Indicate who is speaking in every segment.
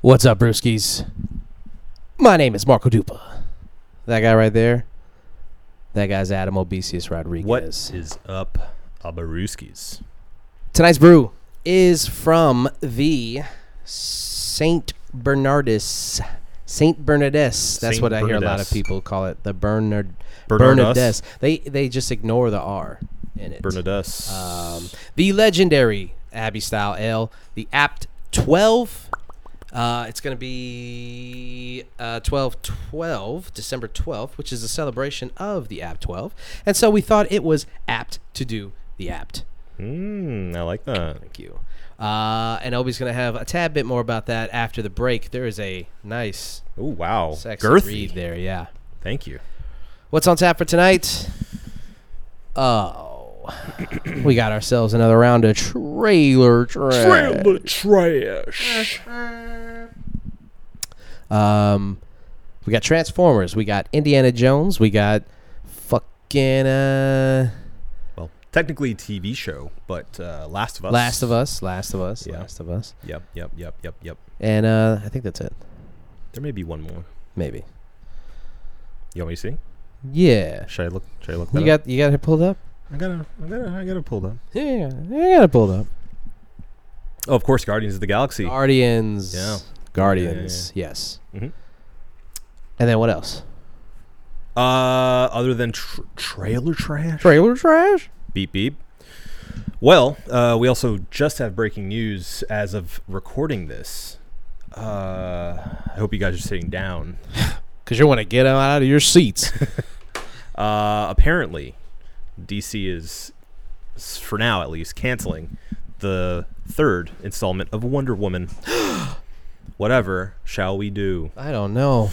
Speaker 1: What's up, Brewskis? My name is Marco Dupa. That guy right there. That guy's Adam Obesius Rodriguez.
Speaker 2: What is up, Abaruskis?
Speaker 1: Tonight's brew is from the Saint Bernardus. Saint Bernardus. That's
Speaker 2: Saint
Speaker 1: what I hear a lot of
Speaker 2: Bernardus.
Speaker 1: people call it. The Bernard
Speaker 2: Bernardus.
Speaker 1: Bernardus. They they just ignore the R in it.
Speaker 2: Bernadus.
Speaker 1: Um, the legendary Abbey Style Ale, the Apt 12. Uh, it's going to be uh, 12 12, December 12th, which is a celebration of the Apt 12. And so we thought it was apt to do the Apt.
Speaker 2: Mm, I like that.
Speaker 1: Thank you. Uh, and Obi's going to have a tad bit more about that after the break. There is a nice,
Speaker 2: Oh wow,
Speaker 1: sexy
Speaker 2: girthy.
Speaker 1: read there. Yeah.
Speaker 2: Thank you.
Speaker 1: What's on tap for tonight? Oh, we got ourselves another round of trailer trash.
Speaker 2: trash.
Speaker 1: Um, we got Transformers. We got Indiana Jones. We got fucking uh,
Speaker 2: Well, technically TV show, but uh, Last of Us.
Speaker 1: Last of Us. Last of Us.
Speaker 2: Yeah.
Speaker 1: Last of Us.
Speaker 2: Yep, yep, yep, yep, yep.
Speaker 1: And uh, I think that's it.
Speaker 2: There may be one more.
Speaker 1: Maybe.
Speaker 2: You want me to see?
Speaker 1: Yeah.
Speaker 2: Should I look? Should I look? That
Speaker 1: You
Speaker 2: up?
Speaker 1: got you got it pulled up.
Speaker 2: I gotta. I gotta. I gotta pull them.
Speaker 1: Yeah, I got it pulled up.
Speaker 2: Oh, of course, Guardians of the Galaxy.
Speaker 1: Guardians.
Speaker 2: Yeah.
Speaker 1: Guardians. Yes.
Speaker 2: Mhm.
Speaker 1: And then what else?
Speaker 2: Uh, other than tr- trailer trash.
Speaker 1: Trailer trash.
Speaker 2: Beep beep. Well, uh, we also just have breaking news as of recording this. Uh, I hope you guys are sitting down.
Speaker 1: Cause you want to get them out of your seats.
Speaker 2: Uh, apparently, DC is, s- for now at least, canceling the third installment of Wonder Woman. Whatever shall we do?
Speaker 1: I don't know.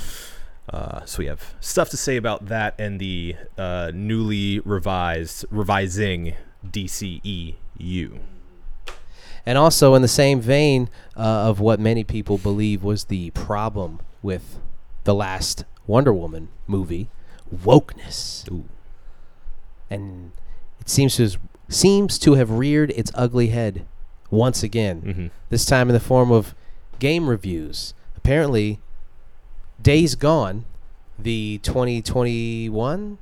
Speaker 2: Uh, so we have stuff to say about that and the uh, newly revised, revising E DCEU.
Speaker 1: And also, in the same vein uh, of what many people believe was the problem with the last Wonder Woman movie, wokeness,
Speaker 2: Ooh.
Speaker 1: and it seems to seems to have reared its ugly head once again.
Speaker 2: Mhm.
Speaker 1: This time in the form of game reviews. Apparently, Days Gone, the 2021,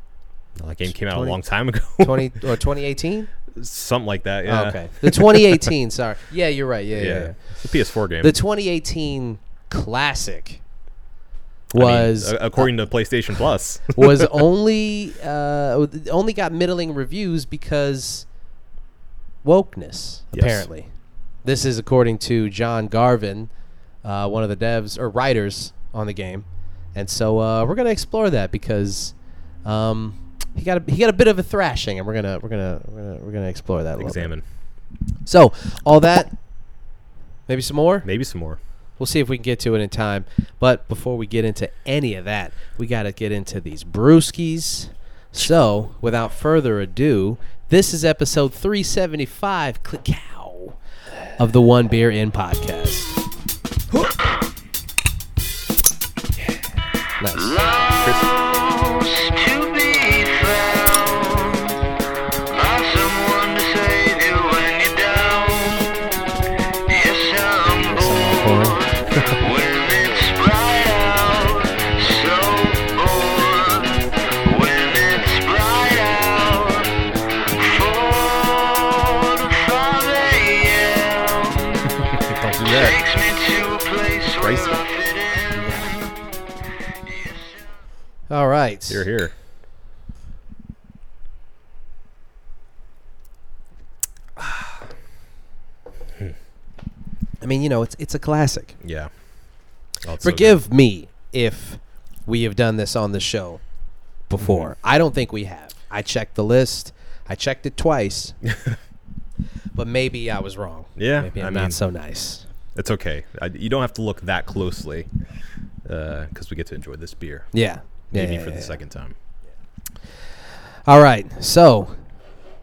Speaker 2: That game came out
Speaker 1: 20
Speaker 2: a long time ago.
Speaker 1: 20 or 2018.
Speaker 2: something like that. Yeah.
Speaker 1: okay, the 2018. sorry. Yeah, you're right. yeah,
Speaker 2: Yeah.
Speaker 1: yeah. yeah.
Speaker 2: It's a PS4 game.
Speaker 1: The 2018 classic
Speaker 2: I mean, uh,
Speaker 1: was
Speaker 2: a- according to PlayStation Plus.
Speaker 1: was only uh, only got middling reviews because wokeness
Speaker 2: Yes.
Speaker 1: apparently. This is according to John Garvin, uh, one of the devs or writers on the game, and so uh, we're gonna explore that because um, he got a, he got a bit of a thrashing, and we're gonna we're gonna we're gonna, we're gonna explore that. A little bit.
Speaker 2: Examine.
Speaker 1: So all that, maybe some more.
Speaker 2: Maybe some more.
Speaker 1: We'll see if we can get to it in time. But before we get into any of that, we got to get into these brewskis. So, without further ado, this is episode 375, click cow, of the One Beer In podcast. Nice.
Speaker 2: Don't do that.
Speaker 3: Takes me to a place where
Speaker 2: Crazy.
Speaker 3: I fit in.
Speaker 1: All right.
Speaker 2: You're here.
Speaker 1: I mean, you know, it's it's a classic.
Speaker 2: Yeah. Oh, it's so good.
Speaker 1: Forgive me if we have done this on the show before.
Speaker 2: Mm-hmm.
Speaker 1: I don't think we have. I checked the list. I checked it twice. but maybe I was wrong.
Speaker 2: Yeah,
Speaker 1: Maybe
Speaker 2: I
Speaker 1: I'm
Speaker 2: mean-
Speaker 1: not so nice.
Speaker 2: It's okay. I, you don't have to look that closely because we get to enjoy this beer.
Speaker 1: Yeah. Yeah,
Speaker 2: Maybe
Speaker 1: yeah,
Speaker 2: for
Speaker 1: yeah,
Speaker 2: the
Speaker 1: yeah.
Speaker 2: second time.
Speaker 1: All right. So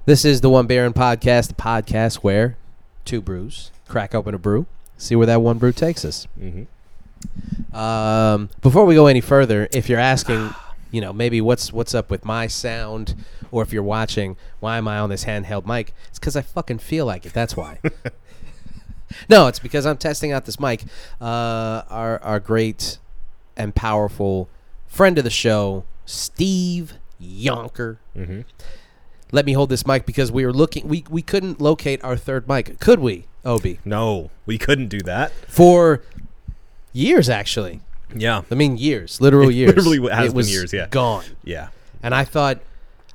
Speaker 1: this is the One Baron podcast, the podcast where two brews crack open a brew, see where that one brew takes us.
Speaker 2: Mm-hmm.
Speaker 1: Um, before we go any further, if you're asking, you know, maybe what's what's up with my sound, or if you're watching, why am I on this handheld mic? It's because I fucking feel like it. That's why. No, it's because I'm testing out this mic. Uh, our our great and powerful friend of the show, Steve Yonker.
Speaker 2: Mhm.
Speaker 1: Let me hold this mic because we were looking. We we couldn't locate our third mic, could we, Obi?
Speaker 2: No, we couldn't do that.
Speaker 1: For years, actually.
Speaker 2: Yeah,
Speaker 1: I mean, years, literal
Speaker 2: It
Speaker 1: years.
Speaker 2: literally has
Speaker 1: it
Speaker 2: been
Speaker 1: was
Speaker 2: years, yeah.
Speaker 1: gone.
Speaker 2: yeah.
Speaker 1: And I thought,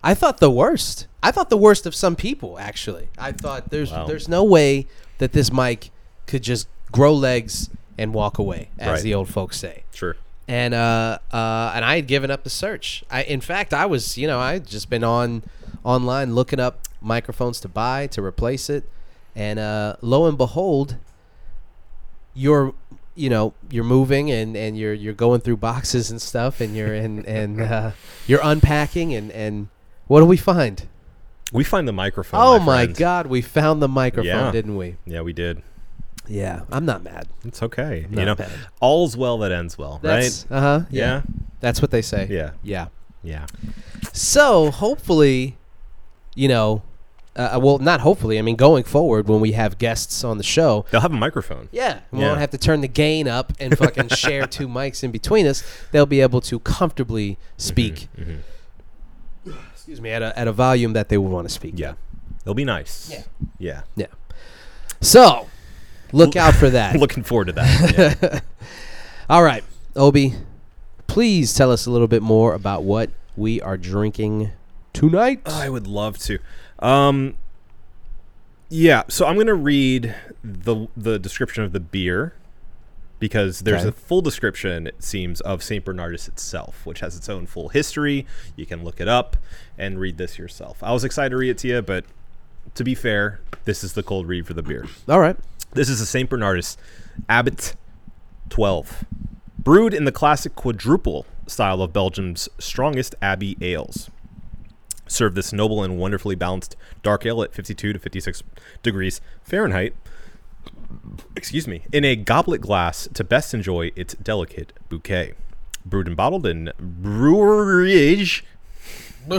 Speaker 1: I thought the worst. I thought the worst of some people. Actually, I thought there's
Speaker 2: Wow.
Speaker 1: there's no way that this mic could just grow legs and walk away, as
Speaker 2: Right.
Speaker 1: the old folks say.
Speaker 2: Sure.
Speaker 1: And uh, uh, and I had given up the search. I, in fact, I was, you know, I had just been on online looking up microphones to buy to replace it, and uh, lo and behold, you're you know you're moving and and you're you're going through boxes and stuff and you're and and uh, you're unpacking and and what do we find
Speaker 2: We find the microphone.
Speaker 1: oh
Speaker 2: my,
Speaker 1: my
Speaker 2: friend.
Speaker 1: god we found the microphone
Speaker 2: Yeah.
Speaker 1: didn't we
Speaker 2: Yeah, we did.
Speaker 1: yeah i'm not mad
Speaker 2: It's okay.
Speaker 1: Not
Speaker 2: you know,
Speaker 1: bad.
Speaker 2: all's well that ends well,
Speaker 1: that's uh-huh yeah.
Speaker 2: Yeah.
Speaker 1: that's what they say
Speaker 2: right? Yeah.
Speaker 1: yeah
Speaker 2: Yeah.
Speaker 1: so hopefully you know uh, well not hopefully i mean going forward when we have guests on the show
Speaker 2: They'll have a microphone.
Speaker 1: Yeah, we
Speaker 2: Yeah.
Speaker 1: won't have to turn the gain up and fucking share two mics in between us. They'll be able to comfortably
Speaker 2: Mm-hmm,
Speaker 1: speak. Excuse me, at a, at a volume that they would want to speak.
Speaker 2: Yeah. They'll be nice.
Speaker 1: Yeah.
Speaker 2: Yeah.
Speaker 1: yeah. So, look out for that.
Speaker 2: Looking forward to that. Yeah.
Speaker 1: All right, Obi, please tell us a little bit more about what we are drinking tonight.
Speaker 2: I would love to. Um, yeah, so I'm gonna read the the description of the beer because there's
Speaker 1: Okay.
Speaker 2: a full description, it seems, of Saint Bernardus itself, which has its own full history. You can look it up and read this yourself. I was excited to read it to you, but to be fair, this is the cold read for the beer.
Speaker 1: All right.
Speaker 2: This is a St. Bernardus Abbot 12. Brewed in the classic quadruple style of Belgium's strongest abbey ales. Serve this noble and wonderfully balanced dark ale at 52 to 56 degrees Fahrenheit. Excuse me. In a goblet glass to best enjoy its delicate bouquet. Brewed and bottled in brewerage.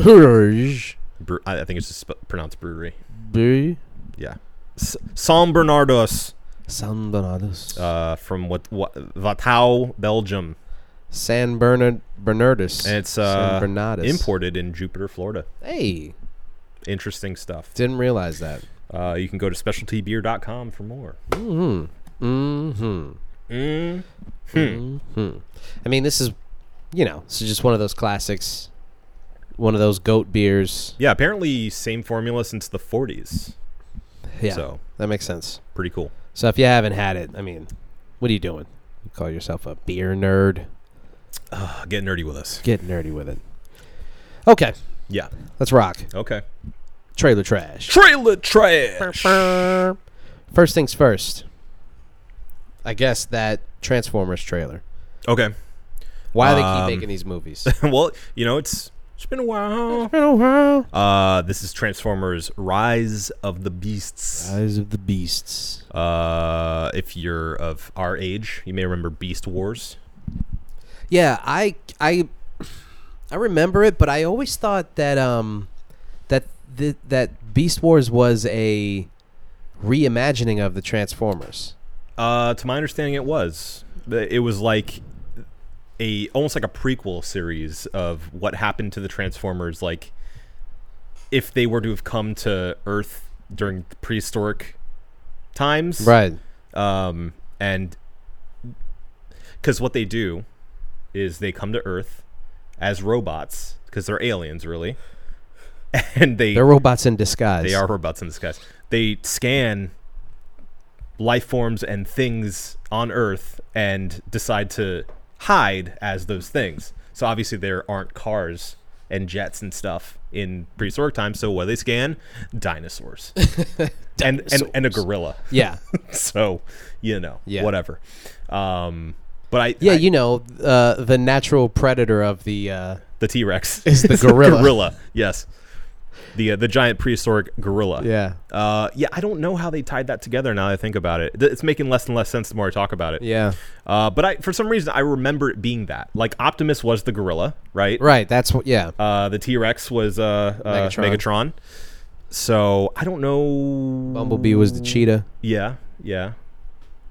Speaker 2: Bre- I I think it's just sp- pronounced brewery. Yeah. S- San Bernardus.
Speaker 1: San Bernardus.
Speaker 2: uh, from what, what Vatau, Belgium,
Speaker 1: San Bernard Bernardus.
Speaker 2: and it's
Speaker 1: San
Speaker 2: uh,
Speaker 1: Bernardus.
Speaker 2: imported in Jupiter, Florida.
Speaker 1: Hey,
Speaker 2: Interesting stuff.
Speaker 1: didn't realize that.
Speaker 2: Uh, you can go to specialtybeer.com for more.
Speaker 1: Mm-hmm.
Speaker 2: Mm.
Speaker 1: I mean, this is, you know, this is just one of those classics, one of those goat beers.
Speaker 2: Yeah, apparently same formula since the 40s.
Speaker 1: Yeah,
Speaker 2: So
Speaker 1: that makes sense.
Speaker 2: pretty cool.
Speaker 1: So if you haven't had it, I mean, what are you doing? You call yourself a beer nerd?
Speaker 2: Uh, get nerdy with us.
Speaker 1: Get nerdy with it. Okay,
Speaker 2: Yeah.
Speaker 1: let's rock.
Speaker 2: Okay.
Speaker 1: Trailer trash.
Speaker 2: Trailer trash.
Speaker 1: First things first. I guess that Transformers trailer.
Speaker 2: Okay.
Speaker 1: Why
Speaker 2: Um,
Speaker 1: they keep making these movies?
Speaker 2: well, you know it's it's been a while.
Speaker 1: Rise
Speaker 2: Uh, this is Transformers: Rise of the Beasts.
Speaker 1: of the Beasts.
Speaker 2: Uh, if you're of our age, you may remember Beast Wars.
Speaker 1: Yeah, I I I remember it, but I always thought that um that th- that Beast Wars was a reimagining of the Transformers.
Speaker 2: Uh, to my understanding, it was. The- It was like a almost like a prequel series of what happened to the Transformers. Like, if they were to have come to Earth during prehistoric times,
Speaker 1: Right.
Speaker 2: um, and because what they do is they come to Earth as robots because they're aliens, really, and they
Speaker 1: They're robots in disguise.
Speaker 2: They are robots in disguise. They scan life forms and things on Earth and decide to hide as those things. So obviously there aren't cars and jets and stuff in prehistoric times. So what do they scan? Dinosaurs. and, and and a gorilla.
Speaker 1: Yeah.
Speaker 2: so, you know,
Speaker 1: Yeah.
Speaker 2: whatever. Um but I
Speaker 1: Yeah,
Speaker 2: I-
Speaker 1: you know, uh, the natural predator of the uh,
Speaker 2: the T-Rex is
Speaker 1: the gorilla.
Speaker 2: gorilla. Yes. The uh, the giant prehistoric gorilla.
Speaker 1: Yeah.
Speaker 2: Uh, yeah, I don't know how they tied that together. Now that I think about it, Th- it's making less and less sense the more I talk about it.
Speaker 1: Yeah.
Speaker 2: Uh, but I, for some reason, I remember it being that. Like Optimus was the gorilla, right?
Speaker 1: Right, that's what yeah.
Speaker 2: Uh, the T Rex was uh, uh
Speaker 1: Megatron.
Speaker 2: Megatron. So I don't know.
Speaker 1: Bumblebee was the cheetah.
Speaker 2: Yeah, yeah.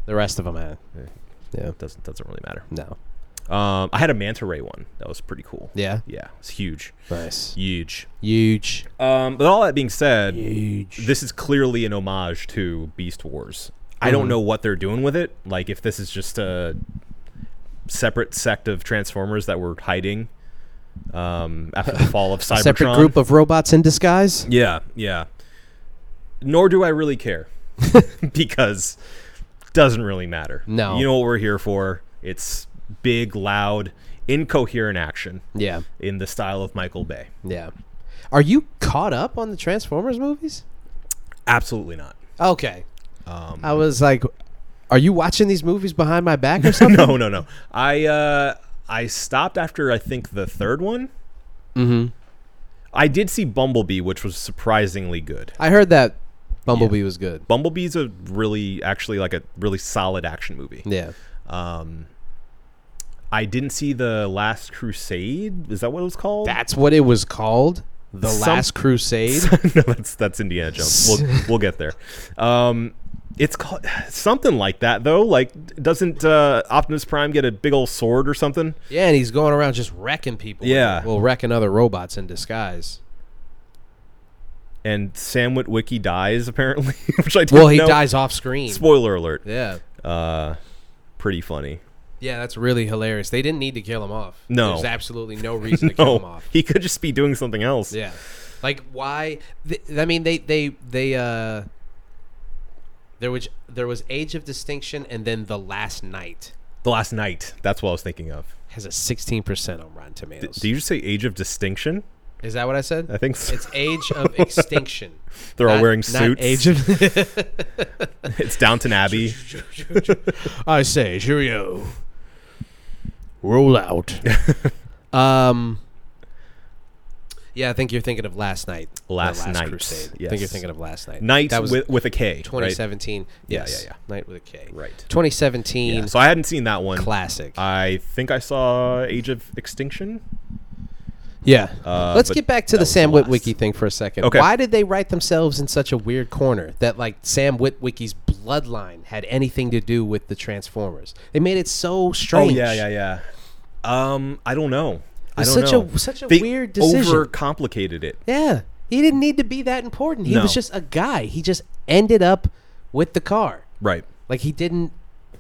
Speaker 1: The rest of them, man.
Speaker 2: Yeah.
Speaker 1: Yeah.
Speaker 2: Doesn't doesn't really matter.
Speaker 1: No.
Speaker 2: Um, I had a manta ray one that was pretty cool.
Speaker 1: Yeah.
Speaker 2: Yeah, it's huge,
Speaker 1: Nice.
Speaker 2: huge.
Speaker 1: Huge.
Speaker 2: Um, but all that being said,
Speaker 1: Huge.
Speaker 2: this is clearly an homage to Beast Wars. I
Speaker 1: Mm-hmm.
Speaker 2: don't know what they're doing with it. Like, if this is just a separate sect of Transformers that were hiding um, after the fall of Cybertron.
Speaker 1: Separate group of robots in disguise.
Speaker 2: Yeah, yeah. Nor do I really care because doesn't really matter.
Speaker 1: No.
Speaker 2: you know what we're here for. It's big, loud, incoherent action
Speaker 1: Yeah.
Speaker 2: in the style of Michael Bay.
Speaker 1: Yeah. Are you caught up on the Transformers movies?
Speaker 2: Absolutely not.
Speaker 1: Okay.
Speaker 2: Um,
Speaker 1: I was like, are you watching these movies behind my back or something?
Speaker 2: no, no, no. I uh, I stopped after I think the third one.
Speaker 1: Mm-hmm.
Speaker 2: I did see Bumblebee, which was surprisingly good.
Speaker 1: I heard that Bumblebee was good.
Speaker 2: Bumblebee's a really, actually, like a really solid action movie.
Speaker 1: Yeah.
Speaker 2: Um, I didn't see the Last Crusade. Is that what it was called?
Speaker 1: That's what it was called. The
Speaker 2: Some-
Speaker 1: Last Crusade.
Speaker 2: no, that's that's Indiana Jones. We'll we'll get there. Um, it's called something like that though. Like, doesn't uh, Optimus Prime get a big old sword or something?
Speaker 1: yeah, and he's going around just wrecking people.
Speaker 2: Yeah.
Speaker 1: Well, wrecking other robots in disguise.
Speaker 2: And Sam Witwicky dies apparently, which I didn't
Speaker 1: Well, he
Speaker 2: know.
Speaker 1: dies off screen.
Speaker 2: Spoiler alert.
Speaker 1: yeah.
Speaker 2: Uh, pretty funny.
Speaker 1: Yeah, that's really hilarious. They didn't need to kill him off.
Speaker 2: No.
Speaker 1: There's absolutely no reason to kill him
Speaker 2: No,
Speaker 1: off.
Speaker 2: Oh, he could just be doing something else.
Speaker 1: Yeah. Like why th- I mean they they they uh there was there was Age of Distinction and then The Last Night
Speaker 2: The Last Night. That's what I was thinking of.
Speaker 1: has a 16% on Rotten Tomatoes.
Speaker 2: Do you just say Age of Distinction?
Speaker 1: Is that what I said?
Speaker 2: I think so.
Speaker 1: It's Age of Extinction.
Speaker 2: they're all
Speaker 1: Not-
Speaker 2: wearing
Speaker 1: not
Speaker 2: suits.
Speaker 1: Age of
Speaker 2: it's Downton Abbey.
Speaker 1: I say cheerio. Roll out. um Yeah, I think you're thinking of Last Night. The
Speaker 2: Last Night.
Speaker 1: Crusade. I
Speaker 2: Yes.
Speaker 1: think you're thinking of Last Night.
Speaker 2: Knight
Speaker 1: that was
Speaker 2: with, with a K. right?
Speaker 1: 2017. Yes.
Speaker 2: yeah, yeah.
Speaker 1: Night with a K.
Speaker 2: Right. Uh,
Speaker 1: 2017
Speaker 2: Yeah, so I hadn't seen that one.
Speaker 1: classic.
Speaker 2: I think I saw Age of Extinction.
Speaker 1: yeah.
Speaker 2: uh,
Speaker 1: Let's
Speaker 2: but
Speaker 1: get back to
Speaker 2: that
Speaker 1: the
Speaker 2: was
Speaker 1: Sam
Speaker 2: the last.
Speaker 1: Witwicky thing for a second.
Speaker 2: Okay.
Speaker 1: Why did they write themselves in such a weird corner that like Sam Witwicky's bloodline had anything to do with the Transformers? They made it so strange.
Speaker 2: Oh yeah, yeah, yeah. Um, I don't know. I
Speaker 1: It's
Speaker 2: don't
Speaker 1: such
Speaker 2: know.
Speaker 1: a- such a
Speaker 2: they
Speaker 1: weird decision.
Speaker 2: Overcomplicated it.
Speaker 1: Yeah. He didn't need to be that important. He
Speaker 2: No.
Speaker 1: was just a guy. He just ended up with the car.
Speaker 2: Right.
Speaker 1: Like he didn't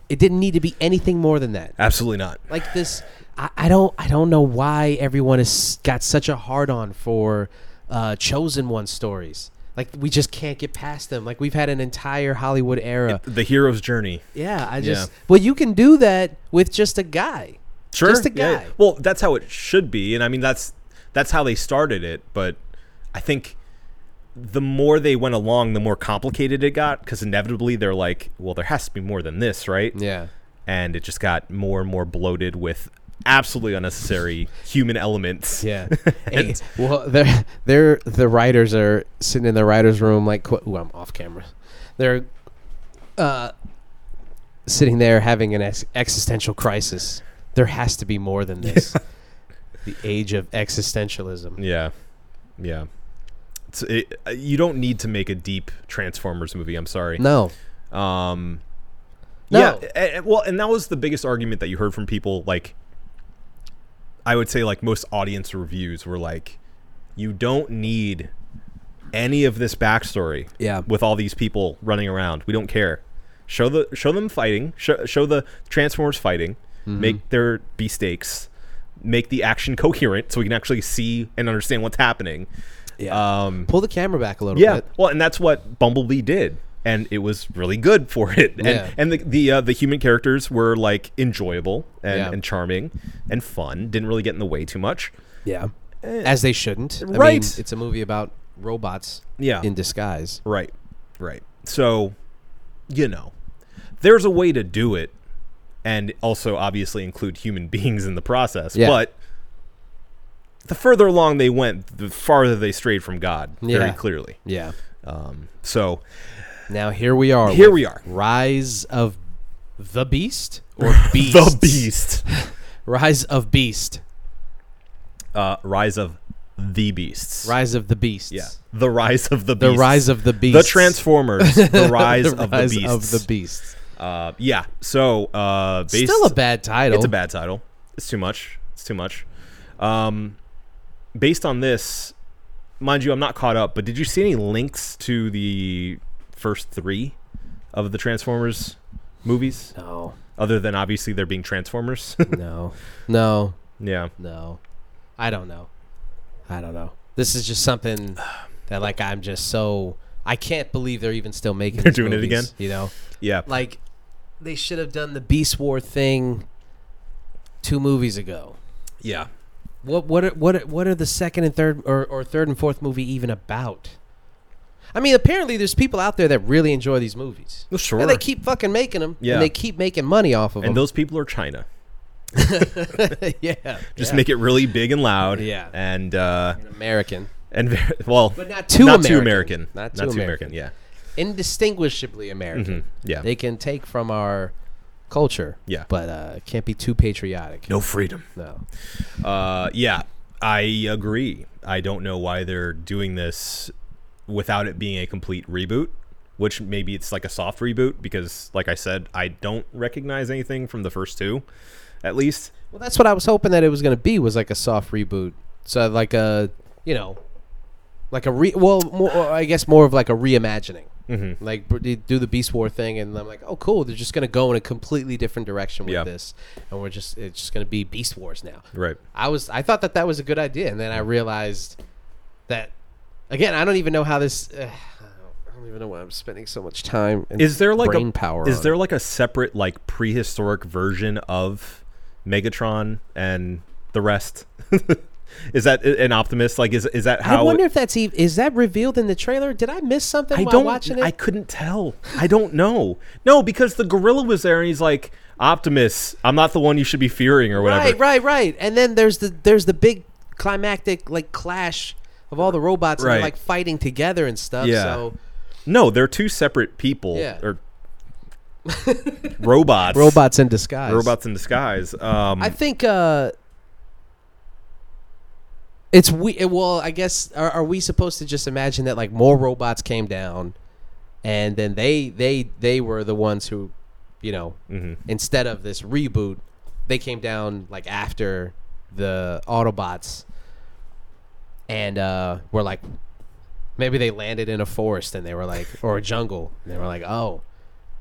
Speaker 1: it didn't need to be anything more than that.
Speaker 2: Absolutely not.
Speaker 1: like this I, I don't I don't know why everyone has got such a hard on for uh, chosen one stories. Like we just can't get past them. Like we've had an entire Hollywood era.
Speaker 2: The hero's journey.
Speaker 1: yeah, I just
Speaker 2: yeah.
Speaker 1: well you can do that with just a guy.
Speaker 2: Sure.
Speaker 1: Just a
Speaker 2: yeah.
Speaker 1: guy.
Speaker 2: Well, that's how it should be, and I mean that's that's how they started it. But I think the more they went along, the more complicated it got because inevitably they're like, well, there has to be more than this, right?
Speaker 1: Yeah.
Speaker 2: and it just got more and more bloated with absolutely unnecessary human elements.
Speaker 1: Yeah.
Speaker 2: And-
Speaker 1: Eh, well, they're, they're, the writers are sitting in the writer's room, like, qu- ooh, I'm off camera. They're uh, sitting there having an ex- existential crisis. There has to be more than this. the age of existentialism.
Speaker 2: yeah, yeah. It's, it, uh, you don't need to make a deep Transformers movie. I'm sorry.
Speaker 1: No.
Speaker 2: Um,
Speaker 1: No.
Speaker 2: Yeah. a- a- well, and that was the biggest argument that you heard from people. Like, I would say, like most audience reviews were like, you don't need any of this backstory.
Speaker 1: Yeah.
Speaker 2: With all these people running around, we don't care. Show the show them fighting. Show, show the Transformers fighting.
Speaker 1: Mm-hmm.
Speaker 2: Make there be stakes. Make the action coherent so we can actually see and understand what's happening.
Speaker 1: Yeah.
Speaker 2: Um,
Speaker 1: Pull the camera back a little
Speaker 2: yeah,
Speaker 1: bit.
Speaker 2: well, and that's what Bumblebee did, and it was really good for it. And
Speaker 1: Yeah.
Speaker 2: and the the uh, the human characters were like enjoyable and,
Speaker 1: Yeah.
Speaker 2: and charming and fun. Didn't really get in the way too much.
Speaker 1: Yeah. As they shouldn't. I mean,
Speaker 2: Eh. Right.
Speaker 1: it's a movie about robots
Speaker 2: Yeah.
Speaker 1: in disguise.
Speaker 2: Right, right. So, you know, there's a way to do it, and also obviously include human beings in the process.
Speaker 1: Yeah.
Speaker 2: But the further along they went, the farther they strayed from God. Very
Speaker 1: Yeah.
Speaker 2: clearly.
Speaker 1: Yeah.
Speaker 2: Um, so
Speaker 1: Now here we are.
Speaker 2: Here
Speaker 1: with
Speaker 2: we are.
Speaker 1: Rise of the Beast or Beast.
Speaker 2: the beast.
Speaker 1: Rise of Beast.
Speaker 2: uh, Rise of the Beasts.
Speaker 1: Rise of the Beasts.
Speaker 2: Yeah. The Rise of the
Speaker 1: The
Speaker 2: Beasts.
Speaker 1: Rise of the Beasts.
Speaker 2: The Transformers. The Rise,
Speaker 1: the
Speaker 2: of,
Speaker 1: Rise
Speaker 2: the Beasts.
Speaker 1: of the Beasts.
Speaker 2: Uh, yeah. So uh, based,
Speaker 1: Still a bad title.
Speaker 2: It's a bad title. It's too much. It's too much. Um, based on this, mind you, I'm not caught up, but did you see any links to the first three of the Transformers movies?
Speaker 1: No,
Speaker 2: Other than obviously there being Transformers.
Speaker 1: no, no,
Speaker 2: yeah.
Speaker 1: no. I don't know. I don't know. This is just something that like I'm just so I can't believe they're even still making.
Speaker 2: They're
Speaker 1: these
Speaker 2: doing it
Speaker 1: movies,
Speaker 2: again?
Speaker 1: You know,
Speaker 2: Yeah.
Speaker 1: like they should have done the Beast War thing two movies ago.
Speaker 2: Yeah.
Speaker 1: What what are, what are, what are the second and third or, or third and fourth movie even about? I mean, apparently there's people out there that really enjoy these movies.
Speaker 2: Well, sure.
Speaker 1: And they keep fucking making them.
Speaker 2: Yeah.
Speaker 1: And they keep making money off of
Speaker 2: And
Speaker 1: them.
Speaker 2: those people are China.
Speaker 1: yeah.
Speaker 2: Just
Speaker 1: yeah.
Speaker 2: make it really big and loud.
Speaker 1: Yeah.
Speaker 2: And uh,
Speaker 1: American.
Speaker 2: and ver- well,
Speaker 1: But not too
Speaker 2: not
Speaker 1: American.
Speaker 2: too American.
Speaker 1: Not too American.
Speaker 2: Yeah.
Speaker 1: Indistinguishably American.
Speaker 2: Mm-hmm. Yeah.
Speaker 1: They can take from our culture.
Speaker 2: Yeah.
Speaker 1: But uh, can't be too patriotic.
Speaker 2: no freedom.
Speaker 1: No.
Speaker 2: Uh, yeah, I agree. I don't know why they're doing this without it being a complete reboot, which maybe it's like a soft reboot because, like I said, I don't recognize anything from the first two, at least.
Speaker 1: Well, that's what I was hoping that it was going to be was like a soft reboot. So like a, you know, like a re well, more, or I guess more of like a reimagining. Mm-hmm. Like br- they do the Beast War thing, and I'm like, oh, cool. They're just going to go in a completely different direction with
Speaker 2: Yeah.
Speaker 1: this, and we're just it's just going to be Beast Wars now.
Speaker 2: Right.
Speaker 1: I was I thought that that was a good idea, and then I realized that again. I don't even know how this. Uh, I don't even know why I'm spending so much time. And
Speaker 2: Is there like
Speaker 1: brain
Speaker 2: a
Speaker 1: power?
Speaker 2: Is
Speaker 1: on
Speaker 2: there
Speaker 1: it.
Speaker 2: like a separate like prehistoric version of Megatron and the rest? is that an optimist? Like, is is that how?
Speaker 1: I wonder
Speaker 2: it-
Speaker 1: if that's even is that revealed in the trailer? Did I miss something
Speaker 2: I
Speaker 1: while
Speaker 2: don't.
Speaker 1: watching it?
Speaker 2: I couldn't tell. I don't know. No, because the gorilla was there, and he's like, "Optimus, I'm not the one you should be fearing," or whatever.
Speaker 1: Right, right, right. And then there's the there's the big climactic like clash of all the robots and they're,
Speaker 2: Right.
Speaker 1: like fighting together and stuff.
Speaker 2: Yeah.
Speaker 1: So
Speaker 2: No, they're two separate people
Speaker 1: Yeah.
Speaker 2: or robots.
Speaker 1: robots in disguise.
Speaker 2: Robots in disguise. Um,
Speaker 1: I think uh it's we eh, well, I guess are, are we supposed to just imagine that like more robots came down and then they they they were the ones who, you know, instead of this reboot, they came down like after the Autobots and uh were like maybe they landed in a forest and they were like or a jungle and they were like, "Oh,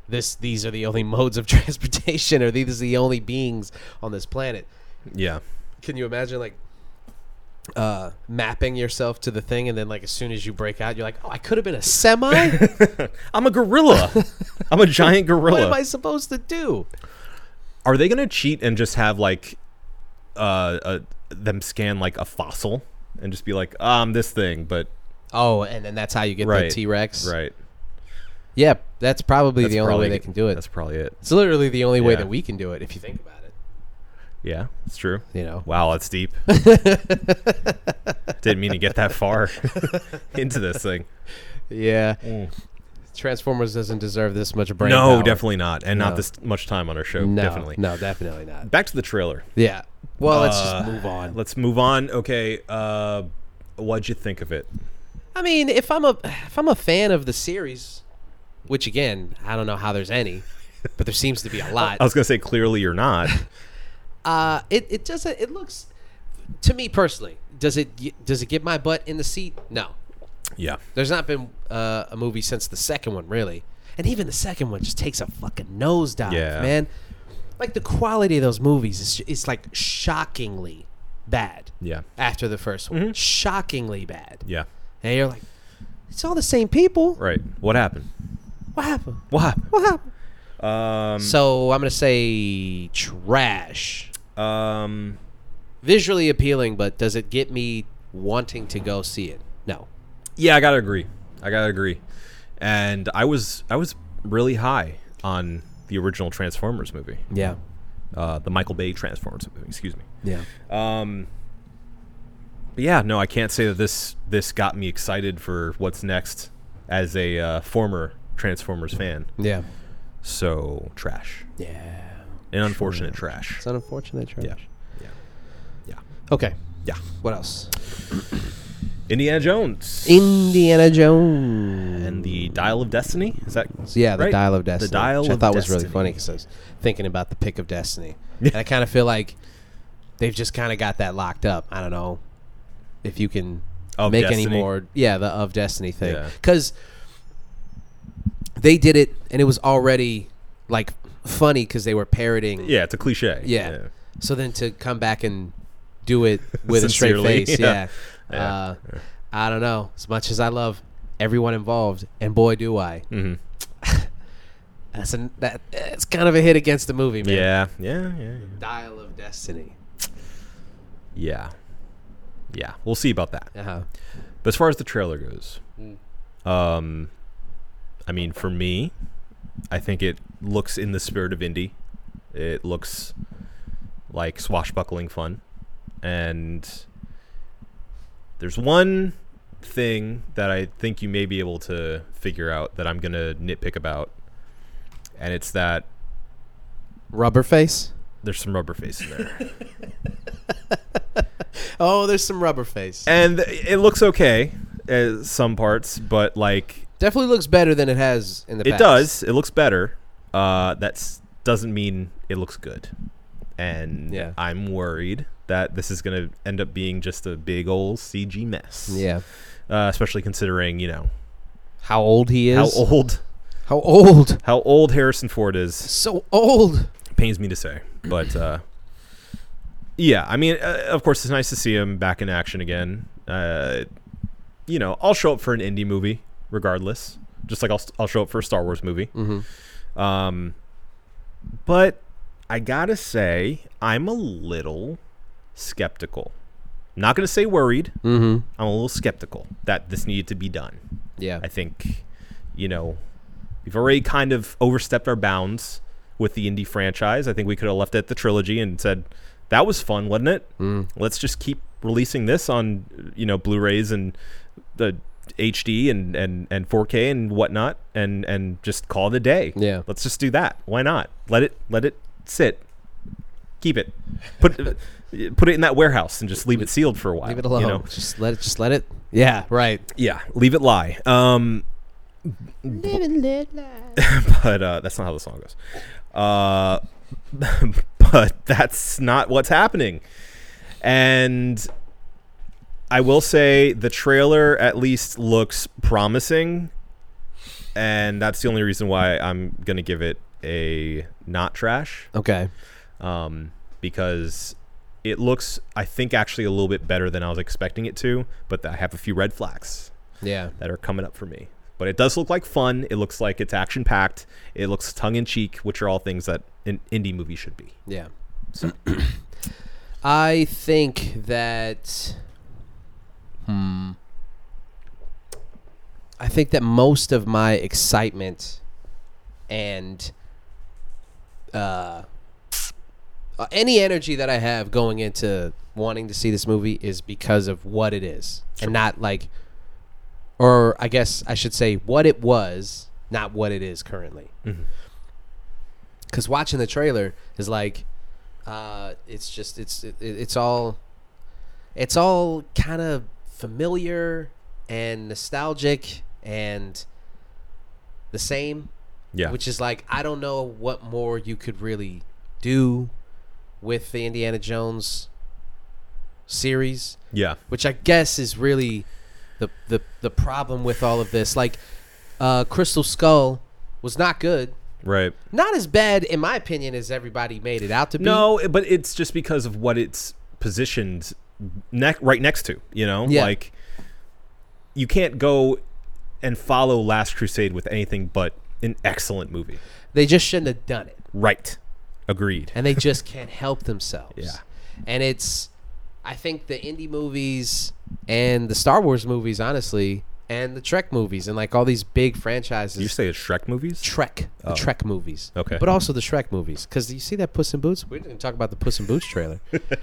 Speaker 1: this these are the only modes of transportation or these are the only beings on this planet
Speaker 2: yeah.
Speaker 1: can you imagine like uh mapping yourself to the thing and then like as soon as you break out you're like oh i could have been a semi
Speaker 2: I'm a gorilla. I'm a giant gorilla.
Speaker 1: what am i supposed to do
Speaker 2: Are they gonna cheat and just have like, uh, uh them scan like a fossil and just be like, "Ah, "I'm this thing," but
Speaker 1: oh and then that's how you get
Speaker 2: Right.
Speaker 1: the t-rex
Speaker 2: right.
Speaker 1: yeah that's probably
Speaker 2: That's
Speaker 1: the only
Speaker 2: probably-
Speaker 1: way they can do it
Speaker 2: That's probably it.
Speaker 1: it's literally the only way
Speaker 2: Yeah.
Speaker 1: that we can do it if you think about it
Speaker 2: Yeah, it's true.
Speaker 1: you know
Speaker 2: Wow, that's deep. Didn't mean to get that far into this thing.
Speaker 1: yeah transformers doesn't deserve this much brain
Speaker 2: Mm. no,
Speaker 1: power.
Speaker 2: definitely not, and
Speaker 1: No.
Speaker 2: not this much time on our show.
Speaker 1: no
Speaker 2: Definitely.
Speaker 1: no definitely not
Speaker 2: Back to the trailer.
Speaker 1: yeah well let's just
Speaker 2: Uh,
Speaker 1: move on
Speaker 2: Let's move on. Okay, uh, what'd you think of it?
Speaker 1: I mean, if I'm a if I'm a fan of the series, which again, I don't know how there's any, but there seems to be a lot.
Speaker 2: I was gonna say clearly you're not.
Speaker 1: Uh, it it doesn't. It looks to me personally. Does it y- does it get my butt in the seat? No.
Speaker 2: yeah.
Speaker 1: There's not been uh, a movie since the second one, really, and even the second one just takes a fucking nosedive,
Speaker 2: Yeah.
Speaker 1: man. Like the quality of those movies is is like shockingly bad.
Speaker 2: Yeah. Mm-hmm.
Speaker 1: After the first one, shockingly bad.
Speaker 2: Yeah.
Speaker 1: And you're like, it's all the same people.
Speaker 2: Right. What happened?
Speaker 1: What happened?
Speaker 2: What happened?
Speaker 1: What happened?
Speaker 2: Um.
Speaker 1: So I'm gonna say trash.
Speaker 2: Um.
Speaker 1: Visually appealing, but does it get me wanting to go see it? No.
Speaker 2: Yeah, I gotta agree. I gotta agree. And I was I was really high on the original Transformers movie,
Speaker 1: Yeah.
Speaker 2: uh, the Michael Bay Transformers movie. Excuse me.
Speaker 1: Yeah.
Speaker 2: But yeah, no, I can't say that this this got me excited for what's next as a uh, former Transformers fan.
Speaker 1: Yeah.
Speaker 2: So trash,
Speaker 1: Yeah.
Speaker 2: an unfortunate trash.
Speaker 1: It's an unfortunate trash.
Speaker 2: Yeah, yeah, yeah,
Speaker 1: Okay.
Speaker 2: yeah.
Speaker 1: What else?
Speaker 2: Indiana Jones.
Speaker 1: Indiana Jones.
Speaker 2: and the Dial of Destiny. Is that
Speaker 1: So yeah, the
Speaker 2: right?
Speaker 1: Dial of Destiny.
Speaker 2: The Dial
Speaker 1: which I
Speaker 2: of
Speaker 1: thought was really
Speaker 2: Destiny.
Speaker 1: funny because I was thinking about the pick of Destiny, and I kind of feel like they've just kind of got that locked up. I don't know if you can
Speaker 2: Of
Speaker 1: make any
Speaker 2: Destiny?
Speaker 1: more. Yeah, the of Destiny thing
Speaker 2: Yeah.
Speaker 1: because they did it and it was already like funny because they were parroting.
Speaker 2: Yeah, it's a cliche.
Speaker 1: Yeah. So then to come back and do it with a straight
Speaker 2: Sincerely,
Speaker 1: face, yeah.
Speaker 2: yeah.
Speaker 1: Uh, I don't know. As much as I love everyone involved, and boy do I,
Speaker 2: hmm
Speaker 1: that's an that it's kind of a hit against the movie, man.
Speaker 2: yeah. Yeah. Yeah.
Speaker 1: Dial of Destiny.
Speaker 2: Yeah. Yeah. We'll see about that.
Speaker 1: Uh huh.
Speaker 2: But as far as the trailer goes, um, I mean, for me, I think it looks in the spirit of indie. It looks like swashbuckling fun, and there's one thing that I think you may be able to figure out that I'm gonna nitpick about, and it's that
Speaker 1: Rubber face.
Speaker 2: there's some rubber face in there.
Speaker 1: Oh, there's some rubber face.
Speaker 2: and it looks okay at some parts, but like
Speaker 1: Definitely looks better than it has in the
Speaker 2: it
Speaker 1: past.
Speaker 2: does, it looks better. Uh, that doesn't mean it looks good, and
Speaker 1: Yeah.
Speaker 2: I'm worried that this is gonna end up being just a big old CG mess.
Speaker 1: Yeah.
Speaker 2: uh, especially considering you know
Speaker 1: How old he is.
Speaker 2: how old
Speaker 1: How old?
Speaker 2: how old Harrison Ford is.
Speaker 1: So old.
Speaker 2: Pains me to say, but uh, yeah, I mean, uh, of course, it's nice to see him back in action again. Uh, you know, I'll show up for an indie movie regardless, just like I'll, I'll show up for a Star Wars movie.
Speaker 1: Mm-hmm.
Speaker 2: Um, but I gotta say, I'm a little skeptical. Not gonna say worried.
Speaker 1: Mm-hmm.
Speaker 2: I'm a little skeptical that this needed to be done.
Speaker 1: Yeah.
Speaker 2: I think, you know, we've already kind of overstepped our bounds with the indie franchise. I think we could have left it at the trilogy and said, that was fun, wasn't it? Mm. Let's just keep releasing this on, you know, Blu-rays and the HD and, and, and 4K and whatnot and, and just call it a day.
Speaker 1: Yeah.
Speaker 2: Let's just do that. Why not? Let it, let it sit. Keep it. Put, put it in that warehouse and just leave it sealed for a while.
Speaker 1: Leave it alone.
Speaker 2: You know?
Speaker 1: Just let it. Just let it. Yeah. Right.
Speaker 2: Yeah. Leave it lie. Um, but uh, that's not how the song goes. Uh, but that's not what's happening. And I will say the trailer at least looks promising, and that's the only reason why I'm gonna give it a not trash
Speaker 1: Okay.
Speaker 2: um, because it looks, I think, actually a little bit better than I was expecting it to. But I have a few red flags
Speaker 1: Yeah.
Speaker 2: that are coming up for me. But it does look like fun. It looks like it's action packed. It looks tongue in cheek, which are all things that an indie movie should be.
Speaker 1: Yeah. I think that. Hmm. I think that most of my excitement and uh, uh, any energy that I have going into wanting to see this movie is because of what it is and not like, or I guess I should say what it was, not what it is currently. Because watching the trailer is like, uh, it's just it's it, it- it's all it's all kind of familiar and nostalgic and the same
Speaker 2: Yeah.
Speaker 1: which is like I don't know what more you could really do with the Indiana Jones series,
Speaker 2: yeah.
Speaker 1: which I guess is really the the the problem with all of this. Like uh, Crystal Skull was not good,
Speaker 2: Right.
Speaker 1: not as bad in my opinion as everybody made it out to be.
Speaker 2: No, it- but it's just because of what it's positioned ne- right next to, you know?
Speaker 1: Yeah.
Speaker 2: Like, you can't go and follow Last Crusade with anything but an excellent movie.
Speaker 1: they just shouldn't have done it.
Speaker 2: Right. Agreed.
Speaker 1: and they just can't help themselves.
Speaker 2: Yeah.
Speaker 1: And it's I think the indie movies and the Star Wars movies, honestly, and the Trek movies and like all these big franchises.
Speaker 2: you say it's Shrek movies?
Speaker 1: Trek, the Trek movies.
Speaker 2: Oh. Okay.
Speaker 1: But also the Shrek movies. Because you see that Puss in Boots? We're going to talk about the Puss in Boots trailer.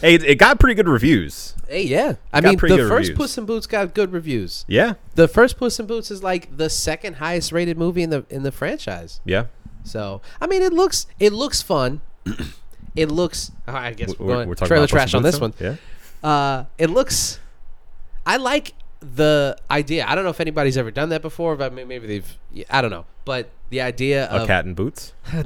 Speaker 2: Hey, it, it got pretty good reviews.
Speaker 1: hey, yeah. I
Speaker 2: Got
Speaker 1: mean,
Speaker 2: pretty
Speaker 1: the
Speaker 2: good
Speaker 1: first
Speaker 2: reviews.
Speaker 1: Puss in Boots got good reviews.
Speaker 2: Yeah.
Speaker 1: The first Puss in Boots is like the second highest rated movie in the in the franchise.
Speaker 2: Yeah.
Speaker 1: So I mean, it looks it looks fun. it looks. Uh, I guess we're,
Speaker 2: We're-
Speaker 1: going
Speaker 2: we're
Speaker 1: trailer
Speaker 2: about Puss in
Speaker 1: trash on
Speaker 2: Boots
Speaker 1: this
Speaker 2: now?
Speaker 1: one.
Speaker 2: Yeah.
Speaker 1: Uh, it Uh, looks. I like the idea. I don't know if anybody's ever done that before, but may- maybe they've. yeah, I don't know, but the idea
Speaker 2: A
Speaker 1: of
Speaker 2: cat in boots. I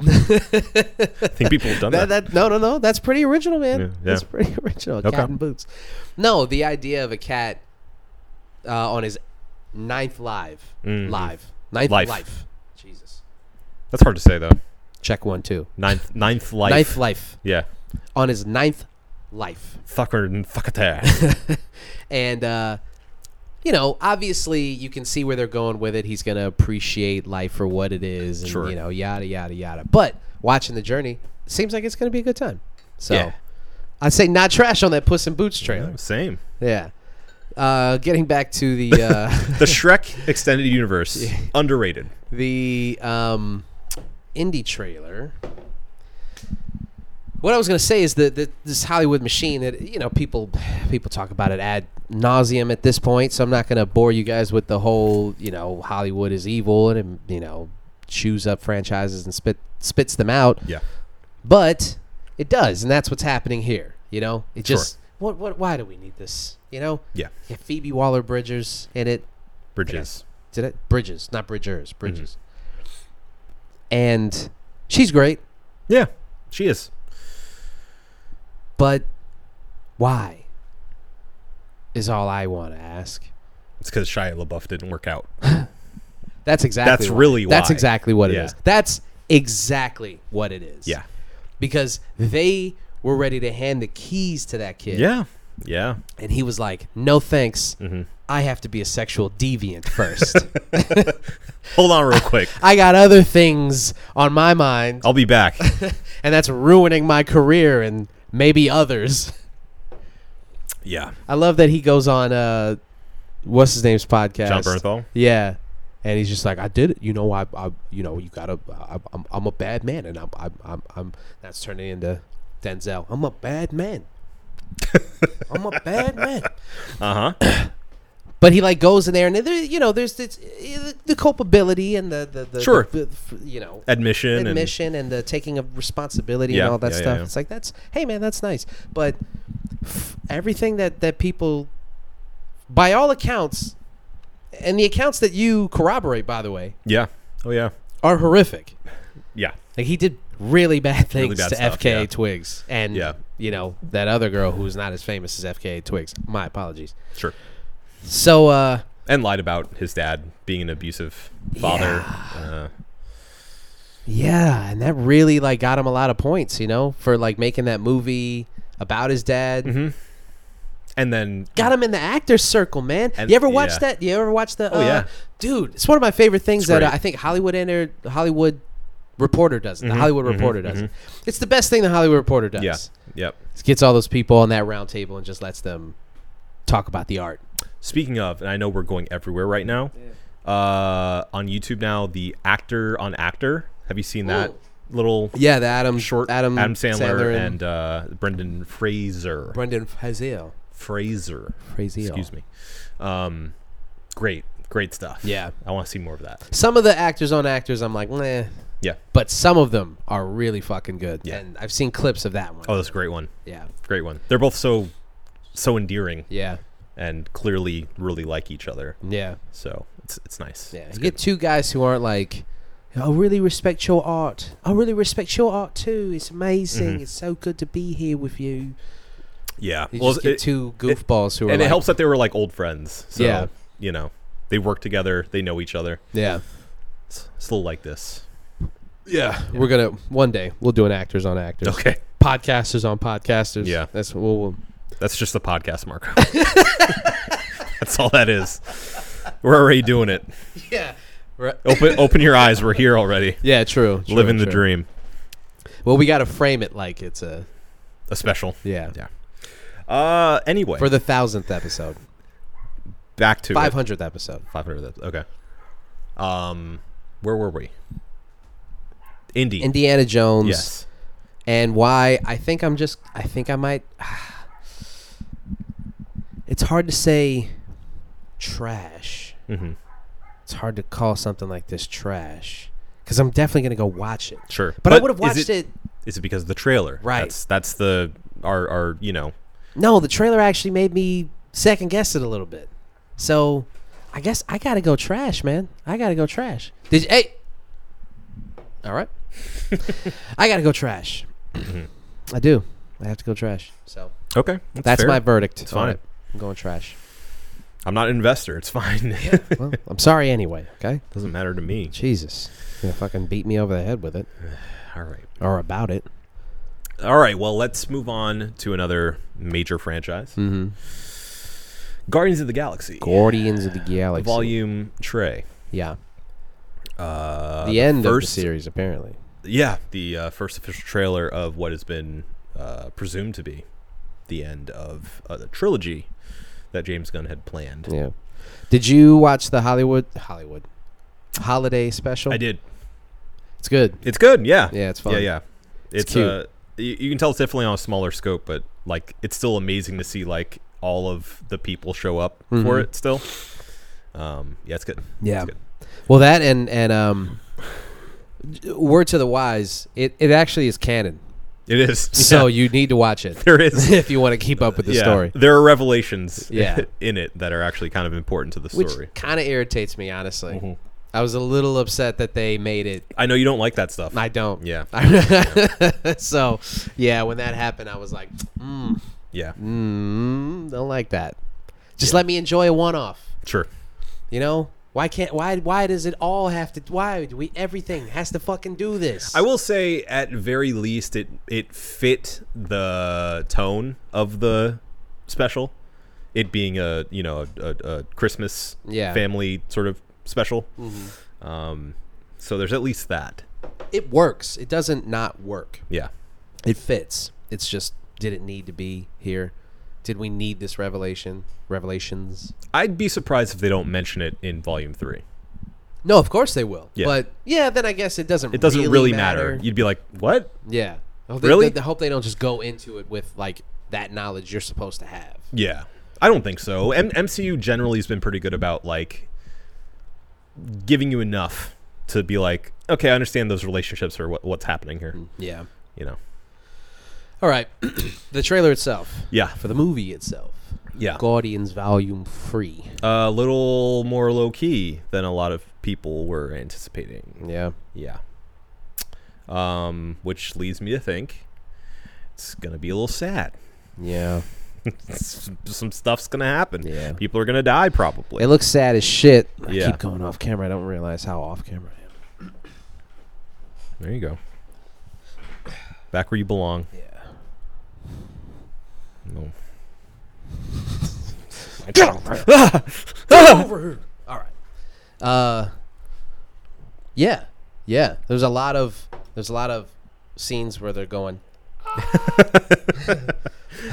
Speaker 2: think people have done
Speaker 1: that,
Speaker 2: that.
Speaker 1: that no no no that's pretty original man
Speaker 2: Yeah, yeah.
Speaker 1: that's pretty original A
Speaker 2: Okay.
Speaker 1: cat in boots no the idea of a cat uh, on his ninth live
Speaker 2: Mhm.
Speaker 1: live ninth life.
Speaker 2: Life.
Speaker 1: jesus
Speaker 2: That's hard to say though.
Speaker 1: check one two
Speaker 2: Ninth, ninth life.
Speaker 1: ninth life
Speaker 2: Yeah.
Speaker 1: on his ninth life
Speaker 2: Fucker and fuckata.
Speaker 1: and uh, you know, obviously, you can see where they're going with it. He's gonna appreciate life for what it is, and
Speaker 2: Sure.
Speaker 1: you know, yada yada yada. But watching the journey seems like it's gonna be a good time. So,
Speaker 2: Yeah.
Speaker 1: I'd say not trash on that Puss in Boots trailer.
Speaker 2: Same.
Speaker 1: Yeah. Uh, getting back to the uh,
Speaker 2: The Shrek extended universe underrated.
Speaker 1: the um, indie trailer. What I was gonna say is that that this Hollywood machine that you know people people talk about it ad nauseum at this point, so I'm not gonna bore you guys with the whole you know Hollywood is evil and it, you know chews up franchises and spit spits them out,
Speaker 2: Yeah.
Speaker 1: but it does, and that's what's happening here. You know, it
Speaker 2: Sure.
Speaker 1: just what what why do we need this? You know,
Speaker 2: Yeah.
Speaker 1: yeah, Phoebe Waller Bridgers in it.
Speaker 2: Bridges.
Speaker 1: Did it? Bridges, not Bridgers. Bridges. And she's great,
Speaker 2: Yeah. She is.
Speaker 1: but why? Is all I want to ask.
Speaker 2: It's because Shia LaBeouf didn't work out.
Speaker 1: That's exactly.
Speaker 2: That's really
Speaker 1: That's
Speaker 2: why.
Speaker 1: exactly what
Speaker 2: Yeah.
Speaker 1: it is. That's exactly what it is.
Speaker 2: Yeah.
Speaker 1: Because they were ready to hand the keys to that kid.
Speaker 2: Yeah. Mm-hmm. Yeah.
Speaker 1: And he was like, "No thanks. I have to be a sexual deviant first.
Speaker 2: Hold on real quick.
Speaker 1: I got other things on my mind."
Speaker 2: I'll be back.
Speaker 1: and that's ruining my career and maybe others.
Speaker 2: Yeah.
Speaker 1: I love that he goes on uh what's his name's podcast.
Speaker 2: John Bernthal.
Speaker 1: Yeah. And he's just like, I did it. You know, I, I you know, you gotta. I, I'm, I'm a bad man, and I'm, I'm, I'm, I'm. That's turning into Denzel. I'm a bad man. I'm a bad man.
Speaker 2: Uh huh.
Speaker 1: But he like goes in there, and there, you know, there's this, the culpability and the, the, the
Speaker 2: Sure.
Speaker 1: the- the- you know,
Speaker 2: Admission.
Speaker 1: admission and, the taking of responsibility
Speaker 2: Yeah,
Speaker 1: and all that
Speaker 2: yeah, yeah,
Speaker 1: stuff.
Speaker 2: yeah.
Speaker 1: It's like that's hey man, that's nice. But f- everything that that people, by all accounts, and the accounts that you corroborate, by the way,
Speaker 2: And, yeah. Oh yeah.
Speaker 1: are horrific.
Speaker 2: Yeah.
Speaker 1: Like he did really bad things
Speaker 2: bad
Speaker 1: to
Speaker 2: stuff,
Speaker 1: FKA
Speaker 2: yeah.
Speaker 1: Twigs and
Speaker 2: Yeah.
Speaker 1: you know that other girl who's not as famous as FKA Twigs. My apologies.
Speaker 2: Sure.
Speaker 1: So uh
Speaker 2: And lied about his dad being an abusive father. Uh,
Speaker 1: Yeah, and that really like got him a lot of points, you know, for like making that movie about his dad.
Speaker 2: and then
Speaker 1: Got him in the actor's circle, man.
Speaker 2: And-
Speaker 1: you ever watch
Speaker 2: yeah.
Speaker 1: that? You ever watch the?
Speaker 2: Oh,
Speaker 1: uh,
Speaker 2: yeah.
Speaker 1: dude, it's one of my favorite things
Speaker 2: It's
Speaker 1: that uh,
Speaker 2: great.
Speaker 1: I think Hollywood enter Hollywood Reporter does. It. the Hollywood Reporter does. It. It's the best thing the Hollywood Reporter does.
Speaker 2: Mm-hmm, yeah. Yep.
Speaker 1: It gets all those people on that round table and just lets them talk about the art.
Speaker 2: Speaking of, and I know we're going everywhere right now. Uh, on YouTube now, the actor on actor. Have you seen that
Speaker 1: Ooh.
Speaker 2: little
Speaker 1: Yeah, the Adam
Speaker 2: short?
Speaker 1: Adam,
Speaker 2: Sandler, and, uh, Brendan Fraser.
Speaker 1: Brendan Frazier.
Speaker 2: Fraser.
Speaker 1: Frazier.
Speaker 2: Excuse me. Um, great, great stuff.
Speaker 1: Yeah.
Speaker 2: I want to see more of that.
Speaker 1: Some of the actors on actors, I'm like, meh.
Speaker 2: Yeah.
Speaker 1: But some of them are really fucking good.
Speaker 2: Yeah.
Speaker 1: And I've seen clips of that one.
Speaker 2: Oh, that's a great one.
Speaker 1: Yeah.
Speaker 2: Great one. They're both so, so endearing
Speaker 1: Yeah.
Speaker 2: and clearly really like each other.
Speaker 1: Yeah.
Speaker 2: So it's it's nice.
Speaker 1: Yeah,
Speaker 2: It's
Speaker 1: you
Speaker 2: good.
Speaker 1: get two guys who aren't like, I really respect your art. I really respect your art too. It's amazing.
Speaker 2: Mm-hmm.
Speaker 1: It's so good to be here with you.
Speaker 2: yeah.
Speaker 1: You
Speaker 2: Well,
Speaker 1: just get
Speaker 2: it-
Speaker 1: two goofballs who are
Speaker 2: and
Speaker 1: like,
Speaker 2: it helps that they were like old friends. So,
Speaker 1: Yeah.
Speaker 2: you know, they work together, they know each other.
Speaker 1: Yeah.
Speaker 2: It's, it's a little like this.
Speaker 1: yeah, We're gonna one day we'll do an actors on actors,
Speaker 2: Okay.
Speaker 1: podcasters on podcasters.
Speaker 2: Yeah.
Speaker 1: that's what we'll, we'll
Speaker 2: That's just the podcast, Marco. That's all that is. We're already doing it.
Speaker 1: yeah,
Speaker 2: Open open your eyes. We're here already.
Speaker 1: yeah. True, true,
Speaker 2: Living the
Speaker 1: true.
Speaker 2: dream.
Speaker 1: Well, we gotta frame it like it's a
Speaker 2: A special.
Speaker 1: yeah,
Speaker 2: Yeah. Uh anyway.
Speaker 1: for the thousandth episode,
Speaker 2: back to
Speaker 1: five hundredth episode.
Speaker 2: Five hundred. Okay. Um where were we? Indy.
Speaker 1: Indiana Jones.
Speaker 2: Yes.
Speaker 1: and why I think I'm just I think I might It's hard to say trash.
Speaker 2: Mhm.
Speaker 1: It's hard to call something like this trash cuz I'm definitely going to go watch it.
Speaker 2: Sure.
Speaker 1: But, I would have
Speaker 2: is
Speaker 1: watched it,
Speaker 2: Is it because of the trailer?
Speaker 1: Right.
Speaker 2: That's that's the our our you know
Speaker 1: No, the trailer actually made me second guessed it a little bit. So I guess I gotta go trash, man. I gotta go trash. Did you, hey? All right. I gotta go trash. I do. I have to go trash. So
Speaker 2: Okay,
Speaker 1: that's
Speaker 2: fair.
Speaker 1: my verdict.
Speaker 2: It's
Speaker 1: on
Speaker 2: fine.
Speaker 1: it. I'm going trash.
Speaker 2: I'm not an investor. It's fine.
Speaker 1: Well, I'm sorry anyway. Okay.
Speaker 2: Doesn't matter to me.
Speaker 1: Jesus, you gonna fucking beat me over the head with it
Speaker 2: All right.
Speaker 1: or about it.
Speaker 2: All right. Well, let's move on to another major franchise.
Speaker 1: Mm-hmm.
Speaker 2: Guardians of the Hmm. Galaxy.
Speaker 1: Guardians of the Galaxy.
Speaker 2: Volume Trey.
Speaker 1: Yeah.
Speaker 2: Uh,
Speaker 1: the end of the
Speaker 2: first-
Speaker 1: series, apparently.
Speaker 2: Yeah, the uh, first official trailer of what has been uh, presumed to be the end of uh, the trilogy that James Gunn had planned.
Speaker 1: Yeah. Did you watch the Hollywood Hollywood holiday special?
Speaker 2: I did.
Speaker 1: It's good.
Speaker 2: It's good. Yeah.
Speaker 1: Yeah, it's
Speaker 2: Yeah,
Speaker 1: fun.
Speaker 2: yeah. It's,
Speaker 1: It's cute.
Speaker 2: Uh, you, you can tell it's definitely on a smaller scope, but like it's still amazing to see like all of the people show up for
Speaker 1: Mhm.
Speaker 2: it still. Um, yeah, it's good.
Speaker 1: Yeah.
Speaker 2: It's good.
Speaker 1: Well, that and and um, word to the wise, it it actually is canon.
Speaker 2: It is.
Speaker 1: So
Speaker 2: Yeah,
Speaker 1: you need to watch it
Speaker 2: there is
Speaker 1: if you want to keep up with the
Speaker 2: yeah,
Speaker 1: story.
Speaker 2: There are revelations
Speaker 1: Yeah.
Speaker 2: in it that are actually kind of important to the
Speaker 1: Which
Speaker 2: story. Mm-hmm.
Speaker 1: kind of irritates me, honestly. I was a little upset that they made it.
Speaker 2: I know you don't like that stuff.
Speaker 1: I don't.
Speaker 2: yeah.
Speaker 1: so, yeah, when that happened, I was like, mm,
Speaker 2: yeah.
Speaker 1: mm, don't like that. Just let me enjoy a one-off.
Speaker 2: Sure.
Speaker 1: You know why can't why why does it all have to why do we everything has to fucking do this?
Speaker 2: I will say, at very least, it it fit the tone of the special. It being a you know a, a, a Christmas
Speaker 1: Yeah. Mm-hmm.
Speaker 2: family sort of special. Um, so there's at least that.
Speaker 1: it works. It doesn't not work.
Speaker 2: Yeah.
Speaker 1: It fits. It's just did it need to be here? Did we need this revelation? Revelations?
Speaker 2: I'd be surprised if they don't mention it in Volume Three.
Speaker 1: No, of course they will.
Speaker 2: Yeah.
Speaker 1: But yeah, then I guess it doesn't.
Speaker 2: It doesn't really, matter.
Speaker 1: matter.
Speaker 2: You'd be like, what?
Speaker 1: Yeah. I hope they-
Speaker 2: Really?
Speaker 1: they- I hope they don't just go into it with like that knowledge you're supposed to have.
Speaker 2: Yeah, I don't think so. M- MCU generally has been pretty good about like giving you enough to be like, okay, I understand those relationships or what, what's happening here.
Speaker 1: Yeah.
Speaker 2: You know.
Speaker 1: All right. the trailer itself
Speaker 2: Yeah,
Speaker 1: for the movie itself.
Speaker 2: yeah.
Speaker 1: Guardians Volume Three.
Speaker 2: A little more low key than a lot of people were anticipating.
Speaker 1: Yeah.
Speaker 2: Yeah. Um, which leads me to think it's gonna be a little sad.
Speaker 1: Yeah.
Speaker 2: S- Some stuff's gonna happen.
Speaker 1: Yeah.
Speaker 2: People are gonna die probably.
Speaker 1: It looks sad as shit. I
Speaker 2: Yeah.
Speaker 1: keep going off camera. I don't realize how off camera I am.
Speaker 2: there you go. Back where you belong.
Speaker 1: Yeah.
Speaker 2: No.
Speaker 1: Ah! All right. Uh, yeah, yeah. There's a lot of there's a lot of scenes where they're going.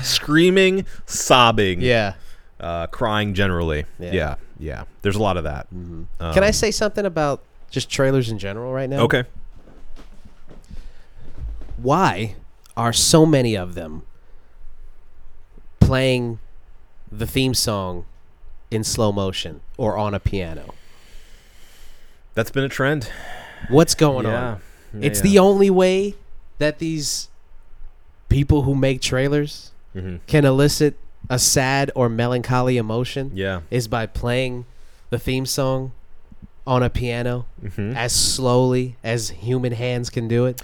Speaker 2: Screaming, sobbing,
Speaker 1: Yeah.
Speaker 2: uh, crying generally.
Speaker 1: Yeah. Mm-hmm.
Speaker 2: Yeah. yeah, There's a lot of that. Um,
Speaker 1: Can I say something about just trailers in general right now?
Speaker 2: Okay.
Speaker 1: Why are so many of them playing the theme song in slow motion or on a piano?
Speaker 2: That's been a trend.
Speaker 1: What's going
Speaker 2: Yeah.
Speaker 1: on? it's the only way that these people who make trailers
Speaker 2: the. hmm
Speaker 1: can elicit a sad or melancholy emotion
Speaker 2: Yeah.
Speaker 1: is by playing the theme song on a piano
Speaker 2: hmm
Speaker 1: as slowly as human hands can do it.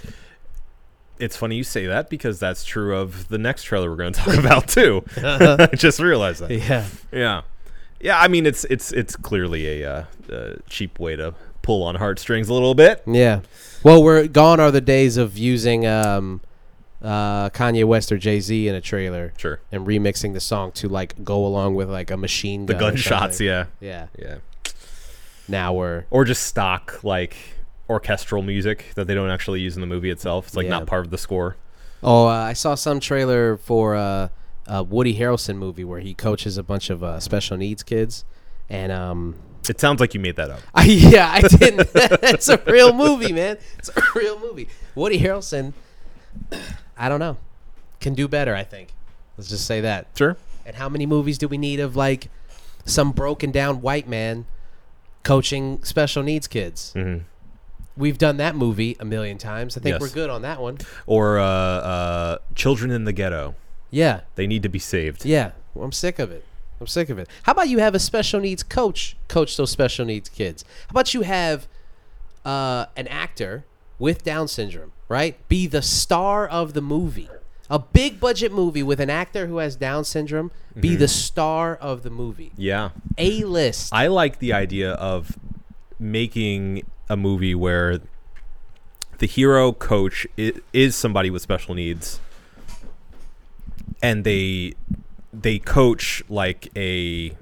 Speaker 2: It's funny you say that because that's true of the next trailer we're going to talk about too. I just realized that.
Speaker 1: Yeah.
Speaker 2: Yeah, yeah. I mean, it's it's it's clearly a uh, uh, cheap way to pull on heartstrings a little bit.
Speaker 1: Yeah. Well, we're gone are the days of using um, uh, Kanye West or Jay Z in a trailer
Speaker 2: Sure.
Speaker 1: and remixing the song to like go along with like a machine
Speaker 2: The
Speaker 1: gun. or
Speaker 2: gunshots.
Speaker 1: something.
Speaker 2: Yeah.
Speaker 1: Yeah.
Speaker 2: Yeah.
Speaker 1: Now we're
Speaker 2: or just stock like orchestral music that they don't actually use in the movie itself. It's like
Speaker 1: Yeah.
Speaker 2: not part of the score.
Speaker 1: Oh, uh, I saw some trailer for uh, a Woody Harrelson movie where he coaches a bunch of uh, special needs kids, and um,
Speaker 2: It sounds like you made that up.
Speaker 1: I, yeah, I didn't. it's a real movie, man. It's a real movie. Woody Harrelson, I don't know, can do better. I think. Let's just say that.
Speaker 2: Sure.
Speaker 1: And how many movies do we need of like some broken down white man coaching special needs kids?
Speaker 2: Mhm.
Speaker 1: We've done that movie a million times. I think
Speaker 2: Yes.
Speaker 1: we're good on that one.
Speaker 2: Or uh, uh, children in the ghetto.
Speaker 1: Yeah,
Speaker 2: They need to be saved.
Speaker 1: yeah. Well, I'm sick of it. I'm I'm sick of it. How about you have a special needs coach coach those special needs kids? How about you have uh, an actor with Down syndrome, right? Be the star of the movie. A big budget movie with an actor who has Down syndrome be the star of the movie.
Speaker 2: Mm-hmm. Yeah.
Speaker 1: A list.
Speaker 2: I like the idea of making a movie where the hero coach i- is somebody with special needs, and they they coach like a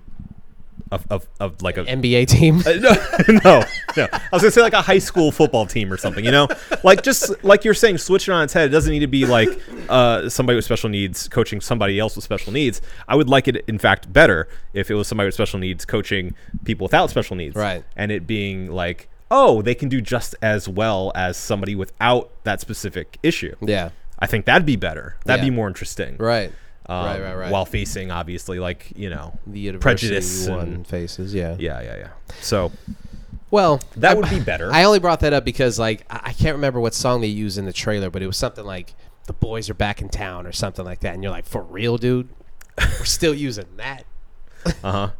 Speaker 2: of of, of like a
Speaker 1: NBA team.
Speaker 2: uh, no, no, no. I was gonna say like a high school football team or something, you know, like just like you're saying, switch it on its head. It doesn't need to be like uh, somebody with special needs coaching somebody else with special needs. I would like it, in fact, better if it was somebody with special needs coaching people without special needs,
Speaker 1: Right.
Speaker 2: And it being like, oh, they can do just as well as somebody without that specific issue.
Speaker 1: yeah.
Speaker 2: I think that'd be better. That'd
Speaker 1: Yeah.
Speaker 2: be more interesting,
Speaker 1: Right.
Speaker 2: Um,
Speaker 1: right, right, right.
Speaker 2: While facing obviously, like you know,
Speaker 1: the adversity
Speaker 2: prejudice
Speaker 1: one
Speaker 2: and
Speaker 1: faces, yeah.
Speaker 2: yeah, yeah, yeah. So
Speaker 1: Well,
Speaker 2: that
Speaker 1: I-
Speaker 2: would be better.
Speaker 1: I only brought that up because like I I can't remember what song they used in the trailer, but it was something like "The Boys Are Back in Town" or something like that, and you're like, "For real, dude? We're still using that?"
Speaker 2: Uh-huh.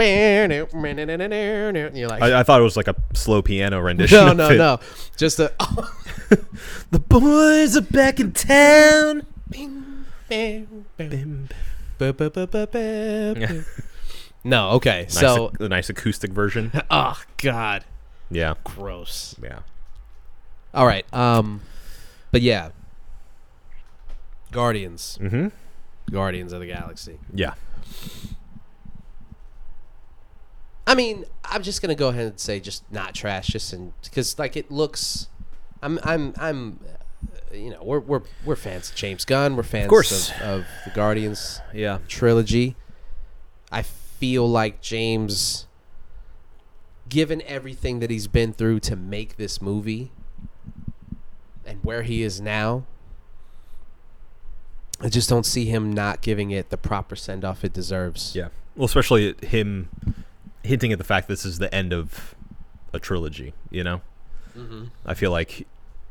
Speaker 1: And you're like,
Speaker 2: I, I thought it was like a slow piano rendition.
Speaker 1: "No,
Speaker 2: of
Speaker 1: no,
Speaker 2: it.
Speaker 1: no, just a."
Speaker 2: The boys are back in town.
Speaker 1: no, okay,
Speaker 2: Nice,
Speaker 1: so
Speaker 2: the nice acoustic version.
Speaker 1: oh god,
Speaker 2: yeah,
Speaker 1: gross.
Speaker 2: yeah.
Speaker 1: All right, um, but yeah, Guardians,
Speaker 2: Mhm.
Speaker 1: Guardians of the Galaxy.
Speaker 2: Yeah.
Speaker 1: I mean, I'm just gonna go ahead and say just not trash, just and because like it looks, I'm I'm I'm, uh, you know, we're we're we're fans of James Gunn, we're fans of,
Speaker 2: course.
Speaker 1: Of, the Guardians
Speaker 2: Yeah.
Speaker 1: trilogy. I feel like James, given everything that he's been through to make this movie, and where he is now. I just don't see him not giving it the proper send off it deserves.
Speaker 2: Yeah. Well, especially him hinting at the fact this is the end of a trilogy, you know?
Speaker 1: Mm-hmm.
Speaker 2: I feel like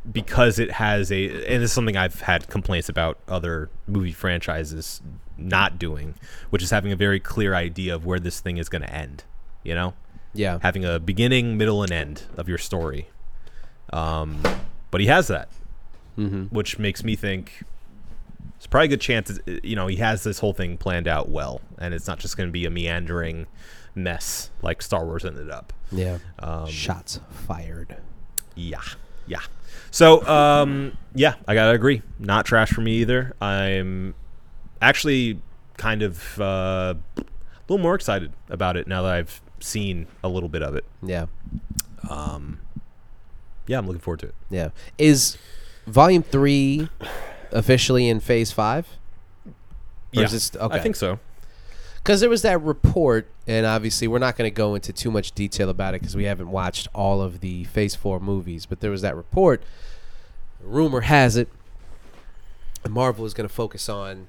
Speaker 2: because it has a, and it's something I've had complaints about other movie franchises not doing, which is having a very clear idea of where this thing is going to end, you know?
Speaker 1: Yeah.
Speaker 2: having a beginning, middle, and end of your story. Um, but he has that, which makes me think it's probably a good chance. uh, You know, he has this whole thing planned out well, and it's not just going to be a meandering mess like Star Wars ended up.
Speaker 1: Yeah. Shots fired.
Speaker 2: Yeah, yeah. So, um, yeah, I gotta agree. Not trash for me either. I'm actually kind of uh, a little more excited about it now that I've seen a little bit of it.
Speaker 1: Yeah.
Speaker 2: Yeah, I'm looking forward to it.
Speaker 1: Yeah. Is volume three officially in phase five? Or is this- okay.
Speaker 2: I think so.
Speaker 1: Because there was that report, and obviously we're not going to go into too much detail about it because we haven't watched all of the phase four movies, but there was that report. Rumor has it Marvel is going to focus on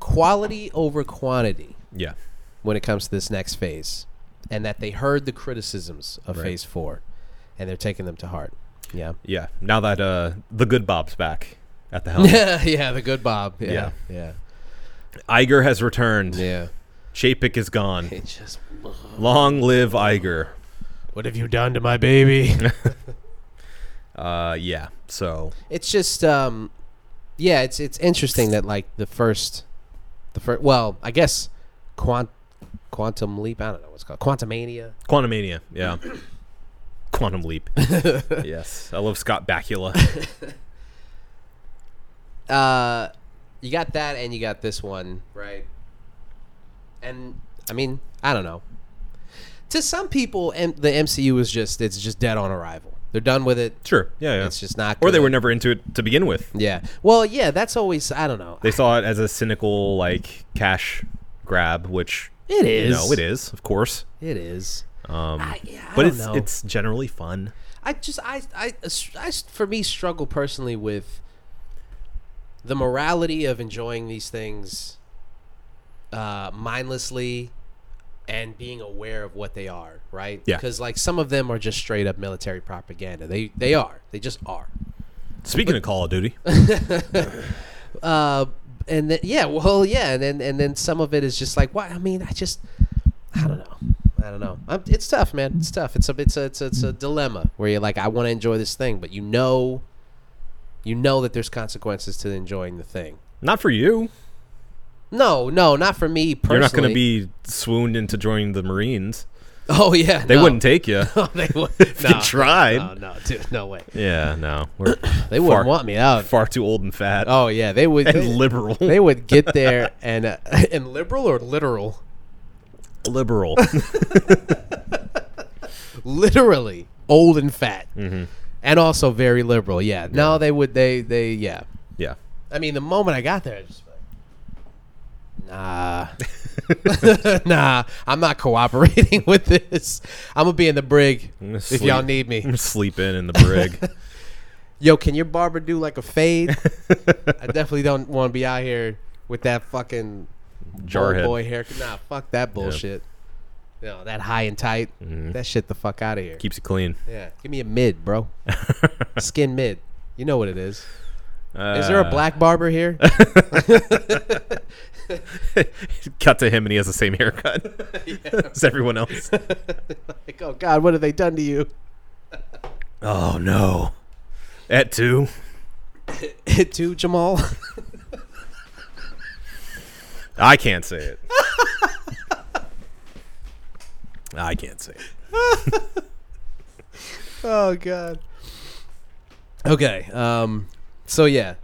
Speaker 1: quality over quantity.
Speaker 2: Yeah.
Speaker 1: when it comes to this next phase, and that they heard the criticisms of
Speaker 2: Right.
Speaker 1: Phase Four, and they're taking them to heart. Yeah,
Speaker 2: Yeah. Now that uh, the good Bob's back at the helm,
Speaker 1: yeah, yeah. The good Bob. Yeah, yeah,
Speaker 2: Iger has returned.
Speaker 1: yeah.
Speaker 2: Chapek is gone.
Speaker 1: It just.
Speaker 2: Long live Iger.
Speaker 1: What have you done to my baby?
Speaker 2: Uh, yeah. So
Speaker 1: it's just, um, yeah. It's it's interesting that like the first, the first. Well, I guess, quant, quantum leap. I don't know what's called Quantumania.
Speaker 2: Quantumania. Yeah. Quantum leap. yes. I love Scott Bakula.
Speaker 1: Uh, you got that, and you got this one, right? And I mean, I don't know. To some people, M- the MCU is just—it's just dead on arrival. They're done with it.
Speaker 2: Sure. Yeah. Yeah.
Speaker 1: It's just not.
Speaker 2: or they
Speaker 1: gonna-
Speaker 2: were never into it to begin with.
Speaker 1: Yeah. Well, yeah. That's always. I don't know.
Speaker 2: They saw it as a cynical like cash grab, which
Speaker 1: It is.
Speaker 2: no, it is of course.
Speaker 1: It is.
Speaker 2: Um,
Speaker 1: I, yeah, I
Speaker 2: but
Speaker 1: don't
Speaker 2: it's
Speaker 1: know.
Speaker 2: it's generally fun.
Speaker 1: I just I, I I for me struggle personally with the morality of enjoying these things uh, mindlessly and being aware of what they are, right?
Speaker 2: Yeah.
Speaker 1: Because like some of them are just straight up military propaganda. They they are. They just are.
Speaker 2: Speaking of Call of Duty,
Speaker 1: Uh, and then yeah, well, yeah, and then and then some of it is just like, what? I mean, I just, I don't know, I don't know. i it's tough, man. It's tough. It's a it's a it's a, it's a dilemma where you're like, I want to enjoy this thing, but you know, you know that there's consequences to enjoying the thing.
Speaker 2: Not for you.
Speaker 1: No, no, not for me personally.
Speaker 2: You're not going to be swooned into joining the Marines.
Speaker 1: Oh yeah,
Speaker 2: They
Speaker 1: no.
Speaker 2: wouldn't take you.
Speaker 1: No, they would. If
Speaker 2: you tried.
Speaker 1: No, no, dude, no way.
Speaker 2: yeah, no. We're
Speaker 1: They wouldn't
Speaker 2: Far-
Speaker 1: want me out.
Speaker 2: far too old and fat
Speaker 1: Oh yeah, they would.
Speaker 2: and
Speaker 1: they,
Speaker 2: liberal.
Speaker 1: they would get there and uh, and liberal or literal,
Speaker 2: liberal.
Speaker 1: literally old and fat, and also very liberal. Yeah. No, they would. They they yeah.
Speaker 2: yeah.
Speaker 1: I mean, the moment I got there, I just like, nah, nah. I'm not cooperating with this. I'm gonna be in the brig
Speaker 2: I'm gonna
Speaker 1: if
Speaker 2: sleep-
Speaker 1: y'all need me.
Speaker 2: I'm sleeping in the brig.
Speaker 1: Yo, can your barber do like a fade? I definitely don't want to be out here with that fucking
Speaker 2: Jarhead.
Speaker 1: old boy haircut. Nah, fuck that bullshit. You know, that high and tight. That shit the fuck out of here.
Speaker 2: Keeps you clean.
Speaker 1: yeah, give me a mid, bro. Skin mid. You know what it is. Is there a
Speaker 2: Uh,
Speaker 1: black barber here?
Speaker 2: Cut to him and he has the same haircut as everyone else.
Speaker 1: like, oh God, what have they done to you?
Speaker 2: Oh no. At two.
Speaker 1: Hit two, Jamal.
Speaker 2: I can't say it. I can't say it.
Speaker 1: oh God. Okay. Um. So yeah.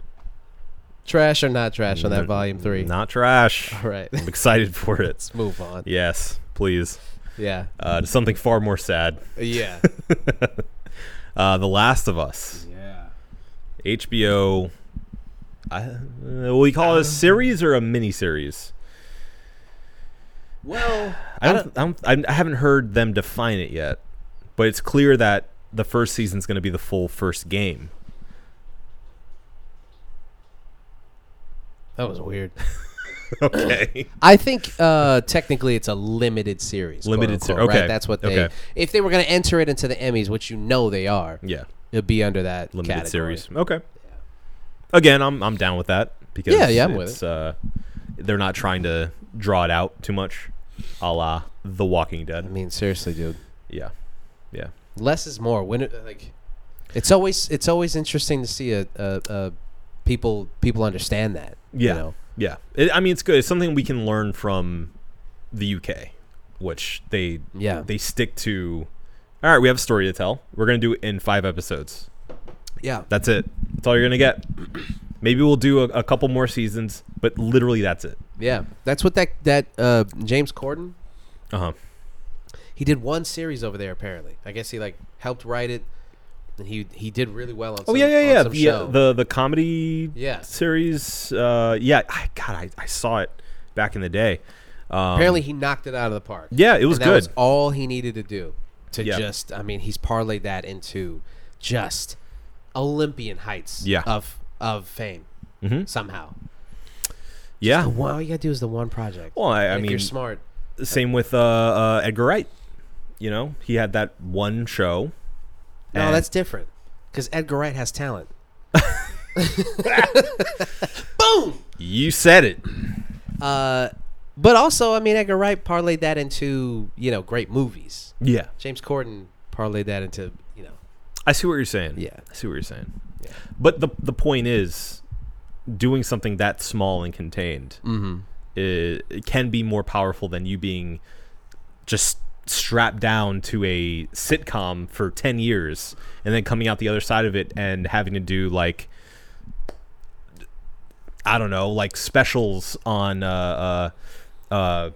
Speaker 1: Trash or not trash on that volume three.
Speaker 2: Not trash.
Speaker 1: All right.
Speaker 2: I'm excited for it.
Speaker 1: Let's move on.
Speaker 2: Yes, please.
Speaker 1: Yeah.
Speaker 2: Uh, to something far more sad.
Speaker 1: Yeah.
Speaker 2: Uh, the Last of Us.
Speaker 1: yeah.
Speaker 2: HBO. I, uh, will we
Speaker 1: Um,
Speaker 2: call it a series or a mini series?
Speaker 1: Well,
Speaker 2: I don't, I, don't, I haven't heard them define it yet, but it's clear that the first season's going to be the full first game.
Speaker 1: that was weird.
Speaker 2: Okay.
Speaker 1: I think uh, technically it's a limited series. quote
Speaker 2: Limited ser-
Speaker 1: unquote, right?
Speaker 2: okay,
Speaker 1: That's what they.
Speaker 2: okay.
Speaker 1: If they were going to enter it into the Emmys, which you know they are,
Speaker 2: yeah.
Speaker 1: it'd be under that
Speaker 2: Limited
Speaker 1: category.
Speaker 2: series. Okay. Again, I'm I'm down with that because
Speaker 1: Yeah, yeah, I'm with
Speaker 2: it's, Uh, they're not trying to draw it out too much, a la The Walking
Speaker 1: I
Speaker 2: Dead.
Speaker 1: mean, seriously, dude.
Speaker 2: Yeah. Yeah.
Speaker 1: less is more when it, like it's always it's always interesting to see a, a, a people people understand that
Speaker 2: Yeah.
Speaker 1: you know?
Speaker 2: Yeah. It, I mean, it's good. It's something we can learn from the UK, which they
Speaker 1: Yeah.
Speaker 2: they stick to. All right, we have a story to tell. We're gonna do it in five episodes.
Speaker 1: yeah
Speaker 2: That's it. That's all you're gonna get. Maybe we'll do a, a couple more seasons, but literally that's it.
Speaker 1: yeah that's what that that uh james corden
Speaker 2: Uh
Speaker 1: Uh-huh.
Speaker 2: huh.
Speaker 1: he did one series over there apparently i guess he like helped write it and he he did really well on
Speaker 2: Oh
Speaker 1: some,
Speaker 2: yeah, yeah,
Speaker 1: on
Speaker 2: yeah.
Speaker 1: some
Speaker 2: The, uh,
Speaker 1: show.
Speaker 2: the the comedy
Speaker 1: Yeah.
Speaker 2: series. Uh, yeah. I, God, I, I saw it back in the day. Um,
Speaker 1: apparently he knocked it out of the park
Speaker 2: Yeah, it was
Speaker 1: and that was
Speaker 2: good.
Speaker 1: all he needed to do to
Speaker 2: Yeah.
Speaker 1: just i mean he's parlayed that into just olympian heights
Speaker 2: Yeah.
Speaker 1: of of fame
Speaker 2: Mhm.
Speaker 1: somehow
Speaker 2: yeah.
Speaker 1: The one, all you gotta do is the one project.
Speaker 2: Well, I, I
Speaker 1: if
Speaker 2: mean,
Speaker 1: you're smart.
Speaker 2: same with uh, uh, Edgar Wright. You know, he had that one show.
Speaker 1: No,
Speaker 2: and-
Speaker 1: that's different. Because Edgar Wright has talent. Boom.
Speaker 2: You said it.
Speaker 1: Uh, but also, I mean, Edgar Wright parlayed that into you know great movies.
Speaker 2: Yeah.
Speaker 1: James Corden parlayed that into you know.
Speaker 2: I see what you're saying.
Speaker 1: Yeah.
Speaker 2: I see what you're saying.
Speaker 1: Yeah.
Speaker 2: But the the point is, doing something that small and contained i- it, can be more powerful than you being just strapped down to a sitcom for ten years and then coming out the other side of it and having to do like. I don't know, like specials on uh, uh, uh,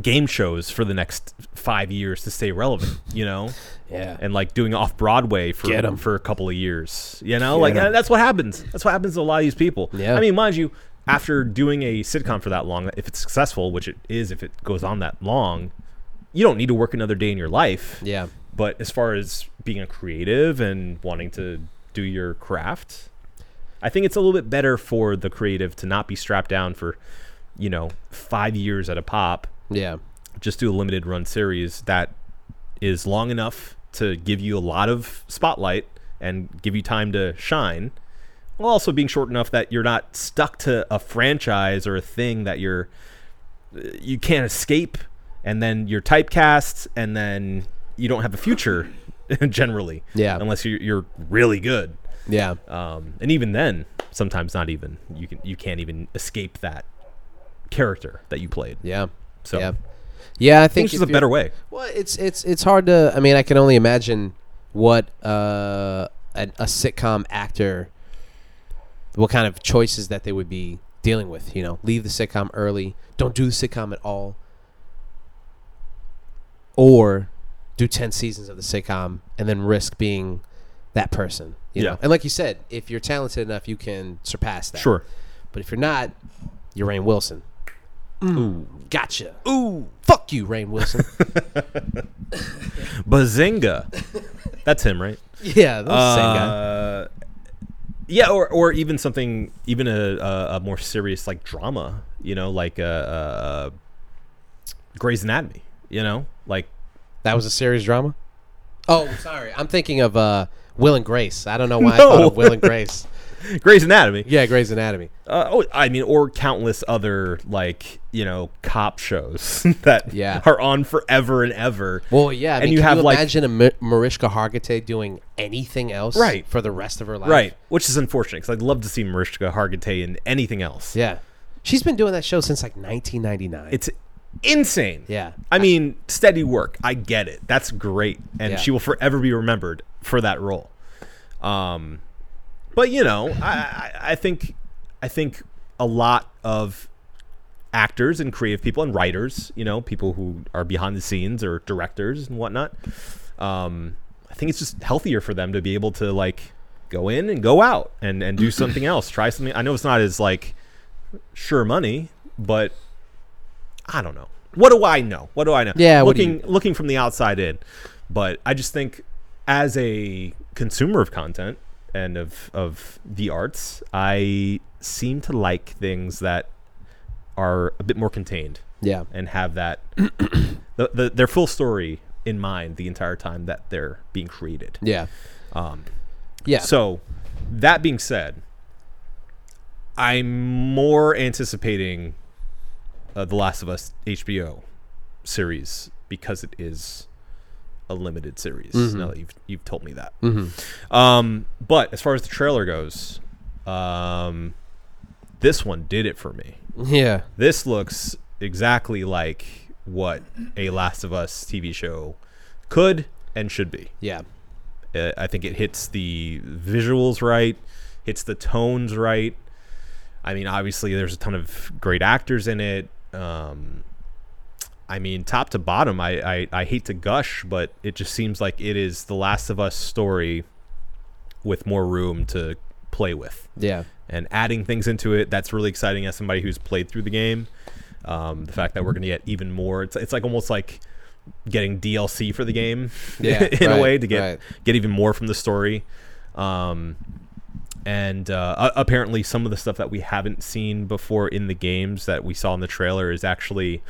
Speaker 2: game shows for the next five years to stay relevant, you know?
Speaker 1: Yeah.
Speaker 2: and like doing off Broadway for
Speaker 1: Get 'em.
Speaker 2: for a couple of years. You know, like
Speaker 1: 'em.
Speaker 2: that's what happens. That's what happens to a lot of these people.
Speaker 1: Yeah.
Speaker 2: I mean, mind you, after doing a sitcom for that long, if it's successful, which it is, if it goes on that long, you don't need to work another day in your life.
Speaker 1: yeah.
Speaker 2: But as far as being a creative and wanting to do your craft, I think it's a little bit better for the creative to not be strapped down for, you know, five years at a pop
Speaker 1: Yeah.
Speaker 2: just do a limited run series that is long enough to give you a lot of spotlight and give you time to shine Well, also being short enough that you're not stuck to a franchise or a thing that you're you can't escape, and then you're typecast, and then you don't have a future generally.
Speaker 1: Yeah.
Speaker 2: Unless you're, you're really good,
Speaker 1: Yeah.
Speaker 2: um, and even then, sometimes not even you can you can't even escape that character that you played.
Speaker 1: Yeah.
Speaker 2: So
Speaker 1: yeah. Yeah, I think
Speaker 2: which is
Speaker 1: if
Speaker 2: a
Speaker 1: you're-
Speaker 2: better way.
Speaker 1: Well, it's it's it's hard to. I mean, I can only imagine what uh, an, a sitcom actor, what kind of choices that they would be dealing with. You know, leave the sitcom early, don't do the sitcom at all, or do ten seasons of the sitcom and then risk being that person. You
Speaker 2: Yeah.
Speaker 1: know, and like you said, if you're talented enough, you can surpass that.
Speaker 2: Sure.
Speaker 1: But if you're not, you're Rain Wilson.
Speaker 2: Mm.
Speaker 1: Ooh, gotcha. Ooh, fuck you, Rain Wilson.
Speaker 2: Bazinga. That's him, right?
Speaker 1: Yeah, those same guy.
Speaker 2: Uh, Yeah, or, or even something, even a, a, a more serious like drama, you know, like uh, uh, Grey's Anatomy, you know, like
Speaker 1: That was a serious drama. Oh, sorry, I'm thinking of uh, Will and Grace. I don't know why I
Speaker 2: No.
Speaker 1: thought of Will and Grace.
Speaker 2: Grey's Anatomy.
Speaker 1: Yeah, Grey's Anatomy.
Speaker 2: Uh, oh, I mean, or countless other like you know cop shows that
Speaker 1: Yeah.
Speaker 2: are on forever and ever.
Speaker 1: Well, yeah, I
Speaker 2: And
Speaker 1: mean,
Speaker 2: you
Speaker 1: can
Speaker 2: have,
Speaker 1: you
Speaker 2: like-
Speaker 1: imagine a Ma- Mariska Hargitay doing anything else
Speaker 2: Right.
Speaker 1: for the rest of her life?
Speaker 2: right, which is unfortunate because I'd love to see Mariska Hargitay in anything else.
Speaker 1: Yeah, she's been doing that show since like 1999.
Speaker 2: It's insane.
Speaker 1: Yeah.
Speaker 2: I mean, steady work. I get it. That's great. And
Speaker 1: Yeah.
Speaker 2: she will forever be remembered for that role. Um but you know, I, I I think I think a lot of actors and creative people and writers, you know, people who are behind the scenes or directors and whatnot. Um I think it's just healthier for them to be able to like go in and go out and and do something else, try something. I know it's not as like sure money, but I don't know. What do I know? What do I know?
Speaker 1: Yeah, what do
Speaker 2: looking looking from the outside in, but I just think as a consumer of content and of of the arts, I seem to like things that are a bit more contained
Speaker 1: yeah,
Speaker 2: and have that the, the their full story in mind the entire time that they're being created.
Speaker 1: yeah, um, yeah.
Speaker 2: So, that being said, I'm more anticipating uh, the Last of Us HBO series because it is a limited series. Now that you've you've told me that. Um, but as far as the trailer goes, um, this one did it for me.
Speaker 1: yeah,
Speaker 2: This looks exactly like what a Last of Us TV show could and should be.
Speaker 1: yeah,
Speaker 2: Uh, I think it hits the visuals right, hits the tones right. I mean, obviously, there's a ton of great actors in it. Um, I mean, top to bottom, I, I, I hate to gush, but it just seems like it is The Last of Us story with more room to play with
Speaker 1: yeah,
Speaker 2: and adding things into it. That's really exciting as somebody who's played through the game. Um, the fact that we're going to get even more, it's, it's like almost like getting DLC for the game
Speaker 1: Yeah,
Speaker 2: in a
Speaker 1: right,
Speaker 2: way to get
Speaker 1: right.
Speaker 2: get even more from the story. Um, and uh, a- apparently, some of the stuff that we haven't seen before in the games that we saw in the trailer is actually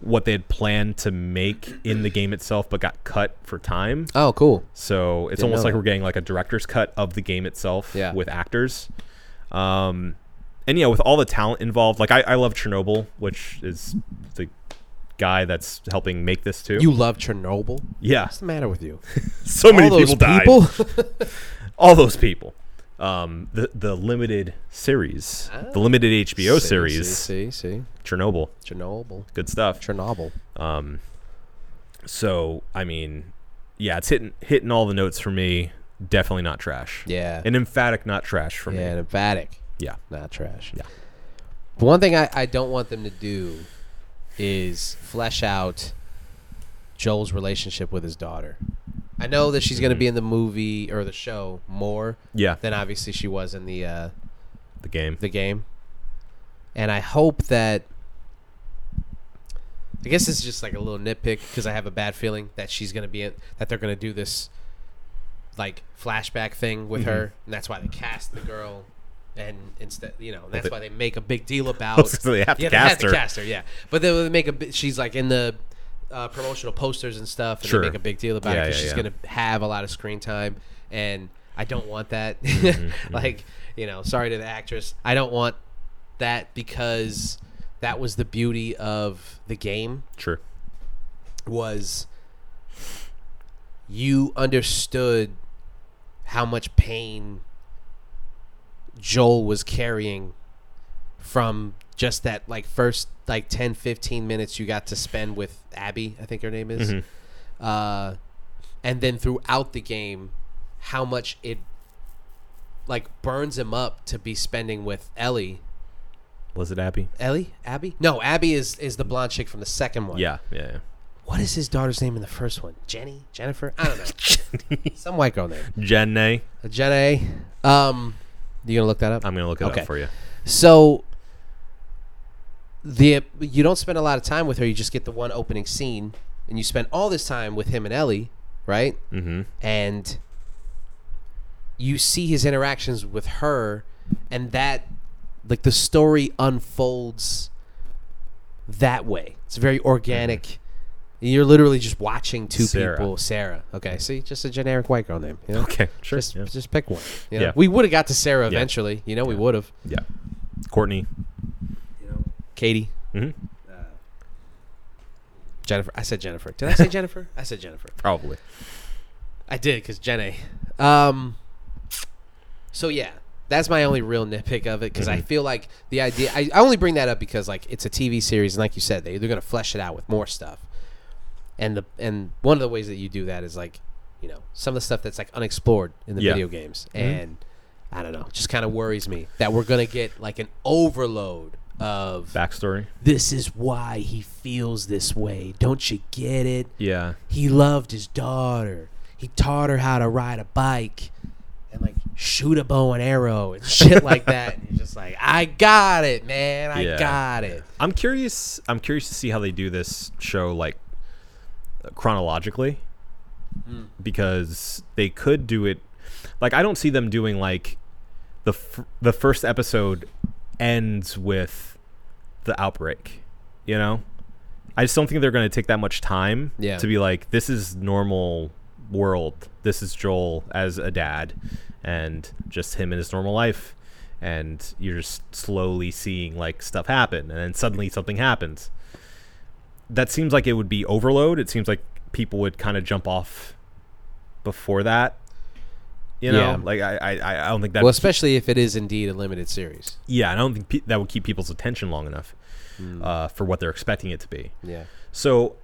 Speaker 2: what they had planned to make in the game itself, but got cut for time.
Speaker 1: Oh, cool.
Speaker 2: So it's
Speaker 1: Didn't
Speaker 2: almost
Speaker 1: know
Speaker 2: like
Speaker 1: that.
Speaker 2: we're getting like a director's cut of the game itself
Speaker 1: Yeah.
Speaker 2: with actors. Um, and yeah, with all the talent involved, like I, I love Chernobyl, which is the guy that's helping make this too.
Speaker 1: You love Chernobyl?
Speaker 2: yeah,
Speaker 1: What's the matter with you?
Speaker 2: so many
Speaker 1: All those
Speaker 2: people died.
Speaker 1: people.
Speaker 2: All those people. Um, the the limited series,
Speaker 1: Ah,
Speaker 2: the limited HBO series,
Speaker 1: See, see, see,
Speaker 2: Chernobyl,
Speaker 1: Chernobyl,
Speaker 2: good stuff.
Speaker 1: Chernobyl.
Speaker 2: So I mean, yeah, it's hitting hitting all the notes for me. Definitely not trash.
Speaker 1: Yeah.
Speaker 2: an emphatic not trash for
Speaker 1: Yeah,
Speaker 2: me.
Speaker 1: an emphatic,
Speaker 2: Yeah.
Speaker 1: not trash.
Speaker 2: Yeah.
Speaker 1: The one thing I, I don't want them to do is flesh out Joel's relationship with his daughter. I know that she's
Speaker 2: Mm-hmm.
Speaker 1: going to be in the movie or the show more
Speaker 2: Yeah.
Speaker 1: than obviously she was in the uh,
Speaker 2: the game.
Speaker 1: the game. And I hope that. I guess it's just like a little nitpick because I have a bad feeling that she's gonna be in, that they're gonna do this, like flashback thing with
Speaker 2: Mm-hmm.
Speaker 1: her, and that's why they cast the girl, and instead, you know, that's
Speaker 2: they-
Speaker 1: why they make a big deal about.
Speaker 2: so they have to
Speaker 1: yeah,
Speaker 2: cast
Speaker 1: they
Speaker 2: her.
Speaker 1: have to cast her, yeah. But they would make a. bi- She's like in the uh, promotional posters and stuff, and
Speaker 2: Sure.
Speaker 1: they make a big deal about it
Speaker 2: Yeah,
Speaker 1: 'cause
Speaker 2: yeah,
Speaker 1: she's
Speaker 2: yeah.
Speaker 1: gonna have a lot of screen time, and. I I don't want that.
Speaker 2: Mm-hmm,
Speaker 1: like, you know, sorry to the actress. I don't want that because that was the beauty of the game
Speaker 2: Sure.
Speaker 1: was you understood how much pain Joel was carrying from just that like first like 10 15 minutes you got to spend with Abby, I think her name is. Uh and then throughout the game how much it like burns him up to be spending with Ellie.
Speaker 2: Was it Abby?
Speaker 1: Ellie? Abby? No, Abby is is the blonde chick from the second one
Speaker 2: Yeah. Yeah.
Speaker 1: what is his daughter's name in the first one? Jenny? Jennifer? I don't know. Some white girl name.
Speaker 2: yeah. Jenny.
Speaker 1: Jenny. Um, you gonna look that up?
Speaker 2: I'm gonna look it
Speaker 1: Okay.
Speaker 2: up for you.
Speaker 1: so the you don't spend a lot of time with her. You just get the one opening scene, and you spend all this time with him and Ellie, right?
Speaker 2: Mm-hmm.
Speaker 1: and you see his interactions with her and that like the story unfolds that way it's very organic you're literally just watching two
Speaker 2: Mm-hmm. Sarah.
Speaker 1: people sarah okay see just a generic white girl name you know?
Speaker 2: Okay. Sure.
Speaker 1: just,
Speaker 2: yeah.
Speaker 1: just pick one you know?
Speaker 2: Yeah.
Speaker 1: we would have got to sarah
Speaker 2: Yeah.
Speaker 1: eventually you know we would have
Speaker 2: yeah. Courtney.
Speaker 1: katie
Speaker 2: hmm
Speaker 1: jennifer i said jennifer did i say jennifer i said jennifer
Speaker 2: Probably.
Speaker 1: I did because Jenny. Um. So yeah, that's my only real nitpick of it because
Speaker 2: Mm-hmm.
Speaker 1: I feel like the idea. I, I only bring that up because like it's a TV series, and like you said, they they're gonna flesh it out with more stuff. And the and one of the ways that you do that is like, you know, some of the stuff that's like unexplored in the
Speaker 2: Yeah. Mm-hmm.
Speaker 1: video games, and I don't know, just kind of worries me that we're gonna get like an overload of
Speaker 2: Backstory.
Speaker 1: this is why he feels this way. Don't you get it?
Speaker 2: Yeah.
Speaker 1: he loved his daughter. He taught her how to ride a bike and like shoot a bow and arrow and shit like that. And you're just like, I got it, man. I
Speaker 2: Yeah.
Speaker 1: got it.
Speaker 2: I'm curious. I'm curious to see how they do this show like chronologically, because they could do it. Like I don't see them doing like the f- the first episode ends with the outbreak. You know, I just don't think they're going to take that much time
Speaker 1: Yeah.
Speaker 2: to be like this is normal world. This is Joel as a dad, and just him in his normal life. And you're just slowly seeing like stuff happen, and then suddenly something happens that seems like it would be overload. It seems like people would kind of jump off before that. You know,
Speaker 1: Yeah.
Speaker 2: like I, I, I don't think that.
Speaker 1: Well, especially if it is indeed a limited series.
Speaker 2: yeah, I don't think pe- that would keep people's attention long enough
Speaker 1: Hmm.
Speaker 2: uh, for what they're expecting it to be.
Speaker 1: Yeah.
Speaker 2: So,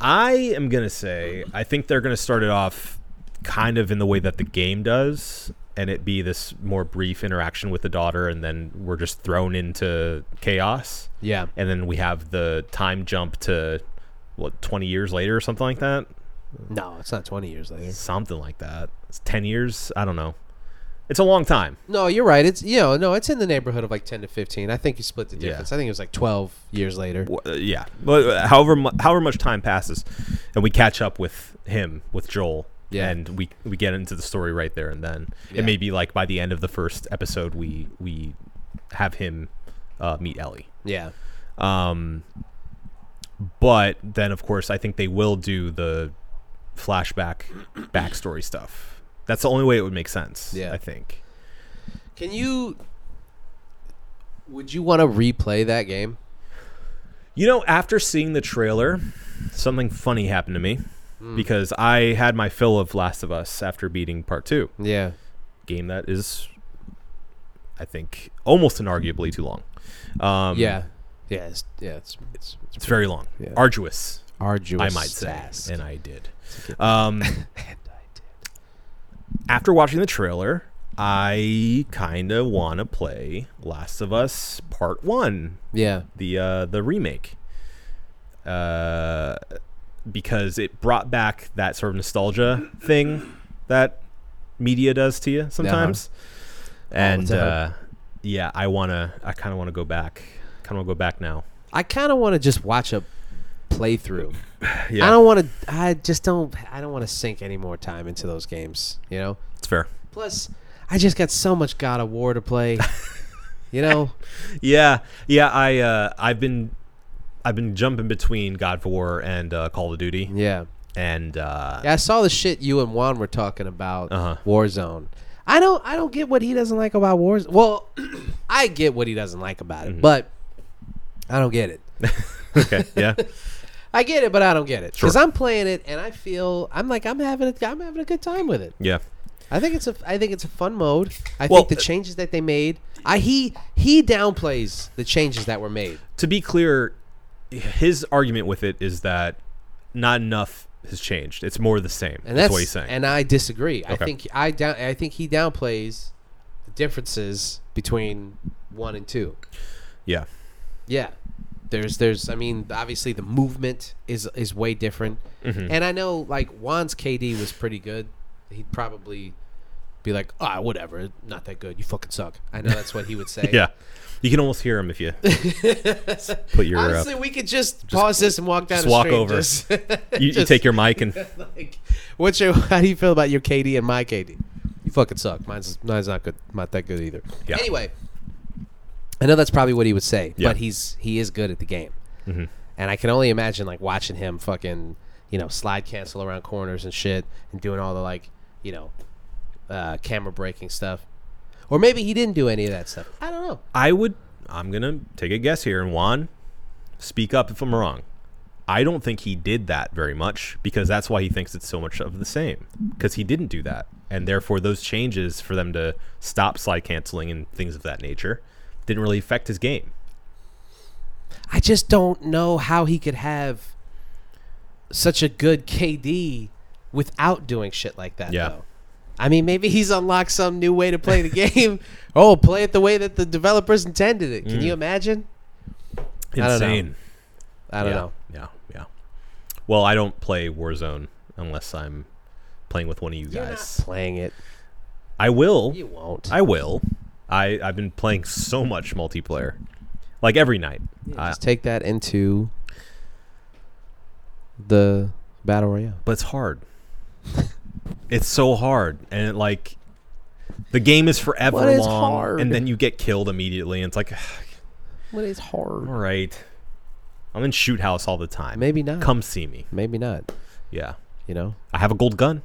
Speaker 2: I am gonna say I think they're gonna start it off kind of in the way that the game does, and it be this more brief interaction with the daughter, and then we're just thrown into chaos
Speaker 1: Yeah.
Speaker 2: and then we have the time jump to what 20 years later or something like that
Speaker 1: No, it's not 20 years later.
Speaker 2: something like that it's 10 years i don't know it's a long time
Speaker 1: No, you're right. It's, you know, no, it's in the neighborhood of like 10 to 15. I think you split the difference. I think it was like 12 years later.
Speaker 2: W- uh, yeah but uh, however mu- however much time passes and we catch up with him with joel
Speaker 1: Yeah.
Speaker 2: and we we get into the story right there and then
Speaker 1: Yeah.
Speaker 2: it may be like by the end of the first episode we we have him uh, meet ellie
Speaker 1: Yeah.
Speaker 2: Um, but then, of course, I think they will do the flashback backstory stuff. That's the only way it would make sense.
Speaker 1: Yeah.
Speaker 2: I think.
Speaker 1: Can you. Would you want to replay that game?
Speaker 2: You know, after seeing the trailer, something funny happened to me
Speaker 1: Hmm.
Speaker 2: because I had my fill of Last of Us after beating part two.
Speaker 1: Yeah.
Speaker 2: Game that is, I think, almost inarguably too long. Um,
Speaker 1: Yeah. Yeah. It's, yeah. It's, it's, it's
Speaker 2: It's very long,
Speaker 1: Yeah.
Speaker 2: arduous,
Speaker 1: arduous.
Speaker 2: I might say,
Speaker 1: task.
Speaker 2: and I did. Um, after watching the trailer, I kind of want to play Last of Us Part 1,
Speaker 1: Yeah.
Speaker 2: the uh, the remake. Uh, because it brought back that sort of nostalgia thing that media does to you sometimes.
Speaker 1: Uh-huh.
Speaker 2: And
Speaker 1: time.
Speaker 2: uh, yeah, I want to I kind of want to go back. Kind of want to go back now.
Speaker 1: I kind of want to just watch a playthrough.
Speaker 2: Yeah.
Speaker 1: I don't want to. I just don't. I don't want to sink any more time into those games. You know.
Speaker 2: It's fair.
Speaker 1: Plus, I just got so much God of War to play. you know.
Speaker 2: Yeah, yeah. I uh, I've been I've been jumping between God of War and uh, Call of Duty,
Speaker 1: Yeah.
Speaker 2: and uh,
Speaker 1: Yeah, I saw the shit you and Juan were talking about
Speaker 2: Uh-huh.
Speaker 1: Warzone. I don't I don't get what he doesn't like about Warzone. Well, I get what he doesn't like about
Speaker 2: Mm-hmm.
Speaker 1: it, but I don't get it.
Speaker 2: okay, yeah,
Speaker 1: I get it, but I don't get it because
Speaker 2: Sure.
Speaker 1: I'm playing it and I feel I'm like I'm having a, I'm having a good time with it.
Speaker 2: yeah.
Speaker 1: I think it's a I think it's a fun mode. I
Speaker 2: Well,
Speaker 1: think the
Speaker 2: uh,
Speaker 1: changes that they made. I he he downplays the changes that were made.
Speaker 2: To be clear, his argument with it is that not enough has changed. It's more the same.
Speaker 1: And
Speaker 2: that's,
Speaker 1: that's,
Speaker 2: what he's saying.
Speaker 1: And I disagree. I
Speaker 2: Okay.
Speaker 1: think I down. I think he downplays the differences between one and two.
Speaker 2: yeah,
Speaker 1: Yeah, there's there's. I mean, obviously the movement is is way different.
Speaker 2: Mm-hmm.
Speaker 1: And I know like Juan's KD was pretty good. He'd probably be like, ah, whatever, not that good. You fucking suck. I know that's what he would say.
Speaker 2: yeah. You can almost hear him if you put your. Uh,
Speaker 1: Honestly, we could just, pause this and walk down
Speaker 2: just
Speaker 1: the
Speaker 2: walk
Speaker 1: street.
Speaker 2: over.
Speaker 1: Just,
Speaker 2: you, you
Speaker 1: just-
Speaker 2: take your mic and
Speaker 1: like, what's your? How do you feel about your KD and my KD? You fucking suck. Mine's mine's not good. Not that good either.
Speaker 2: Yeah.
Speaker 1: Anyway, I know that's probably what he would say,
Speaker 2: Yeah. Mm-hmm.
Speaker 1: but he's he is good at the game, and I can only imagine like watching him fucking you know slide cancel around corners and shit and doing all the like you know uh, camera breaking stuff, or maybe he didn't do any of that stuff. I don't know.
Speaker 2: I would. I'm gonna take a guess here, and Juan, speak up if I'm wrong. I don't think he did that very much because that's why he thinks it's so much of the same. Because he didn't do that, and therefore those changes for them to stop slide canceling and things of that nature didn't really affect his game.
Speaker 1: I just don't know how he could have such a good KD without doing shit like that.
Speaker 2: Yeah.
Speaker 1: Though. I mean, maybe he's unlocked some new way to play the game. oh, play it the way that the developers intended it. Can
Speaker 2: Mm.
Speaker 1: you imagine?
Speaker 2: Insane.
Speaker 1: don't know. I don't
Speaker 2: yeah.
Speaker 1: know.
Speaker 2: Yeah, yeah. Well, I don't play Warzone unless I'm playing with one of you
Speaker 1: You're not
Speaker 2: guys.
Speaker 1: playing it.
Speaker 2: I will.
Speaker 1: You won't.
Speaker 2: I will. I I've been playing so much multiplayer, like every night. I,
Speaker 1: Just take that into the battle royale.
Speaker 2: but it's hard. it's so hard, and it, like the game is forever
Speaker 1: But it's
Speaker 2: long,
Speaker 1: hard.
Speaker 2: and then you get killed immediately, and it's like,
Speaker 1: But it's hard.
Speaker 2: all right, I'm in shoot house all the time.
Speaker 1: Maybe not.
Speaker 2: Come see me.
Speaker 1: Maybe not.
Speaker 2: Yeah,
Speaker 1: You know.
Speaker 2: I have a gold gun.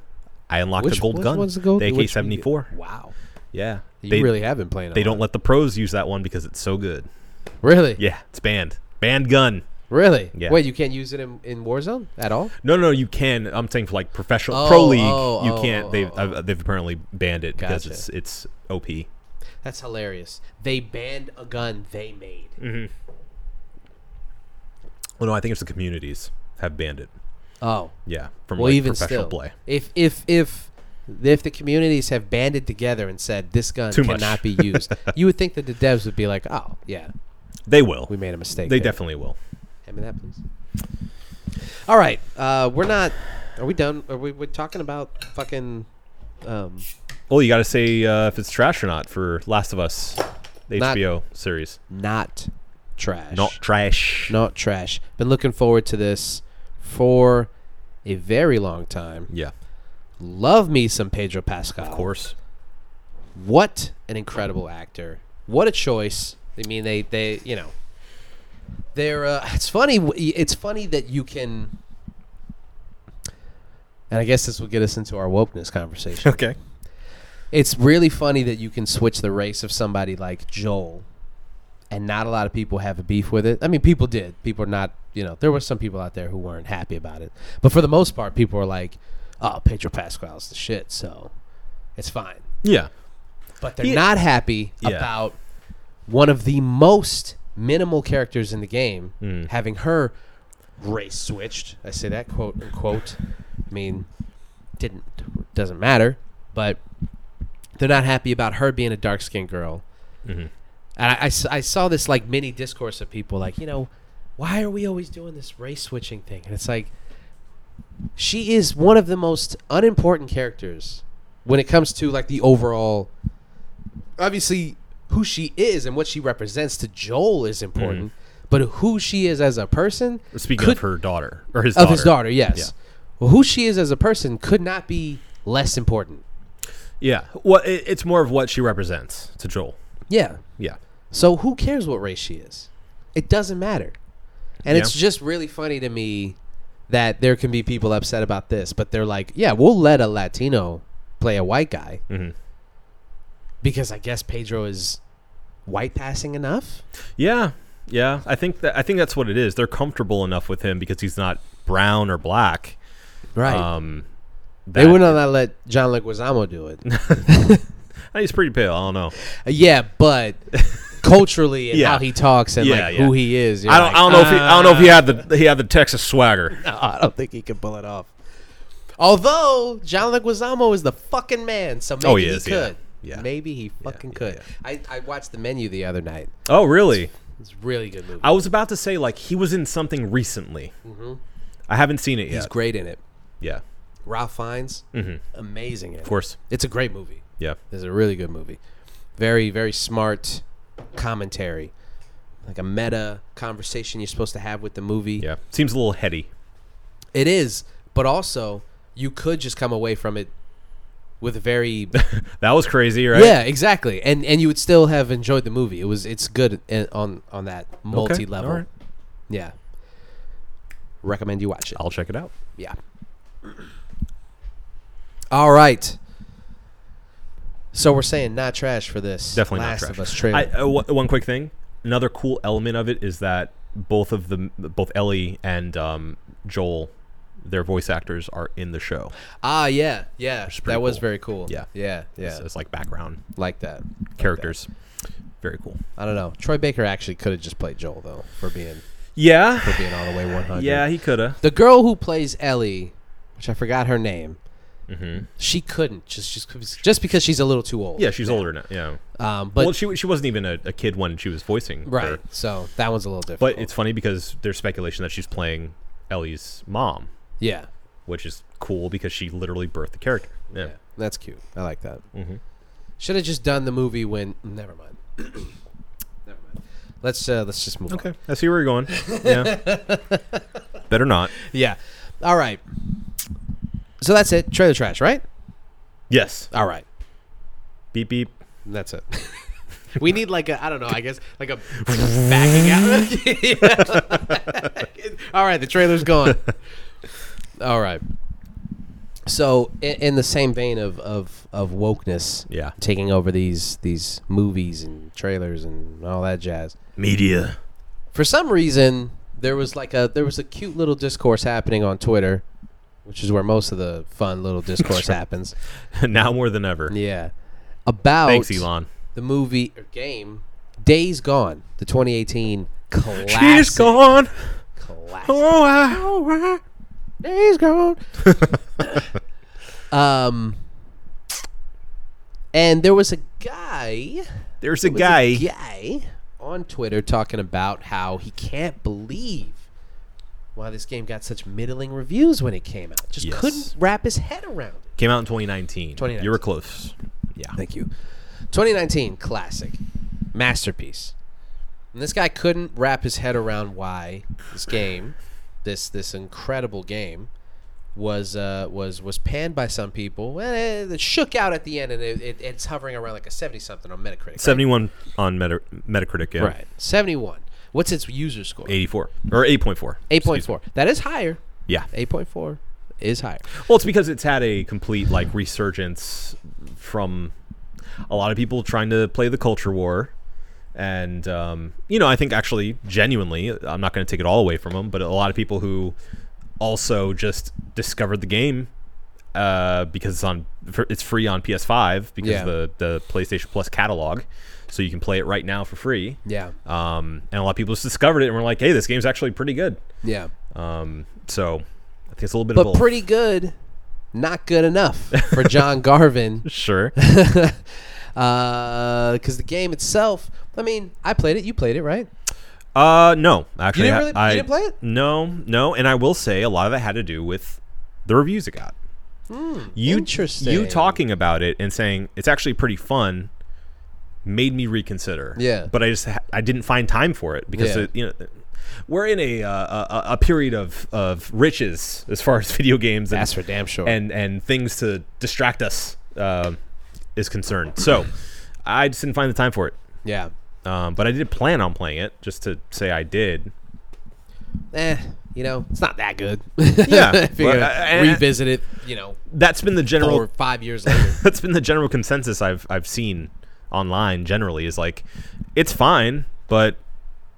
Speaker 2: I unlocked
Speaker 1: Which-
Speaker 2: a gold
Speaker 1: which
Speaker 2: gun.
Speaker 1: one's the gold-
Speaker 2: the
Speaker 1: which one you-
Speaker 2: AK-74.
Speaker 1: Wow.
Speaker 2: Yeah,
Speaker 1: You
Speaker 2: they
Speaker 1: really have been playing. a
Speaker 2: they
Speaker 1: lot.
Speaker 2: don't let the pros use that one because it's so good.
Speaker 1: Really.
Speaker 2: Yeah, it's banned. Banned gun.
Speaker 1: Really?
Speaker 2: Yeah.
Speaker 1: Wait, you can't use it in, in Warzone at all?
Speaker 2: No, no, you can. I'm saying for like professional
Speaker 1: Oh,
Speaker 2: pro league,
Speaker 1: oh,
Speaker 2: you
Speaker 1: oh,
Speaker 2: can't.
Speaker 1: oh,
Speaker 2: They've
Speaker 1: oh,
Speaker 2: uh, they've apparently banned it
Speaker 1: Gotcha.
Speaker 2: because it's it's op.
Speaker 1: That's hilarious. They banned a gun they made.
Speaker 2: Well, Oh, no, I think it's the communities have banned it.
Speaker 1: Oh,
Speaker 2: Yeah, from
Speaker 1: well,
Speaker 2: like
Speaker 1: even
Speaker 2: professional
Speaker 1: still,
Speaker 2: play.
Speaker 1: if if if if the communities have banded together and said this gun
Speaker 2: Too much.
Speaker 1: cannot be used, you would think that the devs would be like, "Oh, yeah,
Speaker 2: They will.
Speaker 1: we made a mistake."
Speaker 2: They
Speaker 1: there.
Speaker 2: definitely will.
Speaker 1: Hand me that, please. All right, uh, we're not. Are we done? Are we? We're talking about fucking. Um,
Speaker 2: Well, you got to say uh, if it's trash or not for Last of Us, the
Speaker 1: Not-
Speaker 2: HBO series.
Speaker 1: not trash.
Speaker 2: Not trash.
Speaker 1: not trash. Been looking forward to this for a very long time.
Speaker 2: Yeah,
Speaker 1: Love me some Pedro Pascal.
Speaker 2: of course.
Speaker 1: What an incredible actor. What a choice. I mean, they they you know, they're. Uh, it's funny. w- It's funny that you can. And I guess this will get us into our wokeness conversation.
Speaker 2: Okay.
Speaker 1: it's really funny that you can switch the race of somebody like Joel, and not a lot of people have a beef with it. I mean, people did. People are not, you know, there were some people out there who weren't happy about it, but for the most part, people were like, "Oh, Pedro Pascal's the shit," so it's fine.
Speaker 2: Yeah.
Speaker 1: But they're
Speaker 2: He-
Speaker 1: not happy
Speaker 2: Yeah.
Speaker 1: about one of the most minimal characters in the game
Speaker 2: Mm.
Speaker 1: having her race switched. I say that quote unquote. I mean, didn't doesn't matter, but they're not happy about her being a dark skinned girl.
Speaker 2: Mm-hmm.
Speaker 1: And I- I, s- I saw this like mini discourse of people like, you know, why are we always doing this race switching thing? And it's like, she is one of the most unimportant characters when it comes to like the overall obviously who she is and what she represents to Joel is important, but who she is as a person
Speaker 2: Mm-hmm. Speaking
Speaker 1: could-
Speaker 2: of her daughter or his
Speaker 1: of
Speaker 2: daughter.
Speaker 1: his daughter, yes. Well, who she is as a person could not be less important.
Speaker 2: Yeah. Well, it, it's more of what she represents to Joel.
Speaker 1: Yeah.
Speaker 2: Yeah.
Speaker 1: So who cares what race she is? It doesn't matter. And it's
Speaker 2: Yeah.
Speaker 1: just really funny to me that there can be people upset about this, but they're like, yeah, we'll let a Latino play a white guy
Speaker 2: Mhm.
Speaker 1: because I guess Pedro is white passing enough.
Speaker 2: Yeah, yeah. I think that I think that's what it is. They're comfortable enough with him because he's not brown or black.
Speaker 1: Right.
Speaker 2: Um,
Speaker 1: they
Speaker 2: that-
Speaker 1: would not let John Leguizamo do it.
Speaker 2: He's pretty pale. I don't know.
Speaker 1: yeah, but culturally and
Speaker 2: Yeah.
Speaker 1: how he talks and
Speaker 2: Yeah,
Speaker 1: like
Speaker 2: yeah.
Speaker 1: who he is. you're
Speaker 2: I don't.
Speaker 1: like,
Speaker 2: I don't know if he, I don't know if he had the he had the Texas swagger.
Speaker 1: No, I don't think he can pull it off. Although John Leguizamo is the fucking man, so maybe
Speaker 2: Oh, he
Speaker 1: he,
Speaker 2: is, yeah.
Speaker 1: could.
Speaker 2: Yeah.
Speaker 1: Maybe he fucking
Speaker 2: yeah,
Speaker 1: could.
Speaker 2: yeah.
Speaker 1: I, I watched the menu the other night.
Speaker 2: Oh, really?
Speaker 1: It's a really good movie.
Speaker 2: I was about to say like he was in something recently. I haven't seen it yet.
Speaker 1: Mm-hmm. He's great in it.
Speaker 2: Yeah,
Speaker 1: Ralph Fiennes,
Speaker 2: Mm-hmm.
Speaker 1: amazing in it.
Speaker 2: of course.
Speaker 1: It's a great movie.
Speaker 2: Yeah.
Speaker 1: It's a really good movie. Very, very smart commentary. Like a meta conversation you're supposed to have with the movie.
Speaker 2: Yeah. Seems a little heady.
Speaker 1: It is, but also you could just come away from it with a very
Speaker 2: That was crazy, right?
Speaker 1: Yeah, exactly. And and you would still have enjoyed the movie. It was it's good in, on on that
Speaker 2: Okay,
Speaker 1: multi level.
Speaker 2: all right.
Speaker 1: Yeah. Recommend you watch it.
Speaker 2: I'll check it out.
Speaker 1: Yeah. All right. So we're saying not trash for this.
Speaker 2: Definitely
Speaker 1: Last
Speaker 2: not trash.
Speaker 1: of Us trailer.
Speaker 2: I, uh, one- one quick thing. Another cool element of it is that both of them, both Ellie and um, Joel, their voice actors are in the show.
Speaker 1: ah, yeah, yeah.
Speaker 2: is
Speaker 1: That
Speaker 2: pretty
Speaker 1: was
Speaker 2: cool.
Speaker 1: very cool.
Speaker 2: Yeah.
Speaker 1: yeah, yeah.
Speaker 2: It's, it's like background
Speaker 1: like that.
Speaker 2: characters. Very cool.
Speaker 1: I don't know. Troy Baker actually could have just played Joel though, for being
Speaker 2: Yeah.
Speaker 1: for being all the way one hundred.
Speaker 2: Yeah, he coulda.
Speaker 1: the girl who plays Ellie, which I forgot her name, she couldn't just just just because she's a little too old.
Speaker 2: Mm-hmm. Yeah, she's older now. Yeah.
Speaker 1: Um, but
Speaker 2: well, she she wasn't even a, a kid when she was voicing.
Speaker 1: right,
Speaker 2: her.
Speaker 1: so that one's a little different.
Speaker 2: But it's funny because there's speculation that she's playing Ellie's mom,
Speaker 1: yeah,
Speaker 2: which is cool because she literally birthed the character. Yeah. Mm-hmm.
Speaker 1: yeah, that's cute. I like that. Should have just done the movie when. Never mind. never mind. Let's uh, let's just move on.
Speaker 2: Okay. I see where you're going. Yeah. Better not.
Speaker 1: Yeah. All right. So that's it. Trailer trash, right?
Speaker 2: Yes.
Speaker 1: All right.
Speaker 2: Beep beep.
Speaker 1: That's it. we need like a I don't know, I guess like a backing out. All right, the trailer's gone. All right. So in, in the same vein of of of wokeness,
Speaker 2: Yeah.
Speaker 1: taking over these these movies and trailers and all that jazz.
Speaker 2: Media.
Speaker 1: For some reason, there was like a there was a cute little discourse happening on Twitter, which is where most of the fun little discourse happens.
Speaker 2: now more than ever.
Speaker 1: Yeah. About
Speaker 2: Thanks, Elon.
Speaker 1: the movie or game Days Gone, the 2018 classic.
Speaker 2: She's gone.
Speaker 1: Classic.
Speaker 2: Oh, ah, oh, ah.
Speaker 1: Days Gone. um, and there was a guy,
Speaker 2: There's a
Speaker 1: was a
Speaker 2: guy.
Speaker 1: guy on Twitter talking about how he can't believe why this game got such middling reviews when it came out. Just
Speaker 2: Yes.
Speaker 1: couldn't wrap his head around it.
Speaker 2: Came out in 2019.
Speaker 1: 2019.
Speaker 2: You were close. Yeah.
Speaker 1: Thank you. 2019 classic masterpiece. And this guy couldn't wrap his head around why this game, this this incredible game, was uh, was was panned by some people. Well, it, it shook out at the end, and it, it, it's hovering around like a 70 something on Metacritic. right?
Speaker 2: 71 on Meta, Metacritic. Yeah.
Speaker 1: Right. 71. What's its user score?
Speaker 2: 84 or 8.4. Excuse me.
Speaker 1: 8.4. That is higher.
Speaker 2: Yeah.
Speaker 1: 8.4 is higher.
Speaker 2: Well, it's because it's had a complete like resurgence from a lot of people trying to play the culture war, and um, you know, I think actually, genuinely, I'm not going to take it all away from them, but a lot of people who also just discovered the game uh, because it's on for, it's free on PS5 because
Speaker 1: Yeah.
Speaker 2: the the PlayStation Plus catalog, so you can play it right now for free.
Speaker 1: Yeah.
Speaker 2: Um, and a lot of people just discovered it and were like, "Hey, this game's actually pretty good."
Speaker 1: Yeah.
Speaker 2: Um, so I think it's a little bit of
Speaker 1: But
Speaker 2: both.
Speaker 1: pretty good. Not good enough for John Garvin.
Speaker 2: sure.
Speaker 1: because Uh, the game itself, I mean, I played it. You played it, right?
Speaker 2: Uh, no, actually,
Speaker 1: didn't
Speaker 2: I-
Speaker 1: really- you
Speaker 2: I,
Speaker 1: didn't play it?
Speaker 2: No, no, and I will say a lot of that had to do with the reviews it got. you, You
Speaker 1: Hmm, interesting.
Speaker 2: talking about it and saying it's actually pretty fun made me reconsider.
Speaker 1: Yeah.
Speaker 2: but I just ha- I didn't find time for it because
Speaker 1: Yeah.
Speaker 2: it, you know. We're in a, uh, a a period of, of riches as far as video games and,
Speaker 1: That's for damn sure.
Speaker 2: and and things to distract us uh, is concerned. So I just didn't find the time for it.
Speaker 1: yeah.
Speaker 2: Um, but I did plan on playing it, just to say I did.
Speaker 1: eh, you know, it's not that good.
Speaker 2: Yeah,
Speaker 1: if you're
Speaker 2: but-
Speaker 1: gonna
Speaker 2: and-
Speaker 1: revisit it, you know,
Speaker 2: That's been the general
Speaker 1: four five years later.
Speaker 2: that's been the general consensus I've I've seen online generally is like it's fine, but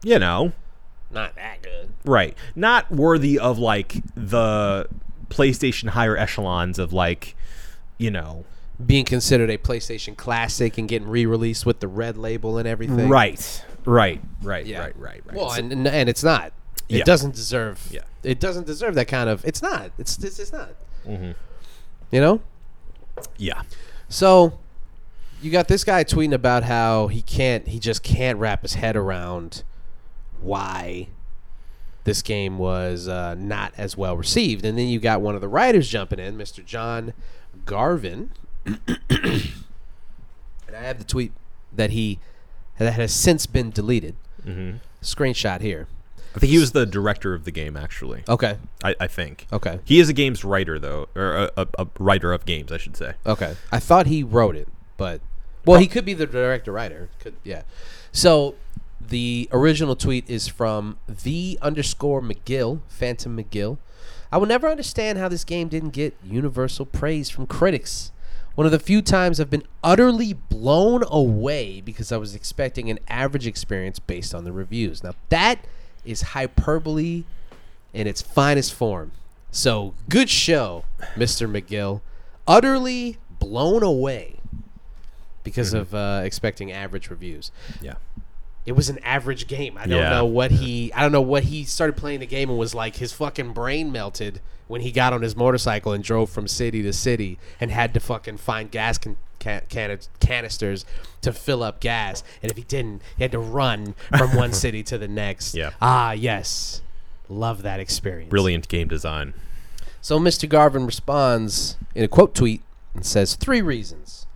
Speaker 2: you know,
Speaker 1: not that good.
Speaker 2: right. Not worthy of like the PlayStation higher echelons of like, you know,
Speaker 1: Being considered a PlayStation classic and getting re-released with the red label and everything.
Speaker 2: right. Right, right,
Speaker 1: Yeah.
Speaker 2: right, right, right.
Speaker 1: Well, and and- and it's not. It
Speaker 2: Yeah.
Speaker 1: doesn't deserve.
Speaker 2: Yeah.
Speaker 1: It doesn't deserve that kind of. It's not. It's it's, it's not.
Speaker 2: Mm-hmm.
Speaker 1: You know.
Speaker 2: yeah.
Speaker 1: So, you got this guy tweeting about how he can't, he just can't wrap his head around why this game was uh, not as well received. And then you got one of the writers jumping in, Mr. John Garvin. and I have the tweet that he, that has since been deleted. Screenshot here.
Speaker 2: I think he was the director of the game actually.
Speaker 1: Okay.
Speaker 2: I, I think.
Speaker 1: Uh, Okay.
Speaker 2: He is a games writer though, or a, a, a writer of games, I should say.
Speaker 1: Okay. I thought he wrote it, but well, he could be the director writer. Could yeah. So the original tweet is from the underscore McGill, Phantom McGill. I will never understand how this game didn't get universal praise from critics. One of the few times I've been utterly blown away because I was expecting an average experience based on the reviews. Now that is hyperbole in its finest form. So good show, Mr. McGill. Utterly blown away because of uh, expecting average reviews.
Speaker 2: Yeah.
Speaker 1: It was an average game. I don't
Speaker 2: Yeah.
Speaker 1: know what he. I don't know what he started playing the game and was like. His fucking brain melted when he got on his motorcycle and drove from city to city and had to fucking find gas can, can, can, canisters to fill up gas. And if he didn't, he had to run from one city to the next.
Speaker 2: Yeah.
Speaker 1: Ah, yes. Love that experience.
Speaker 2: Brilliant game design.
Speaker 1: So Mr. Garvin responds in a quote tweet and says three reasons.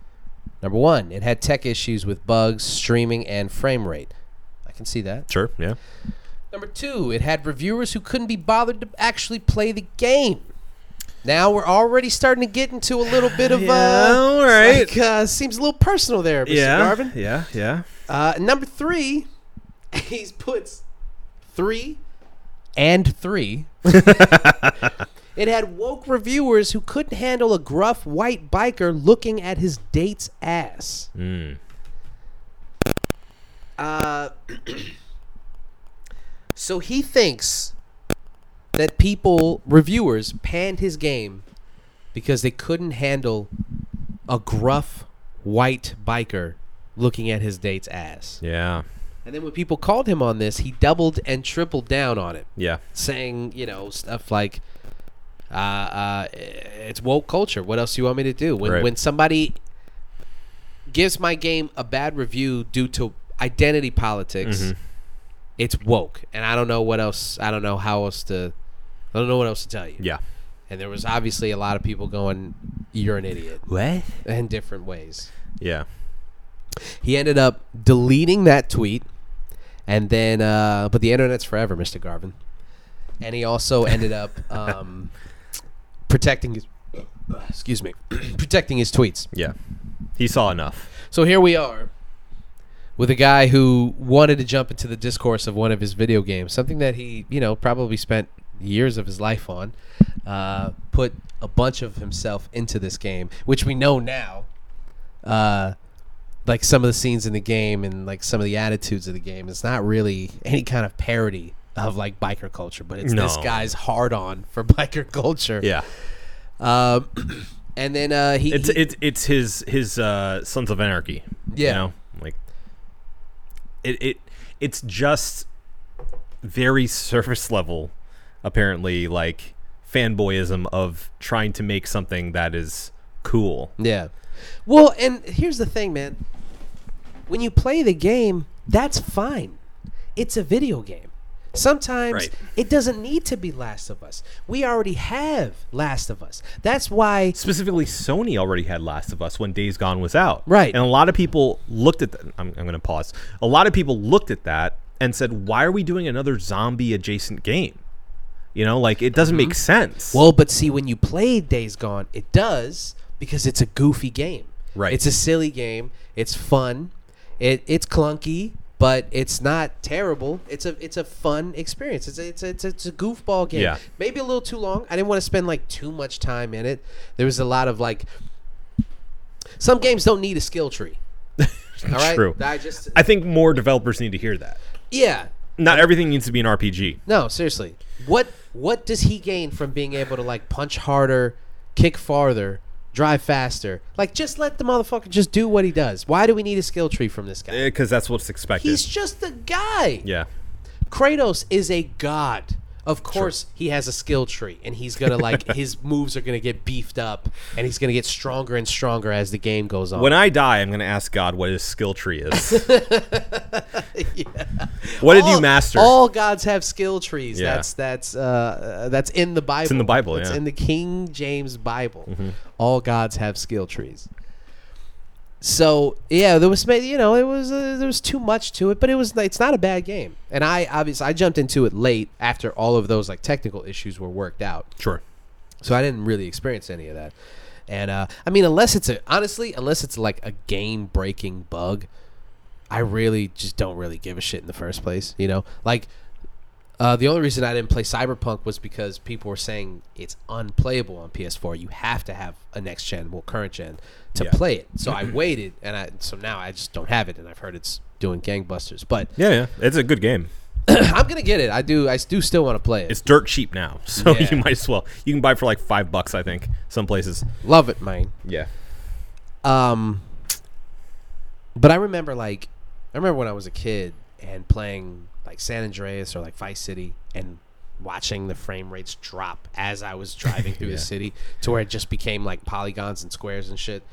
Speaker 1: Number one, it had tech issues with bugs, streaming, and frame rate. I can see that.
Speaker 2: Sure, yeah.
Speaker 1: Number two, it had reviewers who couldn't be bothered to actually play the game. Now we're already starting to get into a little bit of uh,
Speaker 2: Yeah, all
Speaker 1: it's like,
Speaker 2: right.
Speaker 1: uh, seems a little personal there, Mr. Garvin.
Speaker 2: Yeah, yeah.
Speaker 1: Uh, number three, he puts three and three. it had woke reviewers who couldn't handle a gruff white biker looking at his date's ass.
Speaker 2: Hmm,
Speaker 1: Uh, so he thinks that people, reviewers, panned his game because they couldn't handle a gruff white biker looking at his date's ass.
Speaker 2: Yeah.
Speaker 1: And then when people called him on this, he doubled and tripled down on it,
Speaker 2: Yeah.
Speaker 1: saying, you know, stuff like, uh, uh, it's woke culture. What else do you want me to do? When,
Speaker 2: Right.
Speaker 1: when somebody gives my game a bad review due to identity politics,
Speaker 2: Mm-hmm.
Speaker 1: it's woke. And I don't know what else, I don't know how else to, I don't know what else to tell you.
Speaker 2: Yeah.
Speaker 1: And there was obviously a lot of people going, you're an idiot
Speaker 2: What?
Speaker 1: in different ways.
Speaker 2: Yeah.
Speaker 1: He ended up deleting that tweet, and then, uh, but the internet's forever, Mr. Garvin. And he also ended up um, protecting his, excuse me, protecting his tweets.
Speaker 2: Yeah. He saw enough.
Speaker 1: So here we are with a guy who wanted to jump into the discourse of one of his video games, something that he, you know, probably spent years of his life on, uh, put a bunch of himself into this game, which we know now. Uh, like some of the scenes in the game and like some of the attitudes of the game, it's not really any kind of parody of like biker culture, but it's this
Speaker 2: No.
Speaker 1: guy's hard on for biker culture.
Speaker 2: Yeah.
Speaker 1: Um, and then uh, he
Speaker 2: It's
Speaker 1: he-
Speaker 2: it's it's his his uh Sons of Anarchy.
Speaker 1: Yeah.
Speaker 2: You know? Like it it it's just very surface level apparently like fanboyism of trying to make something that is cool.
Speaker 1: Yeah. Well, and here's the thing, man. When you play the game, that's fine. It's a video game. Sometimes
Speaker 2: Right.
Speaker 1: it doesn't need to be Last of Us. We already have Last of Us. That's why
Speaker 2: Specifically, Sony already had Last of Us when Days Gone was out.
Speaker 1: Right.
Speaker 2: And a lot of people looked at that. I'm, I'm going to pause. A lot of people looked at that and said, why are we doing another zombie adjacent game? You know, like it doesn't make sense.
Speaker 1: Mm-hmm. Well, but see, when you play Days Gone, it does because it's a goofy game.
Speaker 2: Right.
Speaker 1: It's a silly game. It's fun. It it's clunky, but it's not terrible. It's a it's a fun experience. It's a, it's a, it's a, it's a goofball game.
Speaker 2: Yeah.
Speaker 1: Maybe a little too long. I didn't want to spend like too much time in it. There was a lot of like some games don't need a skill tree. All right?
Speaker 2: True.
Speaker 1: I just
Speaker 2: I think more developers need to hear that.
Speaker 1: yeah.
Speaker 2: Not everything needs to be an RPG.
Speaker 1: No, seriously. What what does he gain from being able to like punch harder, kick farther, drive faster? Like just let the motherfucker just do what he does. Why do we need a skill tree from this guy?
Speaker 2: Because eh, that's what's expected.
Speaker 1: He's just a guy.
Speaker 2: yeah.
Speaker 1: Kratos is a god. Of course, he has a skill tree, and he's gonna like his moves are gonna get beefed up, and he's gonna get stronger and stronger as the game goes on.
Speaker 2: When I die, I'm going to ask God what his skill tree is. What did
Speaker 1: all,
Speaker 2: you master?
Speaker 1: All gods have skill trees.
Speaker 2: Yeah.
Speaker 1: That's that's uh, uh, that's in the Bible. It's
Speaker 2: in the Bible,
Speaker 1: It's
Speaker 2: yeah. Mm-hmm.
Speaker 1: in the King James Bible. All gods have skill trees. So yeah, there was ma- you know it was uh, there was too much to it, but it was it's not a bad game. And I obviously I jumped into it late after all of those like technical issues were worked out.
Speaker 2: sure.
Speaker 1: So I didn't really experience any of that. And uh, I mean, unless it's a honestly, unless it's like a game breaking bug, I really just don't really give a shit in the first place. You know, like uh, the only reason I didn't play Cyberpunk was because people were saying it's unplayable on PS4. You have to have a next gen, well, current gen, to
Speaker 2: Yeah.
Speaker 1: play it. So I waited, and I so now I just don't have it, and I've heard it's doing gangbusters. But
Speaker 2: Yeah, yeah. It's a good game.
Speaker 1: I'm gonna get it. I do. I do still want to play it.
Speaker 2: It's dirt cheap now, so
Speaker 1: Yeah.
Speaker 2: you might as well. You can buy it for like five bucks, I think, some places.
Speaker 1: Love it, man.
Speaker 2: Yeah.
Speaker 1: Um, but I remember like I remember when I was a kid and playing like San Andreas or like Vice City and watching the frame rates drop as I was driving through
Speaker 2: Yeah.
Speaker 1: the city to where it just became like polygons and squares and shit.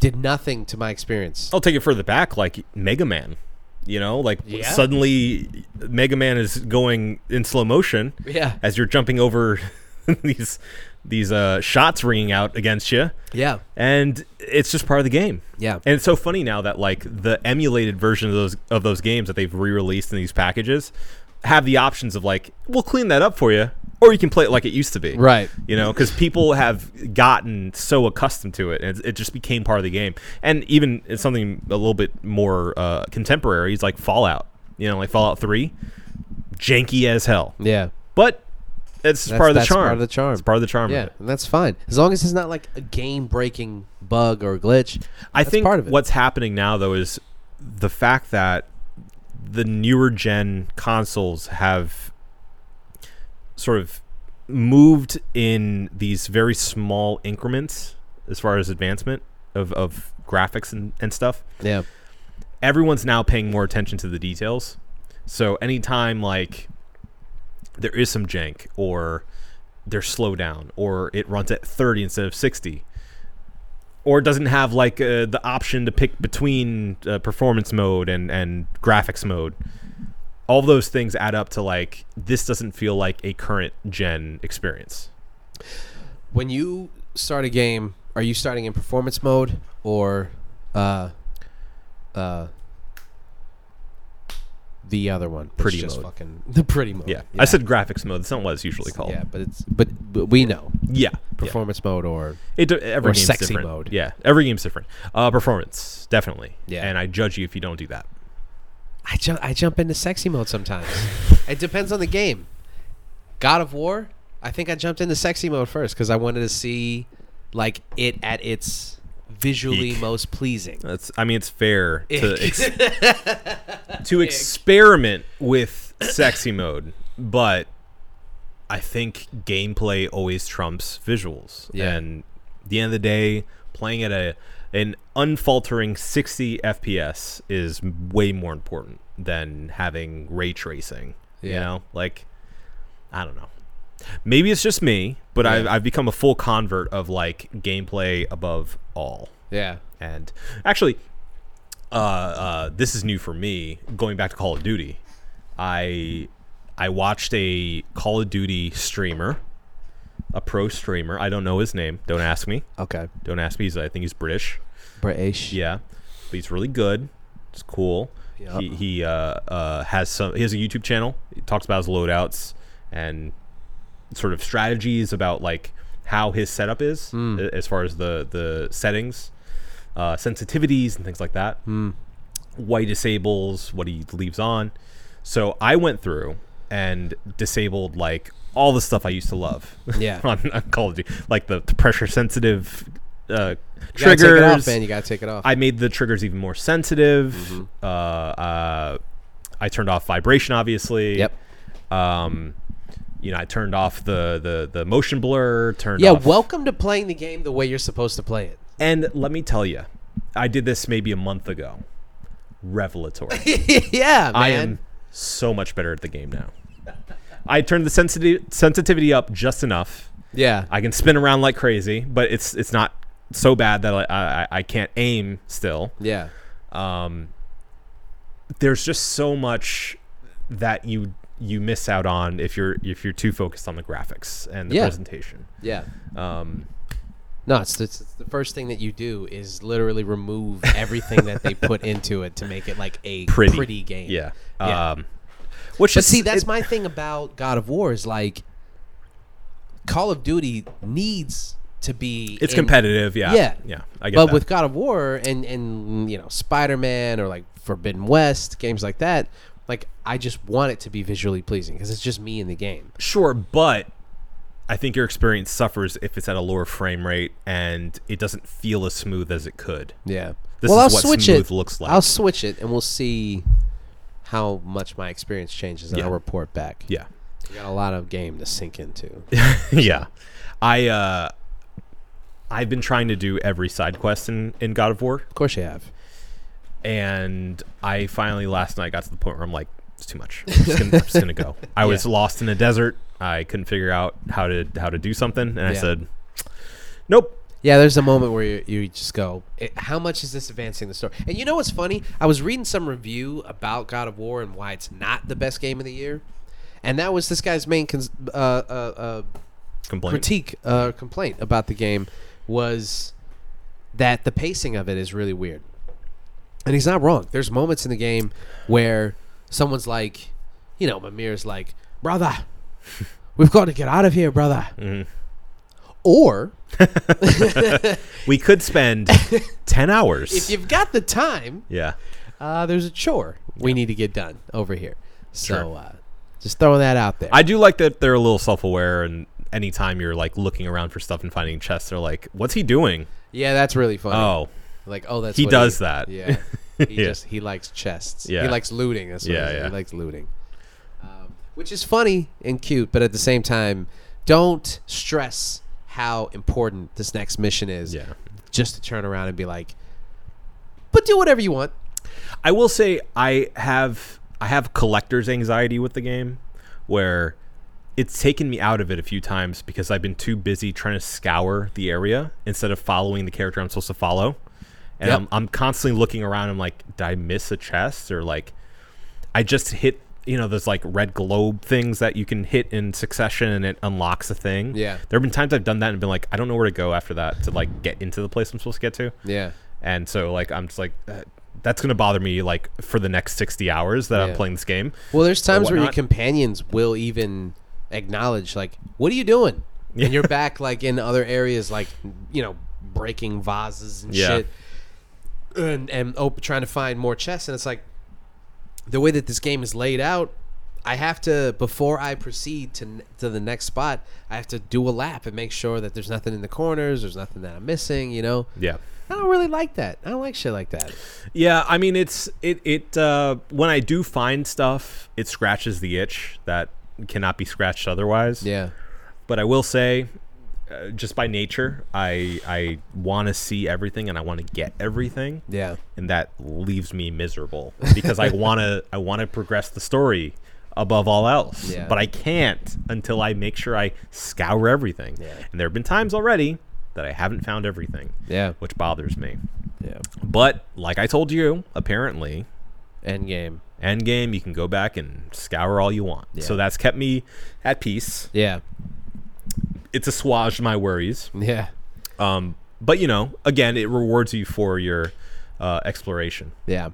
Speaker 1: Did nothing to my experience.
Speaker 2: I'll take it further back, like Mega Man. You know, like w-
Speaker 1: Yeah.
Speaker 2: suddenly Mega Man is going in slow motion
Speaker 1: Yeah.
Speaker 2: as you're jumping over these these uh, shots ringing out against you,
Speaker 1: Yeah.
Speaker 2: and it's just part of the game.
Speaker 1: Yeah.
Speaker 2: And it's so funny now that like the emulated version of those of those games that they've re-released in these packages have the options of like we'll clean that up for you, or you can play it like it used to be.
Speaker 1: Right.
Speaker 2: You know, because people have gotten so accustomed to it, and it just became part of the game. And even it's something a little bit more uh, contemporary is like Fallout. You know, like Fallout Three, janky as hell,
Speaker 1: Yeah.
Speaker 2: but it's just
Speaker 1: That's-
Speaker 2: part of the
Speaker 1: that's
Speaker 2: charm.
Speaker 1: part of the charm.
Speaker 2: It's part of the charm. Of
Speaker 1: Yeah,
Speaker 2: it.
Speaker 1: and that's fine as long as it's not like a game-breaking bug or glitch.
Speaker 2: I
Speaker 1: that's
Speaker 2: think
Speaker 1: part of it.
Speaker 2: what's happening now though is the fact that the newer gen consoles have sort of moved in these very small increments as far as advancement of, of graphics and, and stuff.
Speaker 1: yeah,
Speaker 2: Everyone's now paying more attention to the details. So anytime like there is some jank or they're slow down or it runs at 30 instead of 60 or it doesn't have like uh, the option to pick between uh, performance mode and and graphics mode all those things add up to like this doesn't feel like a current gen experience
Speaker 1: when you start a game, are you starting in performance mode or uh, uh, the other one? that's
Speaker 2: Pretty
Speaker 1: just
Speaker 2: mode.
Speaker 1: Fucking the pretty mode.
Speaker 2: Oh, yeah, i said graphics mode that's not what it's usually called
Speaker 1: Yeah,
Speaker 2: yeah
Speaker 1: but it's but, but we know
Speaker 2: yeah,
Speaker 1: performance mode or
Speaker 2: It d- every
Speaker 1: Or
Speaker 2: game's
Speaker 1: sexy
Speaker 2: different.
Speaker 1: mode.
Speaker 2: yeah every game's different uh performance definitely
Speaker 1: Yeah.
Speaker 2: and i judge you if you don't do that
Speaker 1: I jump I jump into sexy mode sometimes. it depends on the game. God of War, I think I jumped into sexy mode first because I wanted to see like it at its visually
Speaker 2: Eek.
Speaker 1: most pleasing.
Speaker 2: That's. I mean, it's fair
Speaker 1: Ick.
Speaker 2: to ex- to experiment with sexy mode, but I think gameplay always trumps visuals.
Speaker 1: Yeah.
Speaker 2: And at the end of the day, playing at a an unfaltering 60 FPS is way more important than having ray tracing. You
Speaker 1: Yeah.
Speaker 2: know, like I don't know. Maybe it's just me, but I've, I've become a full convert of like gameplay above all.
Speaker 1: Yeah.
Speaker 2: And actually, uh, uh, this is new for me. Going back to Call of Duty, I I watched a Call of Duty streamer, a pro streamer. I don't know his name. Don't ask me.
Speaker 1: Okay.
Speaker 2: Don't ask me. He's, I think he's British.
Speaker 1: British.
Speaker 2: Yeah, but he's really good. It's cool.
Speaker 1: Yeah.
Speaker 2: He he uh, uh, has some. He has a YouTube channel. He talks about his loadouts and sort of strategies about like how his setup is
Speaker 1: Hmm. Hmm.
Speaker 2: a- as far as the the settings, uh, sensitivities, and things like that. why he disables what he leaves on. So I went through and disabled like all the stuff I used to love.
Speaker 1: Yeah.
Speaker 2: on, on Call of Duty, like the, the pressure sensitive uh,
Speaker 1: You gotta
Speaker 2: triggers.
Speaker 1: take it off, man. You gotta take it off.
Speaker 2: I made the triggers even more sensitive.
Speaker 1: Mm-hmm.
Speaker 2: Uh, uh, I turned off vibration, obviously.
Speaker 1: yep.
Speaker 2: Um, you know, I turned off the the, the motion blur. Turned
Speaker 1: Yeah.
Speaker 2: off.
Speaker 1: Welcome to playing the game the way you're supposed to play it.
Speaker 2: and let me tell you, I did this maybe a month ago. Revelatory.
Speaker 1: yeah, man.
Speaker 2: I am so much better at the game now. I turned the sensitivity sensitivity up just enough.
Speaker 1: Yeah.
Speaker 2: I can spin around like crazy, but it's it's not so bad that I I, I can't aim still.
Speaker 1: yeah.
Speaker 2: there's just so much that you you miss out on if you're if you're too focused on the graphics and the
Speaker 1: Yeah.
Speaker 2: presentation.
Speaker 1: Yeah. Um, no, it's, it's, it's the first thing that you do is literally remove everything that they put into it to make it like a pretty,
Speaker 2: Pretty,
Speaker 1: game.
Speaker 2: Yeah.
Speaker 1: Yeah.
Speaker 2: Um, which
Speaker 1: But
Speaker 2: is
Speaker 1: see, that's
Speaker 2: it-
Speaker 1: my thing about God of War is like Call of Duty needs to be
Speaker 2: it's
Speaker 1: in-
Speaker 2: competitive. Yeah.
Speaker 1: Yeah.
Speaker 2: Yeah. I get
Speaker 1: But
Speaker 2: that.
Speaker 1: with God of War and and you know Spider Man or like Forbidden West games like that, like I just want it to be visually pleasing because it's just me in the game.
Speaker 2: Sure, but I think your experience suffers if it's at a lower frame rate and it doesn't feel as smooth as it could.
Speaker 1: Yeah.
Speaker 2: This
Speaker 1: well,
Speaker 2: is
Speaker 1: I'll
Speaker 2: what
Speaker 1: switch
Speaker 2: smooth
Speaker 1: it.
Speaker 2: looks like.
Speaker 1: I'll switch it, and we'll see how much my experience changes, and I'll report back.
Speaker 2: Yeah.
Speaker 1: I got a lot of game to sink into.
Speaker 2: yeah. I uh I've been trying to do every side quest in, in God of War
Speaker 1: of course, you have.
Speaker 2: and I finally last night got to the point where I'm like, it's too much. I'm just gonna, I'm just gonna go. I was lost in a desert. I couldn't figure out how to how to do something and I
Speaker 1: Yeah.
Speaker 2: said, Nope.
Speaker 1: Yeah, there's a moment where you, you just go, "Eh, how much is this advancing the story? And you know what's funny? I was reading some review about God of War and why it's not the best game of the year. And that was this guy's main cons- uh, uh, uh,
Speaker 2: Complaint.
Speaker 1: critique uh, complaint about the game was that the pacing of it is really weird and he's not wrong there's moments in the game where someone's like you know mamir's like brother we've got to get out of here brother or
Speaker 2: We could spend ten hours.
Speaker 1: if you've got the time
Speaker 2: yeah.
Speaker 1: uh, there's a chore we need to get done over here so
Speaker 2: Sure.
Speaker 1: uh, just throwing that out there
Speaker 2: I do like that they're a little self-aware, and anytime you're like looking around for stuff and finding chests, they're like, "What's he doing?"
Speaker 1: yeah that's really funny
Speaker 2: Oh,
Speaker 1: Like, oh, that's
Speaker 2: He
Speaker 1: what
Speaker 2: does that.
Speaker 1: Yeah, he
Speaker 2: Yeah.
Speaker 1: just he likes chests.
Speaker 2: Yeah.
Speaker 1: he likes looting. That's what
Speaker 2: Yeah,
Speaker 1: it is.
Speaker 2: yeah.
Speaker 1: he likes looting, um, which is funny and cute, but at the same time, don't stress how important this next mission is.
Speaker 2: Yeah.
Speaker 1: just to turn around and be like, but do whatever you want.
Speaker 2: I will say I have I have collector's anxiety with the game, where it's taken me out of it a few times because I've been too busy trying to scour the area instead of following the character I'm supposed to follow, and
Speaker 1: Yep.
Speaker 2: I'm, I'm constantly looking around. I'm like, did I miss a chest or like I just hit. You know, those like red globe things that you can hit in succession and it unlocks a thing.
Speaker 1: Yeah.
Speaker 2: There have been times I've done that and been like, I don't know where to go after that to like get into the place I'm supposed to get to.
Speaker 1: Yeah,
Speaker 2: And so like I'm just like uh, that's gonna bother me like for the next sixty hours that
Speaker 1: Yeah.
Speaker 2: I'm playing this game.
Speaker 1: Well, there's times where your
Speaker 2: whatnot.
Speaker 1: companions will even acknowledge, like, "What are you doing?" And you're back, like in other areas, like you know, breaking vases and
Speaker 2: Yeah.
Speaker 1: shit, and and op- trying to find more chests. And it's like the way that this game is laid out. I have to before I proceed to n- to the next spot. I have to do a lap and make sure that there's nothing in the corners. There's nothing that I'm missing. You know.
Speaker 2: Yeah.
Speaker 1: I don't really like that. I don't like shit like that.
Speaker 2: Yeah, I mean it's it it uh, when I do find stuff, it scratches the itch that cannot be scratched otherwise.
Speaker 1: Yeah.
Speaker 2: But I will say, uh, just by nature, I I want to see everything and I want to get everything.
Speaker 1: Yeah.
Speaker 2: and that leaves me miserable because I want to I want to progress the story above all else,
Speaker 1: Yeah.
Speaker 2: but I can't until I make sure I scour everything.
Speaker 1: Yeah.
Speaker 2: And there have been times already that I haven't found everything,
Speaker 1: Yeah.
Speaker 2: which bothers me.
Speaker 1: Yeah.
Speaker 2: But like I told you, apparently
Speaker 1: End game.
Speaker 2: endgame you can go back and scour all you want.
Speaker 1: Yeah.
Speaker 2: So that's kept me at peace.
Speaker 1: Yeah.
Speaker 2: It's assuaged my worries.
Speaker 1: Yeah.
Speaker 2: Um, but you know, again, it rewards you for your uh, exploration.
Speaker 1: Yeah.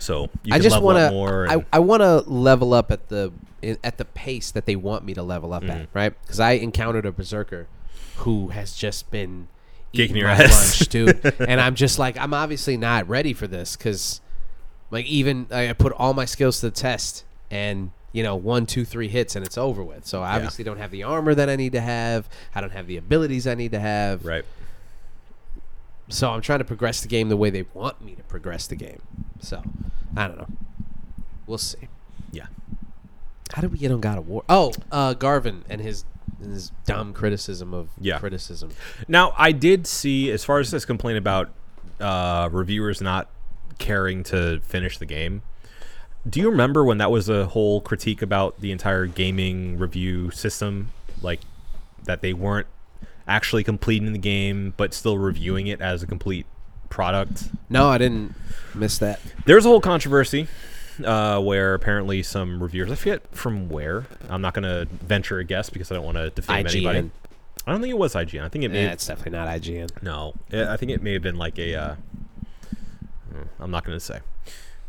Speaker 2: So you
Speaker 1: I
Speaker 2: can
Speaker 1: just
Speaker 2: level
Speaker 1: want
Speaker 2: up more.
Speaker 1: to.
Speaker 2: and-
Speaker 1: I, I want to level up at the in- at the pace that they want me to level up
Speaker 2: Mm.
Speaker 1: at, right? Because I encountered a berserker who has just been eating
Speaker 2: Kicking your
Speaker 1: my
Speaker 2: ass.
Speaker 1: lunch, dude, and I'm just like, I'm obviously not ready for this because Like even I I put all my skills to the test, and you know, one, two, three hits, and it's over with. So I obviously don't have the armor that I need to have. I don't have the abilities I need to have.
Speaker 2: Right.
Speaker 1: So I'm trying to progress the game the way they want me to progress the game. So I don't know. We'll see.
Speaker 2: Yeah.
Speaker 1: How did we get on God of War? Oh, uh, Garvin and his his dumb criticism of
Speaker 2: Yeah.
Speaker 1: criticism.
Speaker 2: Now, I did see, as far as this complaint about uh, reviewers not caring to finish the game, do you remember when that was a whole critique about the entire gaming review system? Like, that they weren't actually completing the game, but still reviewing it as a complete product?
Speaker 1: No, I didn't miss that.
Speaker 2: There's a whole controversy uh, where apparently some reviewers, I forget from where, I'm not going to venture a guess because I don't want to defame anybody.
Speaker 1: IGN.
Speaker 2: I don't think it was IGN. I think it may
Speaker 1: Yeah, Eh, it's definitely not IGN.
Speaker 2: no, I I think it may have been like a. Uh, mm, I'm not going to say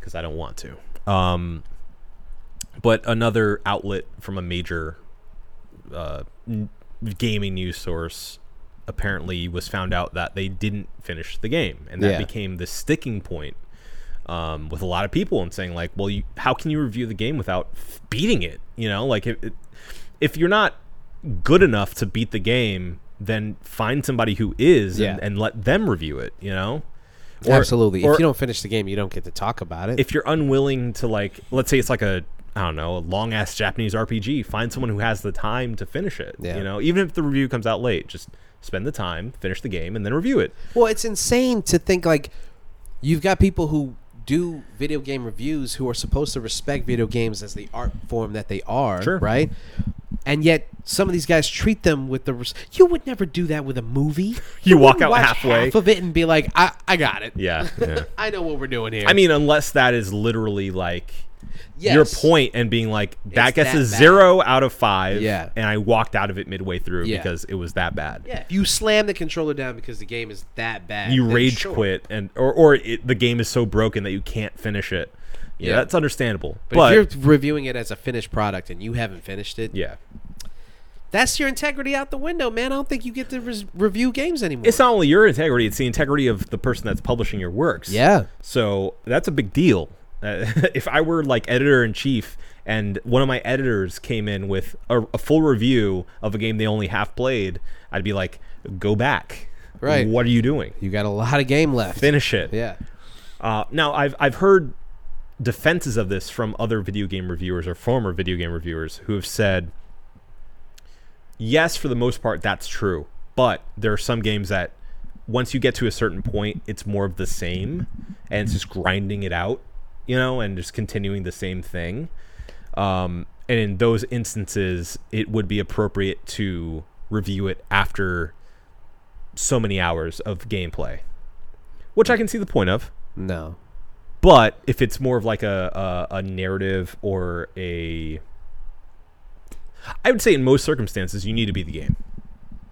Speaker 2: because I don't want to. Um, but another outlet from a major uh, n- gaming news source apparently was found out that they didn't finish the game, and that
Speaker 1: Yeah.
Speaker 2: became the sticking point um, with a lot of people and saying like, well, you, how can you review the game without f- beating it? You know, like if if you're not good enough to beat the game, then find somebody who is and,
Speaker 1: Yeah.
Speaker 2: and let them review it. You know, Or-
Speaker 1: Absolutely.
Speaker 2: or
Speaker 1: if you don't finish the game, you don't get to talk about it.
Speaker 2: if you're unwilling to like, let's say it's like a I don't know, a long ass Japanese RPG, find someone who has the time to finish it.
Speaker 1: Yeah.
Speaker 2: You know, even if the review comes out late, just spend the time, finish the game, and then review it.
Speaker 1: well, it's insane to think like you've got people who do video game reviews who are supposed to respect video games as the art form that they are,
Speaker 2: Sure.
Speaker 1: right? And yet, some of these guys treat them with the. Res- you would never do that with a movie.
Speaker 2: You walk
Speaker 1: wouldn't
Speaker 2: out
Speaker 1: watch
Speaker 2: halfway.
Speaker 1: half of it and be like, "I, I got it.
Speaker 2: Yeah. yeah.
Speaker 1: I know what we're doing here."
Speaker 2: I mean, unless that is literally like
Speaker 1: yes.
Speaker 2: your point and being like that
Speaker 1: It's
Speaker 2: gets
Speaker 1: that
Speaker 2: a
Speaker 1: bad.
Speaker 2: zero out of five.
Speaker 1: Yeah.
Speaker 2: And I walked out of it midway through
Speaker 1: Yeah.
Speaker 2: because it was that bad.
Speaker 1: Yeah, if you slam the controller down because the game is that bad,
Speaker 2: You
Speaker 1: then
Speaker 2: rage
Speaker 1: sure.
Speaker 2: quit and or or it, the game is so broken that you can't finish it. Yeah,
Speaker 1: Yeah.
Speaker 2: that's understandable. But,
Speaker 1: But, if you're reviewing it as a finished product and you haven't finished it,
Speaker 2: yeah,
Speaker 1: that's your integrity out the window, man. I don't think you get to res- review games anymore.
Speaker 2: it's not only your integrity; it's the integrity of the person that's publishing your works.
Speaker 1: yeah,
Speaker 2: So that's a big deal. Uh, if I were like editor in chief and one of my editors came in with a, a full review of a game they only half played, I'd be like, "Go back.
Speaker 1: Right.
Speaker 2: What are you doing?
Speaker 1: you got a lot of game left.
Speaker 2: Finish it."
Speaker 1: Yeah,
Speaker 2: Uh, now I've I've heard defenses of this from other video game reviewers or former video game reviewers who have said, yes, for the most part that's true, but there are some games that once you get to a certain point, it's more of the same, and it's just grinding it out, you know, and just continuing the same thing. Um, and in those instances, it would be appropriate to review it after so many hours of gameplay, which I can see the point of.
Speaker 1: no,
Speaker 2: But if it's more of like a, a a narrative or a, I would say in most circumstances you need to beat the game.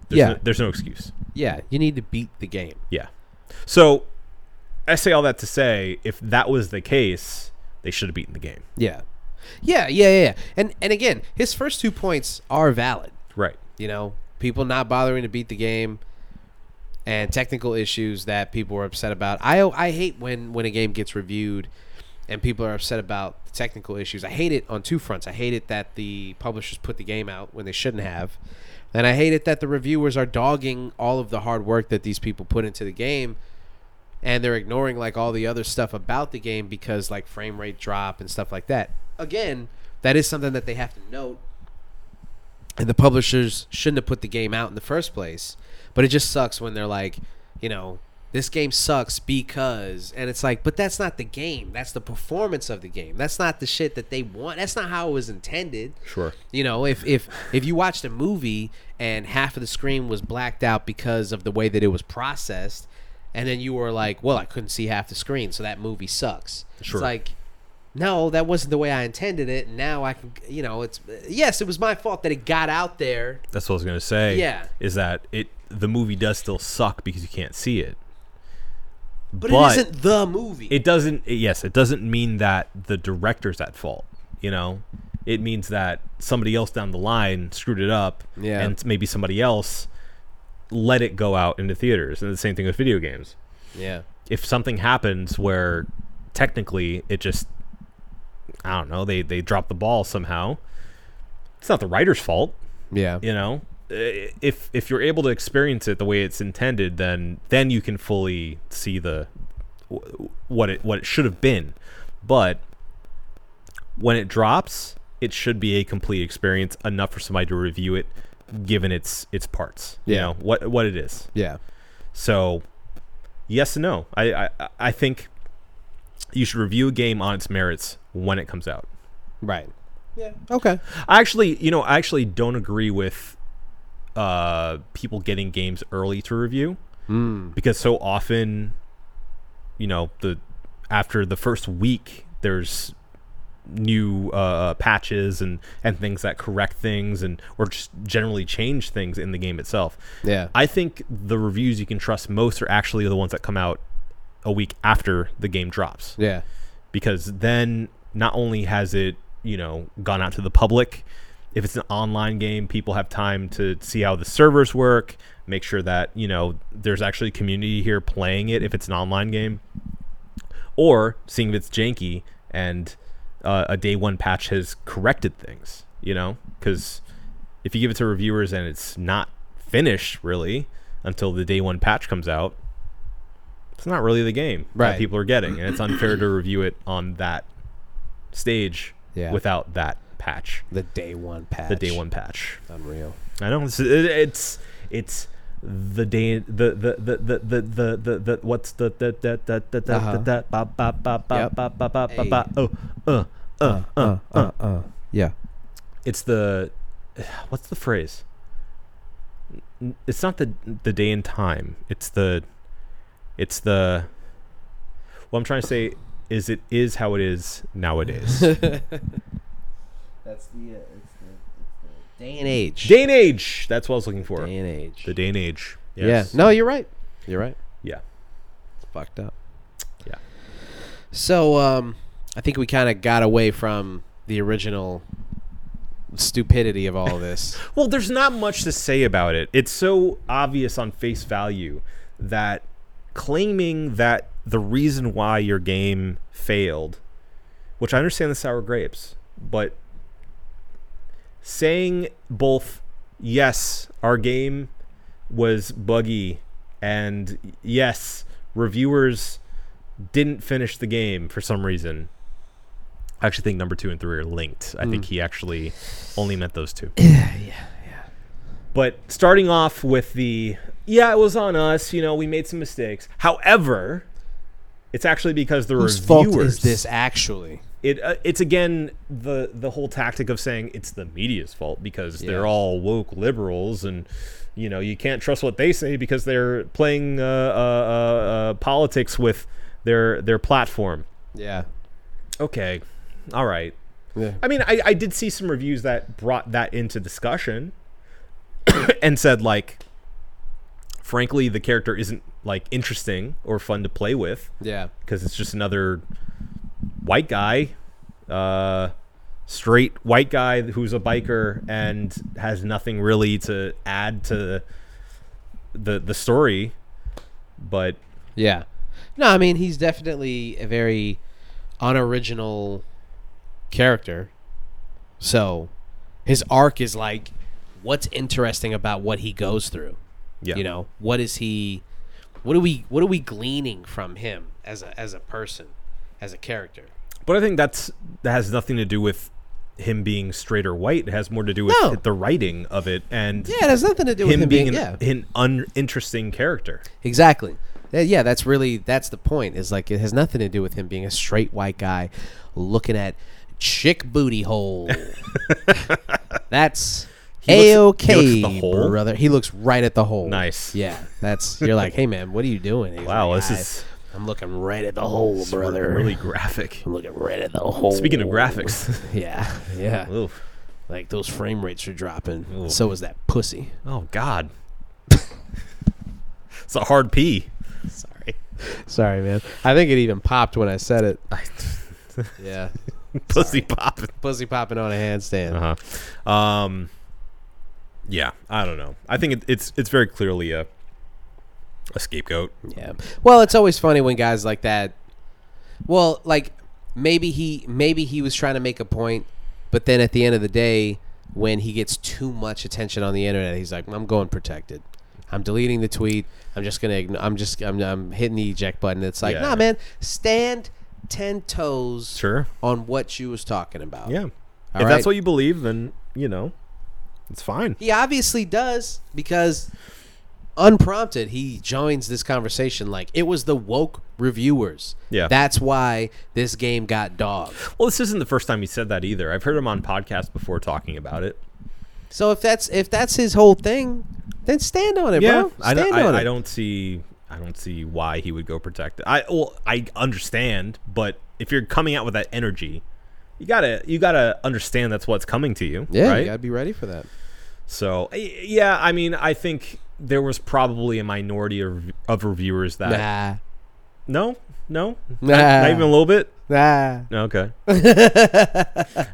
Speaker 2: There's
Speaker 1: Yeah.
Speaker 2: no, there's no excuse.
Speaker 1: yeah, you need to beat the game.
Speaker 2: Yeah. So I say all that to say, if that was the case, they should have beaten the game.
Speaker 1: Yeah, yeah, yeah, yeah. yeah. And and again, his first two points are valid.
Speaker 2: Right.
Speaker 1: You know, people not bothering to beat the game, and technical issues that people are upset about. I I hate when when a game gets reviewed, and people are upset about the technical issues. I hate it on two fronts. I hate it that the publishers put the game out when they shouldn't have, and I hate it that the reviewers are dogging all of the hard work that these people put into the game. And they're ignoring like all the other stuff about the game because like frame rate drop and stuff like that. Again, that is something that they have to note and the publishers shouldn't have put the game out in the first place. But it just sucks when they're like, you know, this game sucks because, and it's like, but that's not the game. That's the performance of the game. That's not the shit that they want. That's not how it was intended.
Speaker 2: Sure.
Speaker 1: You know, if if if you watched a movie and half of the screen was blacked out because of the way that it was processed, and then you were like, well, I couldn't see half the screen, so that movie sucks.
Speaker 2: Sure.
Speaker 1: It's like no, that wasn't the way I intended it. And now I can, you know, it's yes, it was my fault that it got out there.
Speaker 2: That's what I was gonna say.
Speaker 1: Yeah.
Speaker 2: Is that it? The movie does still suck because you can't see it.
Speaker 1: But, it isn't the movie.
Speaker 2: it doesn't it- yes it doesn't mean that the director's at fault you know it means that somebody else down the line screwed it up
Speaker 1: Yeah.
Speaker 2: and maybe somebody else let it go out into theaters and the same thing with video games
Speaker 1: yeah.
Speaker 2: if something happens where technically it just I don't know, they they dropped the ball somehow. It's not the writer's fault,
Speaker 1: Yeah.
Speaker 2: you know. I- If if you're able to experience it the way it's intended, then then you can fully see the wh- what it what it should have been. But when it drops, it should be a complete experience enough for somebody to review it given its its parts. You
Speaker 1: Yeah.
Speaker 2: know, what what it is.
Speaker 1: Yeah.
Speaker 2: So, yes and no. I, I I think you should review a game on its merits when it comes out.
Speaker 1: Right. Yeah. Okay.
Speaker 2: I actually, you know, I actually don't agree with uh, people getting games early to review because so often, you know, the after the first week, there's new uh, patches and and things that correct things and or just generally change things in the game itself.
Speaker 1: Yeah.
Speaker 2: I think the reviews you can trust most are actually the ones that come out a week after the game drops
Speaker 1: yeah.
Speaker 2: because then not only has it you know gone out to the public if it's an online game people have time to see how the servers work make sure that you know there's actually a community here playing it if it's an online game or seeing if it's janky and uh, a day one patch has corrected things you know because if you give it to reviewers and it's not finished really until the day one patch comes out it's not really the game
Speaker 1: Right.
Speaker 2: that people are getting and it's unfair to review it on that stage
Speaker 1: Yeah.
Speaker 2: without that patch
Speaker 1: The day one patch.
Speaker 2: the day one patch
Speaker 1: Unreal.
Speaker 2: i know it's it, it's, it's the day the the the the the the, the, the what's the the the the the the
Speaker 1: Uh-huh.
Speaker 2: the the ba ba ba ba
Speaker 1: Yep.
Speaker 2: ba ba ba ba
Speaker 1: Hey. Uh-huh.
Speaker 2: ba oh uh uh uh uh
Speaker 1: uh. Yeah.
Speaker 2: it's the what's the phrase N- it's not the the day and time it's the it's the what i'm trying to say is it is how it is nowadays
Speaker 1: That's the, uh, it's the, it's the day and age.
Speaker 2: day and age that's what i was looking for
Speaker 1: Day and age.
Speaker 2: the day and age
Speaker 1: Yeah. No, you're right. You're right.
Speaker 2: yeah
Speaker 1: It's fucked up.
Speaker 2: yeah
Speaker 1: So, um, I think we kind of got away from the original stupidity of all this.
Speaker 2: Well, there's not much to say about it. It's so obvious on face value that claiming that the reason why your game failed, which I understand the sour grapes, but saying both, yes, our game was buggy, and yes, reviewers didn't finish the game for some reason. I actually think number two and three are linked. I
Speaker 1: Hmm.
Speaker 2: think he actually only meant those two. But starting off with the yeah, it was on us. You know, we made some mistakes. However, it's actually because the
Speaker 1: Whose fault
Speaker 2: reviewers.
Speaker 1: is this actually?
Speaker 2: It uh, it's again the the whole tactic of saying it's the media's fault because
Speaker 1: Yeah.
Speaker 2: they're all woke liberals and you know you can't trust what they say because they're playing uh, uh, uh, uh, politics with their their platform.
Speaker 1: Yeah.
Speaker 2: Okay, all right.
Speaker 1: Yeah.
Speaker 2: I mean, I, I did see some reviews that brought that into discussion and said like, frankly, the character isn't like interesting or fun to play with
Speaker 1: Yeah.
Speaker 2: because it's just another white guy, uh, straight white guy who's a biker and has nothing really to add to the the story. But
Speaker 1: Yeah. No, I mean he's definitely a very unoriginal character. So his arc is like what's interesting about what he goes through.
Speaker 2: yeah,
Speaker 1: You know, what is he what are we what are we gleaning from him as a as a person, as a character?
Speaker 2: But I think that's that has nothing to do with him being straight or white. It has more to do with
Speaker 1: No.
Speaker 2: the writing of it and
Speaker 1: Yeah, it has nothing to do with
Speaker 2: him, being, an,
Speaker 1: yeah.
Speaker 2: an uninteresting character.
Speaker 1: Exactly. Yeah, Yeah, that's really that's the point. Is like it has nothing to do with him being a straight white guy looking at chick booty hole. that's
Speaker 2: He
Speaker 1: a
Speaker 2: looks- he
Speaker 1: okay,
Speaker 2: looks at the hole?
Speaker 1: brother. He looks right at the hole.
Speaker 2: Nice.
Speaker 1: Yeah, that's you're like, hey man, what are you doing? He's
Speaker 2: Wow,
Speaker 1: like,
Speaker 2: this
Speaker 1: "I-
Speaker 2: is-
Speaker 1: I'm looking right at the hole,
Speaker 2: It's
Speaker 1: brother. Oh.
Speaker 2: really graphic.
Speaker 1: I'm looking right at the hole.
Speaker 2: Speaking of graphics,
Speaker 1: yeah, yeah,
Speaker 2: Oof.
Speaker 1: like those frame rates are dropping. So is that pussy.
Speaker 2: oh God, it's a hard P.
Speaker 1: Sorry, sorry, man. I think it even popped when I said it. Yeah.
Speaker 2: Pussy popping.
Speaker 1: pussy popping on a handstand.
Speaker 2: Uh-huh. Um, yeah, I don't know. I think it, it's it's very clearly a a scapegoat.
Speaker 1: Yeah. Well, it's always funny when guys like that. Well, like maybe he maybe he was trying to make a point, but then at the end of the day, when he gets too much attention on the internet, he's like, "I'm going protected. I'm deleting the tweet. I'm just gonna. ign- I'm just. I'm. I'm hitting the eject button." It's like,
Speaker 2: Yeah.
Speaker 1: nah, man, stand ten toes
Speaker 2: Sure.
Speaker 1: on what you was talking about.
Speaker 2: Yeah.
Speaker 1: All
Speaker 2: if
Speaker 1: right.
Speaker 2: that's what you believe, then you know, it's fine.
Speaker 1: He obviously does because unprompted he joins this conversation like it was the woke reviewers.
Speaker 2: Yeah.
Speaker 1: That's why this game got dogged.
Speaker 2: Well, this isn't the first time he said that either. I've heard him on podcasts before talking about it.
Speaker 1: So if that's if that's his whole thing, then stand on it, bro.
Speaker 2: I
Speaker 1: Stand
Speaker 2: don't.
Speaker 1: on
Speaker 2: I,
Speaker 1: it.
Speaker 2: I don't see. I don't see why he would go protect it. I well, I understand, but if you're coming out with that energy, you gotta you gotta understand that's what's coming to you.
Speaker 1: yeah,
Speaker 2: right?
Speaker 1: you gotta be ready for that.
Speaker 2: So y- yeah, I mean, I think there was probably a minority of, of reviewers that
Speaker 1: Nah,
Speaker 2: no, no, Uh, not,
Speaker 1: Nah.
Speaker 2: not even a little bit.
Speaker 1: nah.
Speaker 2: Okay.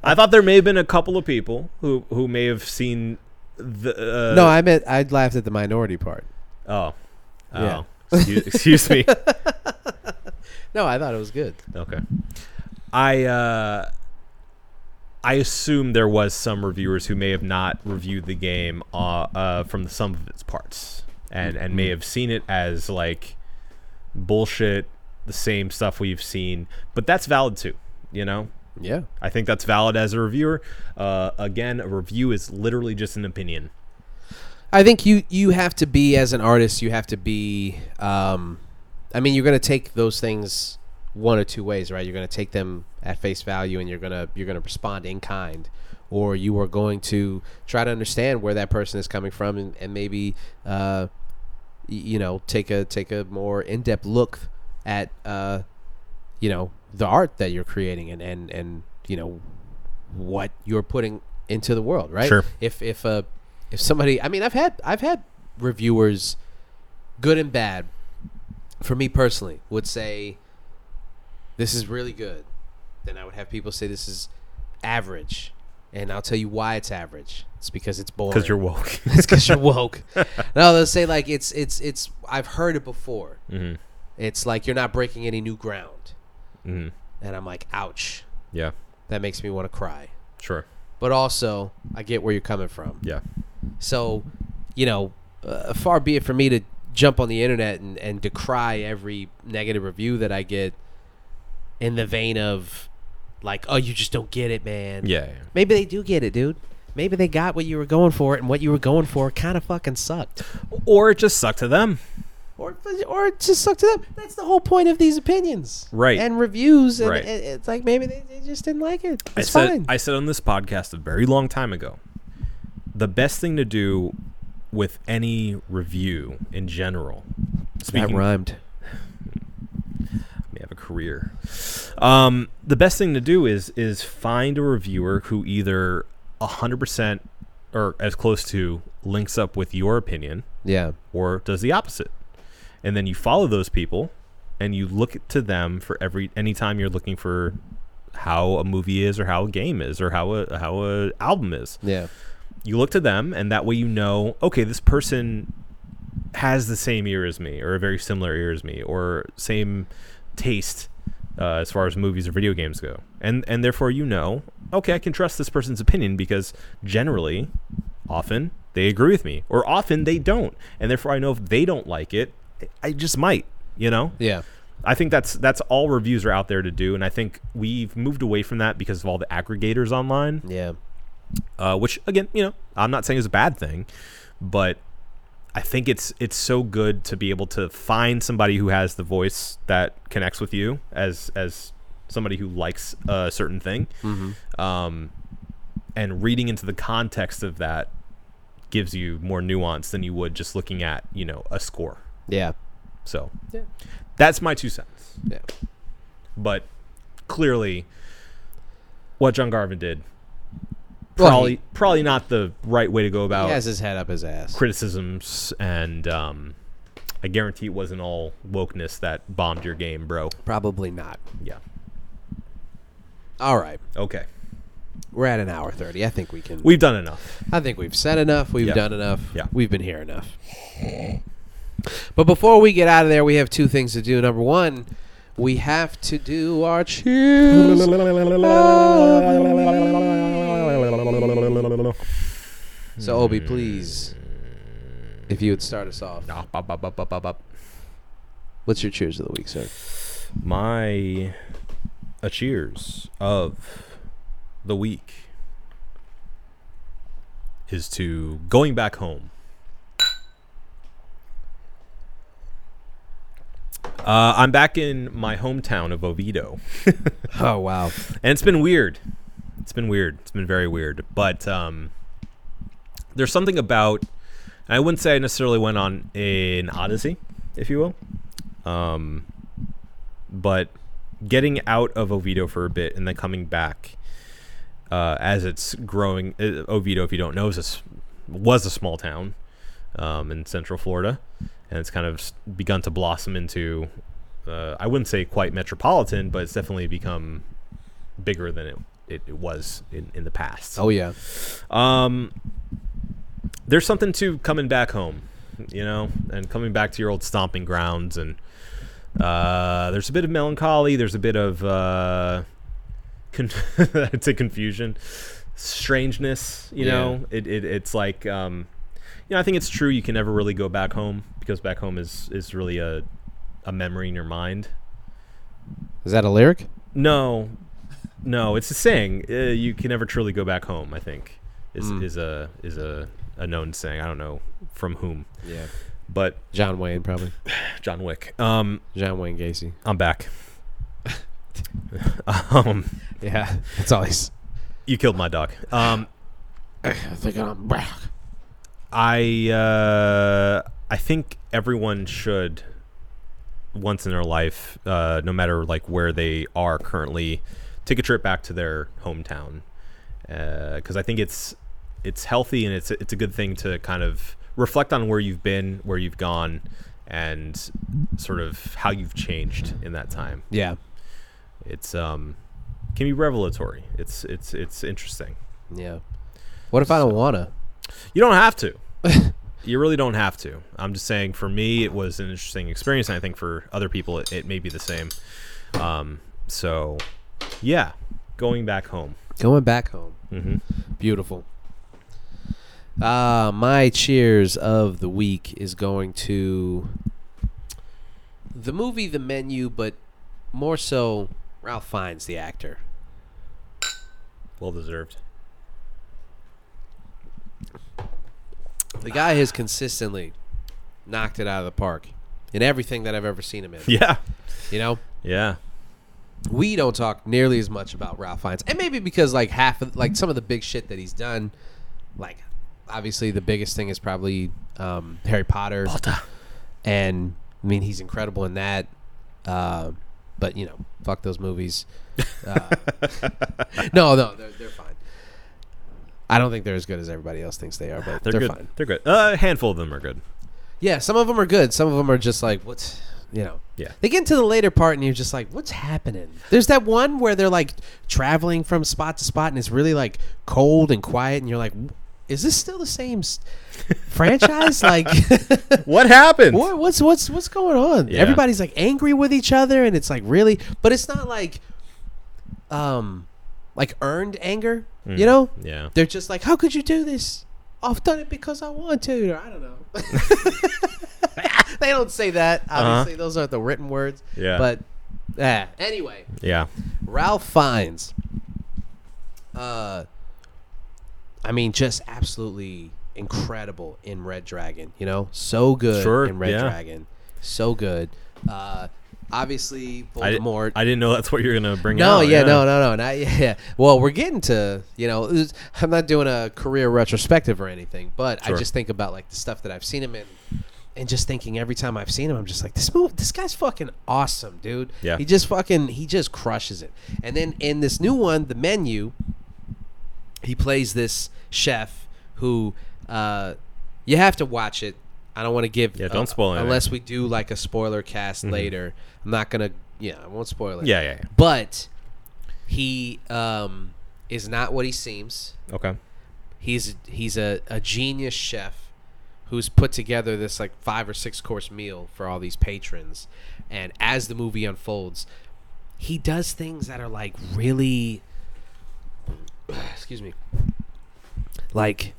Speaker 2: I thought there may have been a couple of people who who may have seen the. Uh,
Speaker 1: No, I meant I laughed at the minority part.
Speaker 2: oh. Oh.
Speaker 1: Yeah.
Speaker 2: Excuse, excuse me.
Speaker 1: No, I thought it was good.
Speaker 2: Okay. I uh, I assume there was some reviewers who may have not reviewed the game uh, uh, from the sum of its parts, and and may have seen it as like bullshit, the same stuff we've seen. But that's valid too, you know.
Speaker 1: Yeah,
Speaker 2: I think that's valid as a reviewer. Uh, again, a review is literally just an opinion.
Speaker 1: I think you you have to be as an artist. You have to be. Um, I mean, you're gonna take those things one or two ways, right? You're gonna take them at face value, and you're gonna you're gonna respond in kind, or you are going to try to understand where that person is coming from, and, and maybe uh, y- you know take a take a more in depth look at uh, you know the art that you're creating, and and and you know what you're putting into the world, right?
Speaker 2: Sure.
Speaker 1: If if uh if somebody, I mean, I've had I've had reviewers, good and bad, for me personally, would say this is really good. Then I would have people say this is average, and I'll tell you why it's average. It's because it's boring.
Speaker 2: Because you're woke.
Speaker 1: it's because you're woke. no, they'll say like it's it's it's. I've heard it before.
Speaker 2: mm-hmm.
Speaker 1: It's like you're not breaking any new ground,
Speaker 2: Mm-hmm.
Speaker 1: and I'm like, ouch.
Speaker 2: Yeah.
Speaker 1: That makes me want to cry.
Speaker 2: Sure.
Speaker 1: But also, I get where you're coming from.
Speaker 2: Yeah.
Speaker 1: So, you know, uh, far be it for me to jump on the internet and, and decry every negative review that I get in the vein of, like, oh, you just don't get it, man.
Speaker 2: Yeah. yeah.
Speaker 1: Maybe they do get it, dude. Maybe they got what you were going for, and what you were going for kind of fucking sucked.
Speaker 2: Or it just sucked to them.
Speaker 1: Or, or it just sucked it up. That's the whole point of these opinions.
Speaker 2: Right.
Speaker 1: And reviews. And
Speaker 2: Right.
Speaker 1: it- it's like maybe they, they just didn't like it. It's
Speaker 2: I said,
Speaker 1: fine.
Speaker 2: I said on this podcast a very long time ago, the best thing to do with any review in general.
Speaker 1: that
Speaker 2: Speaking,
Speaker 1: rhymed.
Speaker 2: may have a career. Um, the best thing to do is is find a reviewer who either hundred percent or as close to links up with your opinion
Speaker 1: Yeah.
Speaker 2: or does the opposite. And then you follow those people and you look to them for every anytime you're looking for how a movie is or how a game is or how a how a album is.
Speaker 1: Yeah.
Speaker 2: You look to them and that way you know, okay, this person has the same ear as me or a very similar ear as me or same taste uh, as far as movies or video games go. And and therefore you know, okay, I can trust this person's opinion because generally often they agree with me or often they don't. And therefore I know if they don't like it, I just might, you know?
Speaker 1: Yeah.
Speaker 2: I think that's that's all reviews are out there to do and I think we've moved away from that because of all the aggregators online
Speaker 1: Yeah.
Speaker 2: uh, which again, you know, I'm not saying is a bad thing, but I think it's it's so good to be able to find somebody who has the voice that connects with you as as somebody who likes a certain thing,
Speaker 1: Mm-hmm.
Speaker 2: um, and reading into the context of that gives you more nuance than you would just looking at you know a score.
Speaker 1: Yeah.
Speaker 2: So
Speaker 1: Yeah.
Speaker 2: that's my two cents
Speaker 1: Yeah.
Speaker 2: but clearly what John Garvin did
Speaker 1: Well,
Speaker 2: probably
Speaker 1: he-
Speaker 2: probably not the right way to go about
Speaker 1: He has his head up his ass.
Speaker 2: criticisms and um, I guarantee it wasn't all wokeness that bombed your game, bro.
Speaker 1: Probably not.
Speaker 2: Yeah.
Speaker 1: All right,
Speaker 2: Okay.
Speaker 1: we're at an hour thirty. I think we can.
Speaker 2: We've done enough.
Speaker 1: I think we've said enough. We've
Speaker 2: Yeah.
Speaker 1: done enough.
Speaker 2: Yeah.
Speaker 1: We've been here enough. But before we get out of there, we have two things to do. Number one, we have to do our cheers. So Obi, please, if you would start us off.
Speaker 2: Ah, bop, bop, bop, bop, bop, bop.
Speaker 1: What's your cheers of the week, sir?
Speaker 2: My a cheers of the week is to going back home. Uh, I'm back in my hometown of Oviedo.
Speaker 1: Oh wow.
Speaker 2: and it's been weird. It's been weird. It's been very weird. But um, there's something about. I wouldn't say I necessarily went on an odyssey, if you will, um, but getting out of Oviedo for a bit and then coming back uh, as it's growing. Uh, Oviedo, if you don't know, is a s was a small town um, in Central Florida, and it's kind of s- begun to blossom into. Uh, I wouldn't say quite metropolitan, but it's definitely become bigger than it, it, it was in, in the past.
Speaker 1: Oh yeah.
Speaker 2: Um, there's something to coming back home, you know, and coming back to your old stomping grounds. And uh, there's a bit of melancholy. There's a bit of, uh, con- I'd say, confusion, strangeness, you
Speaker 1: Yeah.
Speaker 2: know. It, it, it's like, um, you know, I think it's true you can never really go back home because back home is, is really a, a memory in your mind.
Speaker 1: Is that a lyric?
Speaker 2: No, no, it's a saying. Uh, you can never truly go back home. I think is
Speaker 1: Mm.
Speaker 2: is a is a, a known saying. I don't know from whom,
Speaker 1: Yeah.
Speaker 2: but
Speaker 1: John Wayne probably.
Speaker 2: John Wick. Um,
Speaker 1: John Wayne Gacy.
Speaker 2: I'm back. um,
Speaker 1: Yeah. It's always.
Speaker 2: you killed my dog. Um,
Speaker 1: I think I'm back.
Speaker 2: I uh, I think everyone should once in their life, uh, no matter like where they are currently, take a trip back to their hometown because I think it's it's healthy and it's it's a good thing to kind of reflect on where you've been, where you've gone, and sort of how you've changed in that time.
Speaker 1: Yeah.
Speaker 2: It's um can be revelatory. It's it's it's interesting.
Speaker 1: Yeah. What if I don't wanna?
Speaker 2: You don't have to. you really don't have to. I'm just saying, for me, it was an interesting experience, and I think for other people, it, it may be the same. Um, so, yeah, going back home.
Speaker 1: Going back home.
Speaker 2: Mm-hmm.
Speaker 1: Beautiful. Uh, my cheers of the week is going to the movie The Menu, but more so Ralph Fiennes, the actor.
Speaker 2: Well deserved.
Speaker 1: The guy has consistently knocked it out of the park in everything that I've ever seen him in.
Speaker 2: Yeah.
Speaker 1: You know,
Speaker 2: Yeah.
Speaker 1: we don't talk nearly as much about Ralph Fiennes, and maybe because like half of like some of the big shit that he's done, like obviously the biggest thing is probably um, Harry Potter. and I mean he's incredible in that. Uh, but you know, fuck those movies. Uh, no, no, they're, they're fine. I don't think they're as good as everybody else thinks they are, but
Speaker 2: They're,
Speaker 1: they're,
Speaker 2: good.
Speaker 1: fine.
Speaker 2: They're good. Uh, a handful of them are good.
Speaker 1: Yeah, some of them are good. Some of them are just like what's you know.
Speaker 2: Yeah.
Speaker 1: They get into the later part and you're just like, what's happening? There's that one where they're like traveling from spot to spot and it's really like cold and quiet and you're like, is this still the same s- franchise? like,
Speaker 2: What happened?
Speaker 1: What, what's what's what's going on?
Speaker 2: Yeah.
Speaker 1: Everybody's like angry with each other, and it's like really, but it's not like, um, like earned anger. You
Speaker 2: Mm.
Speaker 1: know,
Speaker 2: Yeah.
Speaker 1: they're just like, how could you do this? I've done it because I want to. Or I don't know. they don't say that. Obviously, those aren't the written words.
Speaker 2: Uh-huh. Yeah.
Speaker 1: But ah, anyway,
Speaker 2: Yeah.
Speaker 1: Ralph Fiennes. Uh, I mean, just absolutely incredible in Red Dragon. You know, so good
Speaker 2: Sure,
Speaker 1: in Red
Speaker 2: yeah.
Speaker 1: Dragon, so good. Uh, obviously
Speaker 2: I, di-
Speaker 1: Voldemort.
Speaker 2: I didn't know that's what you were gonna bring
Speaker 1: no,
Speaker 2: out.
Speaker 1: yeah, no, no, no, not yeah. Well, we're getting to you know, it was- I'm not doing a career retrospective or anything, but
Speaker 2: Sure.
Speaker 1: I just think about like the stuff that I've seen him in, and just thinking every time I've seen him, I'm just like this move, this guy's fucking awesome, dude.
Speaker 2: Yeah.
Speaker 1: he just fucking he just crushes it. And then in this new one, the menu, he plays this chef who, uh, you have to watch it. I don't want to give
Speaker 2: Yeah, don't spoil anything. Mm-hmm.
Speaker 1: unless we do like a spoiler cast later. I'm not gonna. Yeah, I won't spoil it
Speaker 2: Yeah, yeah,
Speaker 1: but he um, is not what he seems.
Speaker 2: yeah. Okay.
Speaker 1: He's he's a, a genius chef who's put together this like five or six course meal for all these patrons. And as the movie unfolds, he does things that are like really excuse me. Like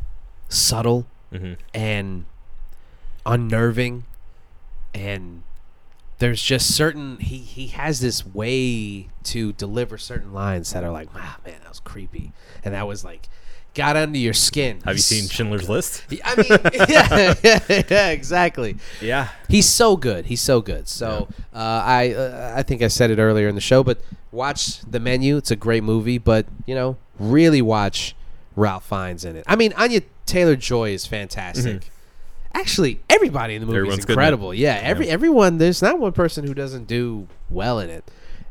Speaker 1: subtle
Speaker 2: Mm-hmm.
Speaker 1: and unnerving and there's just certain he he has this way to deliver certain lines that are like wow man that was creepy and that was like got under your skin
Speaker 2: Have you
Speaker 1: He's-
Speaker 2: seen Schindler's List?
Speaker 1: I mean yeah, yeah, yeah exactly
Speaker 2: Yeah.
Speaker 1: he's so good he's so good so uh, I uh, I think I said it earlier in the show but watch the menu it's a great movie but you know really watch Ralph Fiennes in it I mean Anya Taylor Joy is fantastic actually everybody in the movie
Speaker 2: Mm-hmm. Everyone's
Speaker 1: is
Speaker 2: good in it.
Speaker 1: incredible. Yeah, every everyone there's not one person who doesn't do well in it.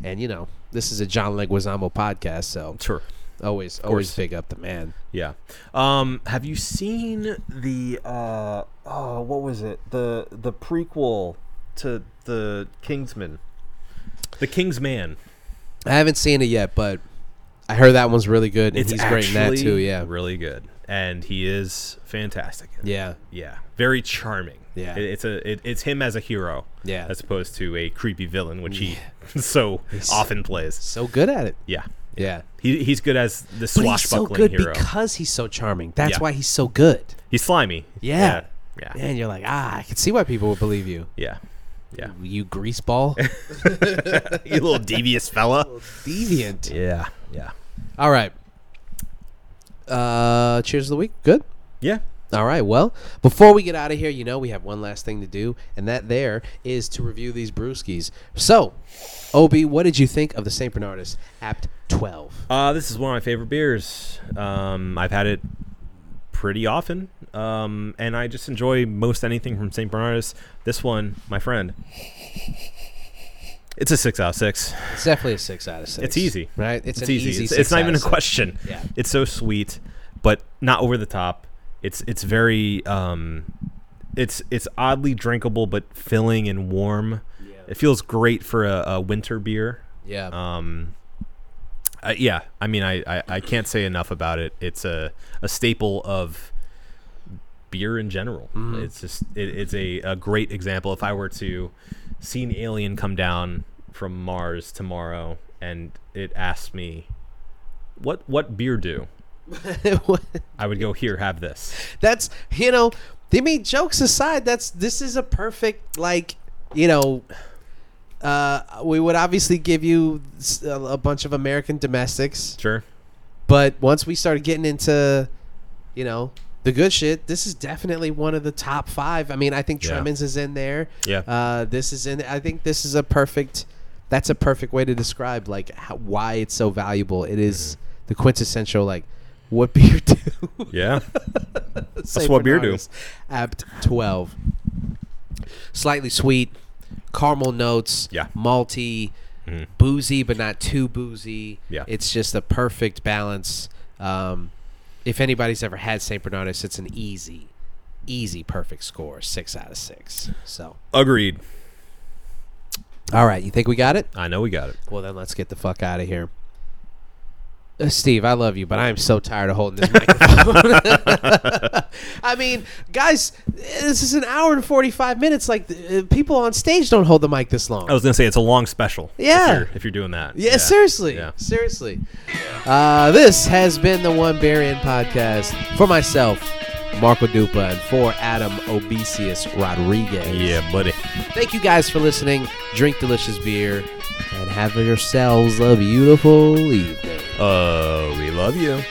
Speaker 1: And you know, this is a John Leguizamo podcast, so
Speaker 2: Sure.
Speaker 1: always always pick up the man.
Speaker 2: Yeah. Um, have you seen the uh, oh, what was it? The the prequel to the Kingsman. The King's Man.
Speaker 1: I haven't seen it yet, but I heard that one's really good and he's great in that
Speaker 2: actually
Speaker 1: too, yeah.
Speaker 2: Really good. And he is fantastic. in it.
Speaker 1: Yeah.
Speaker 2: Yeah. Very charming.
Speaker 1: Yeah.
Speaker 2: It- it's a it, it's him as a hero.
Speaker 1: Yeah.
Speaker 2: As opposed to a creepy villain, which he so often plays.
Speaker 1: So good at it.
Speaker 2: Yeah.
Speaker 1: Yeah.
Speaker 2: He, he's good as the
Speaker 1: But he's so
Speaker 2: swashbuckling
Speaker 1: good
Speaker 2: hero.
Speaker 1: because he's so charming. That's
Speaker 2: Yeah.
Speaker 1: why he's so good.
Speaker 2: he's slimy.
Speaker 1: Yeah.
Speaker 2: Yeah. Yeah.
Speaker 1: And you're like, ah, I can see why people would believe you.
Speaker 2: Yeah. Yeah.
Speaker 1: You greaseball.
Speaker 2: you little devious fella.
Speaker 1: Deviant.
Speaker 2: Yeah. Yeah.
Speaker 1: All right. Uh, cheers of the week. Good.
Speaker 2: Yeah.
Speaker 1: All right. Well, before we get out of here, you know we have one last thing to do, and that there is to review these brewskis. So, Ob, what did you think of the Saint Bernardus Apt Twelve?
Speaker 2: Uh, this is one of my favorite beers. Um, I've had it pretty often, um, and I just enjoy most anything from St. Bernardus. This one, my friend, it's a six out of six.
Speaker 1: It's definitely a six out of six.
Speaker 2: It's easy,
Speaker 1: right? It's,
Speaker 2: It's,
Speaker 1: an
Speaker 2: easy.
Speaker 1: easy.
Speaker 2: It's,
Speaker 1: six
Speaker 2: it's not
Speaker 1: out
Speaker 2: even a
Speaker 1: of six.
Speaker 2: question.
Speaker 1: Yeah.
Speaker 2: It's so sweet, but not over the top. It's it's very um, it's it's oddly drinkable but filling and warm. It feels great for a, a winter beer.
Speaker 1: Yeah.
Speaker 2: Um, uh, yeah, I mean, I, I, I can't say enough about it. It's a, a staple of beer in general. It's just it, it's a, a great example. If I were to see an alien come down from Mars tomorrow and it asked me, "What what beer do?" Um, I would go here. Have this.
Speaker 1: that's you know, they mean jokes aside. That's this is a perfect like you know. Uh, we would obviously give you s- a a bunch of American domestics.
Speaker 2: Sure.
Speaker 1: But once we started getting into, you know, the good shit, this is definitely one of the top five. I mean, I think
Speaker 2: Yeah.
Speaker 1: Tremens is in there.
Speaker 2: Yeah.
Speaker 1: Uh, this is in. I think this is a perfect. That's a perfect way to describe like how, why it's so valuable. It is
Speaker 2: Mm-hmm.
Speaker 1: the quintessential like, what beer do?
Speaker 2: Yeah.
Speaker 1: That's
Speaker 2: what beer do.
Speaker 1: Apt twelve. Slightly sweet, caramel notes.
Speaker 2: Yeah.
Speaker 1: Malty
Speaker 2: Mhm.
Speaker 1: boozy but not too boozy.
Speaker 2: Yeah.
Speaker 1: It's just a perfect balance. Um, if anybody's ever had St. Bernardus, it's an easy, easy perfect score, six out of six. So,
Speaker 2: Agreed.
Speaker 1: all right, you think we got it?
Speaker 2: I know we got it.
Speaker 1: Well, then let's get the fuck out of here. Uh, Steve, I love you, but I am so tired of holding this microphone. I mean, guys, this is an hour and 45 minutes. Like, uh, people on stage don't hold the mic this long.
Speaker 2: I was gonna say it's a long special. if
Speaker 1: Yeah.
Speaker 2: you're- If you're, doing that.
Speaker 1: Yeah, seriously.
Speaker 2: Oh, Yeah.
Speaker 1: Seriously. Uh, this has been the One Beer In podcast for myself, Marco Dupa, and for Adam Obesius Rodriguez.
Speaker 2: Yeah, buddy.
Speaker 1: Thank you guys for listening. Drink delicious beer and have yourselves a beautiful evening.
Speaker 2: Uh, we love you.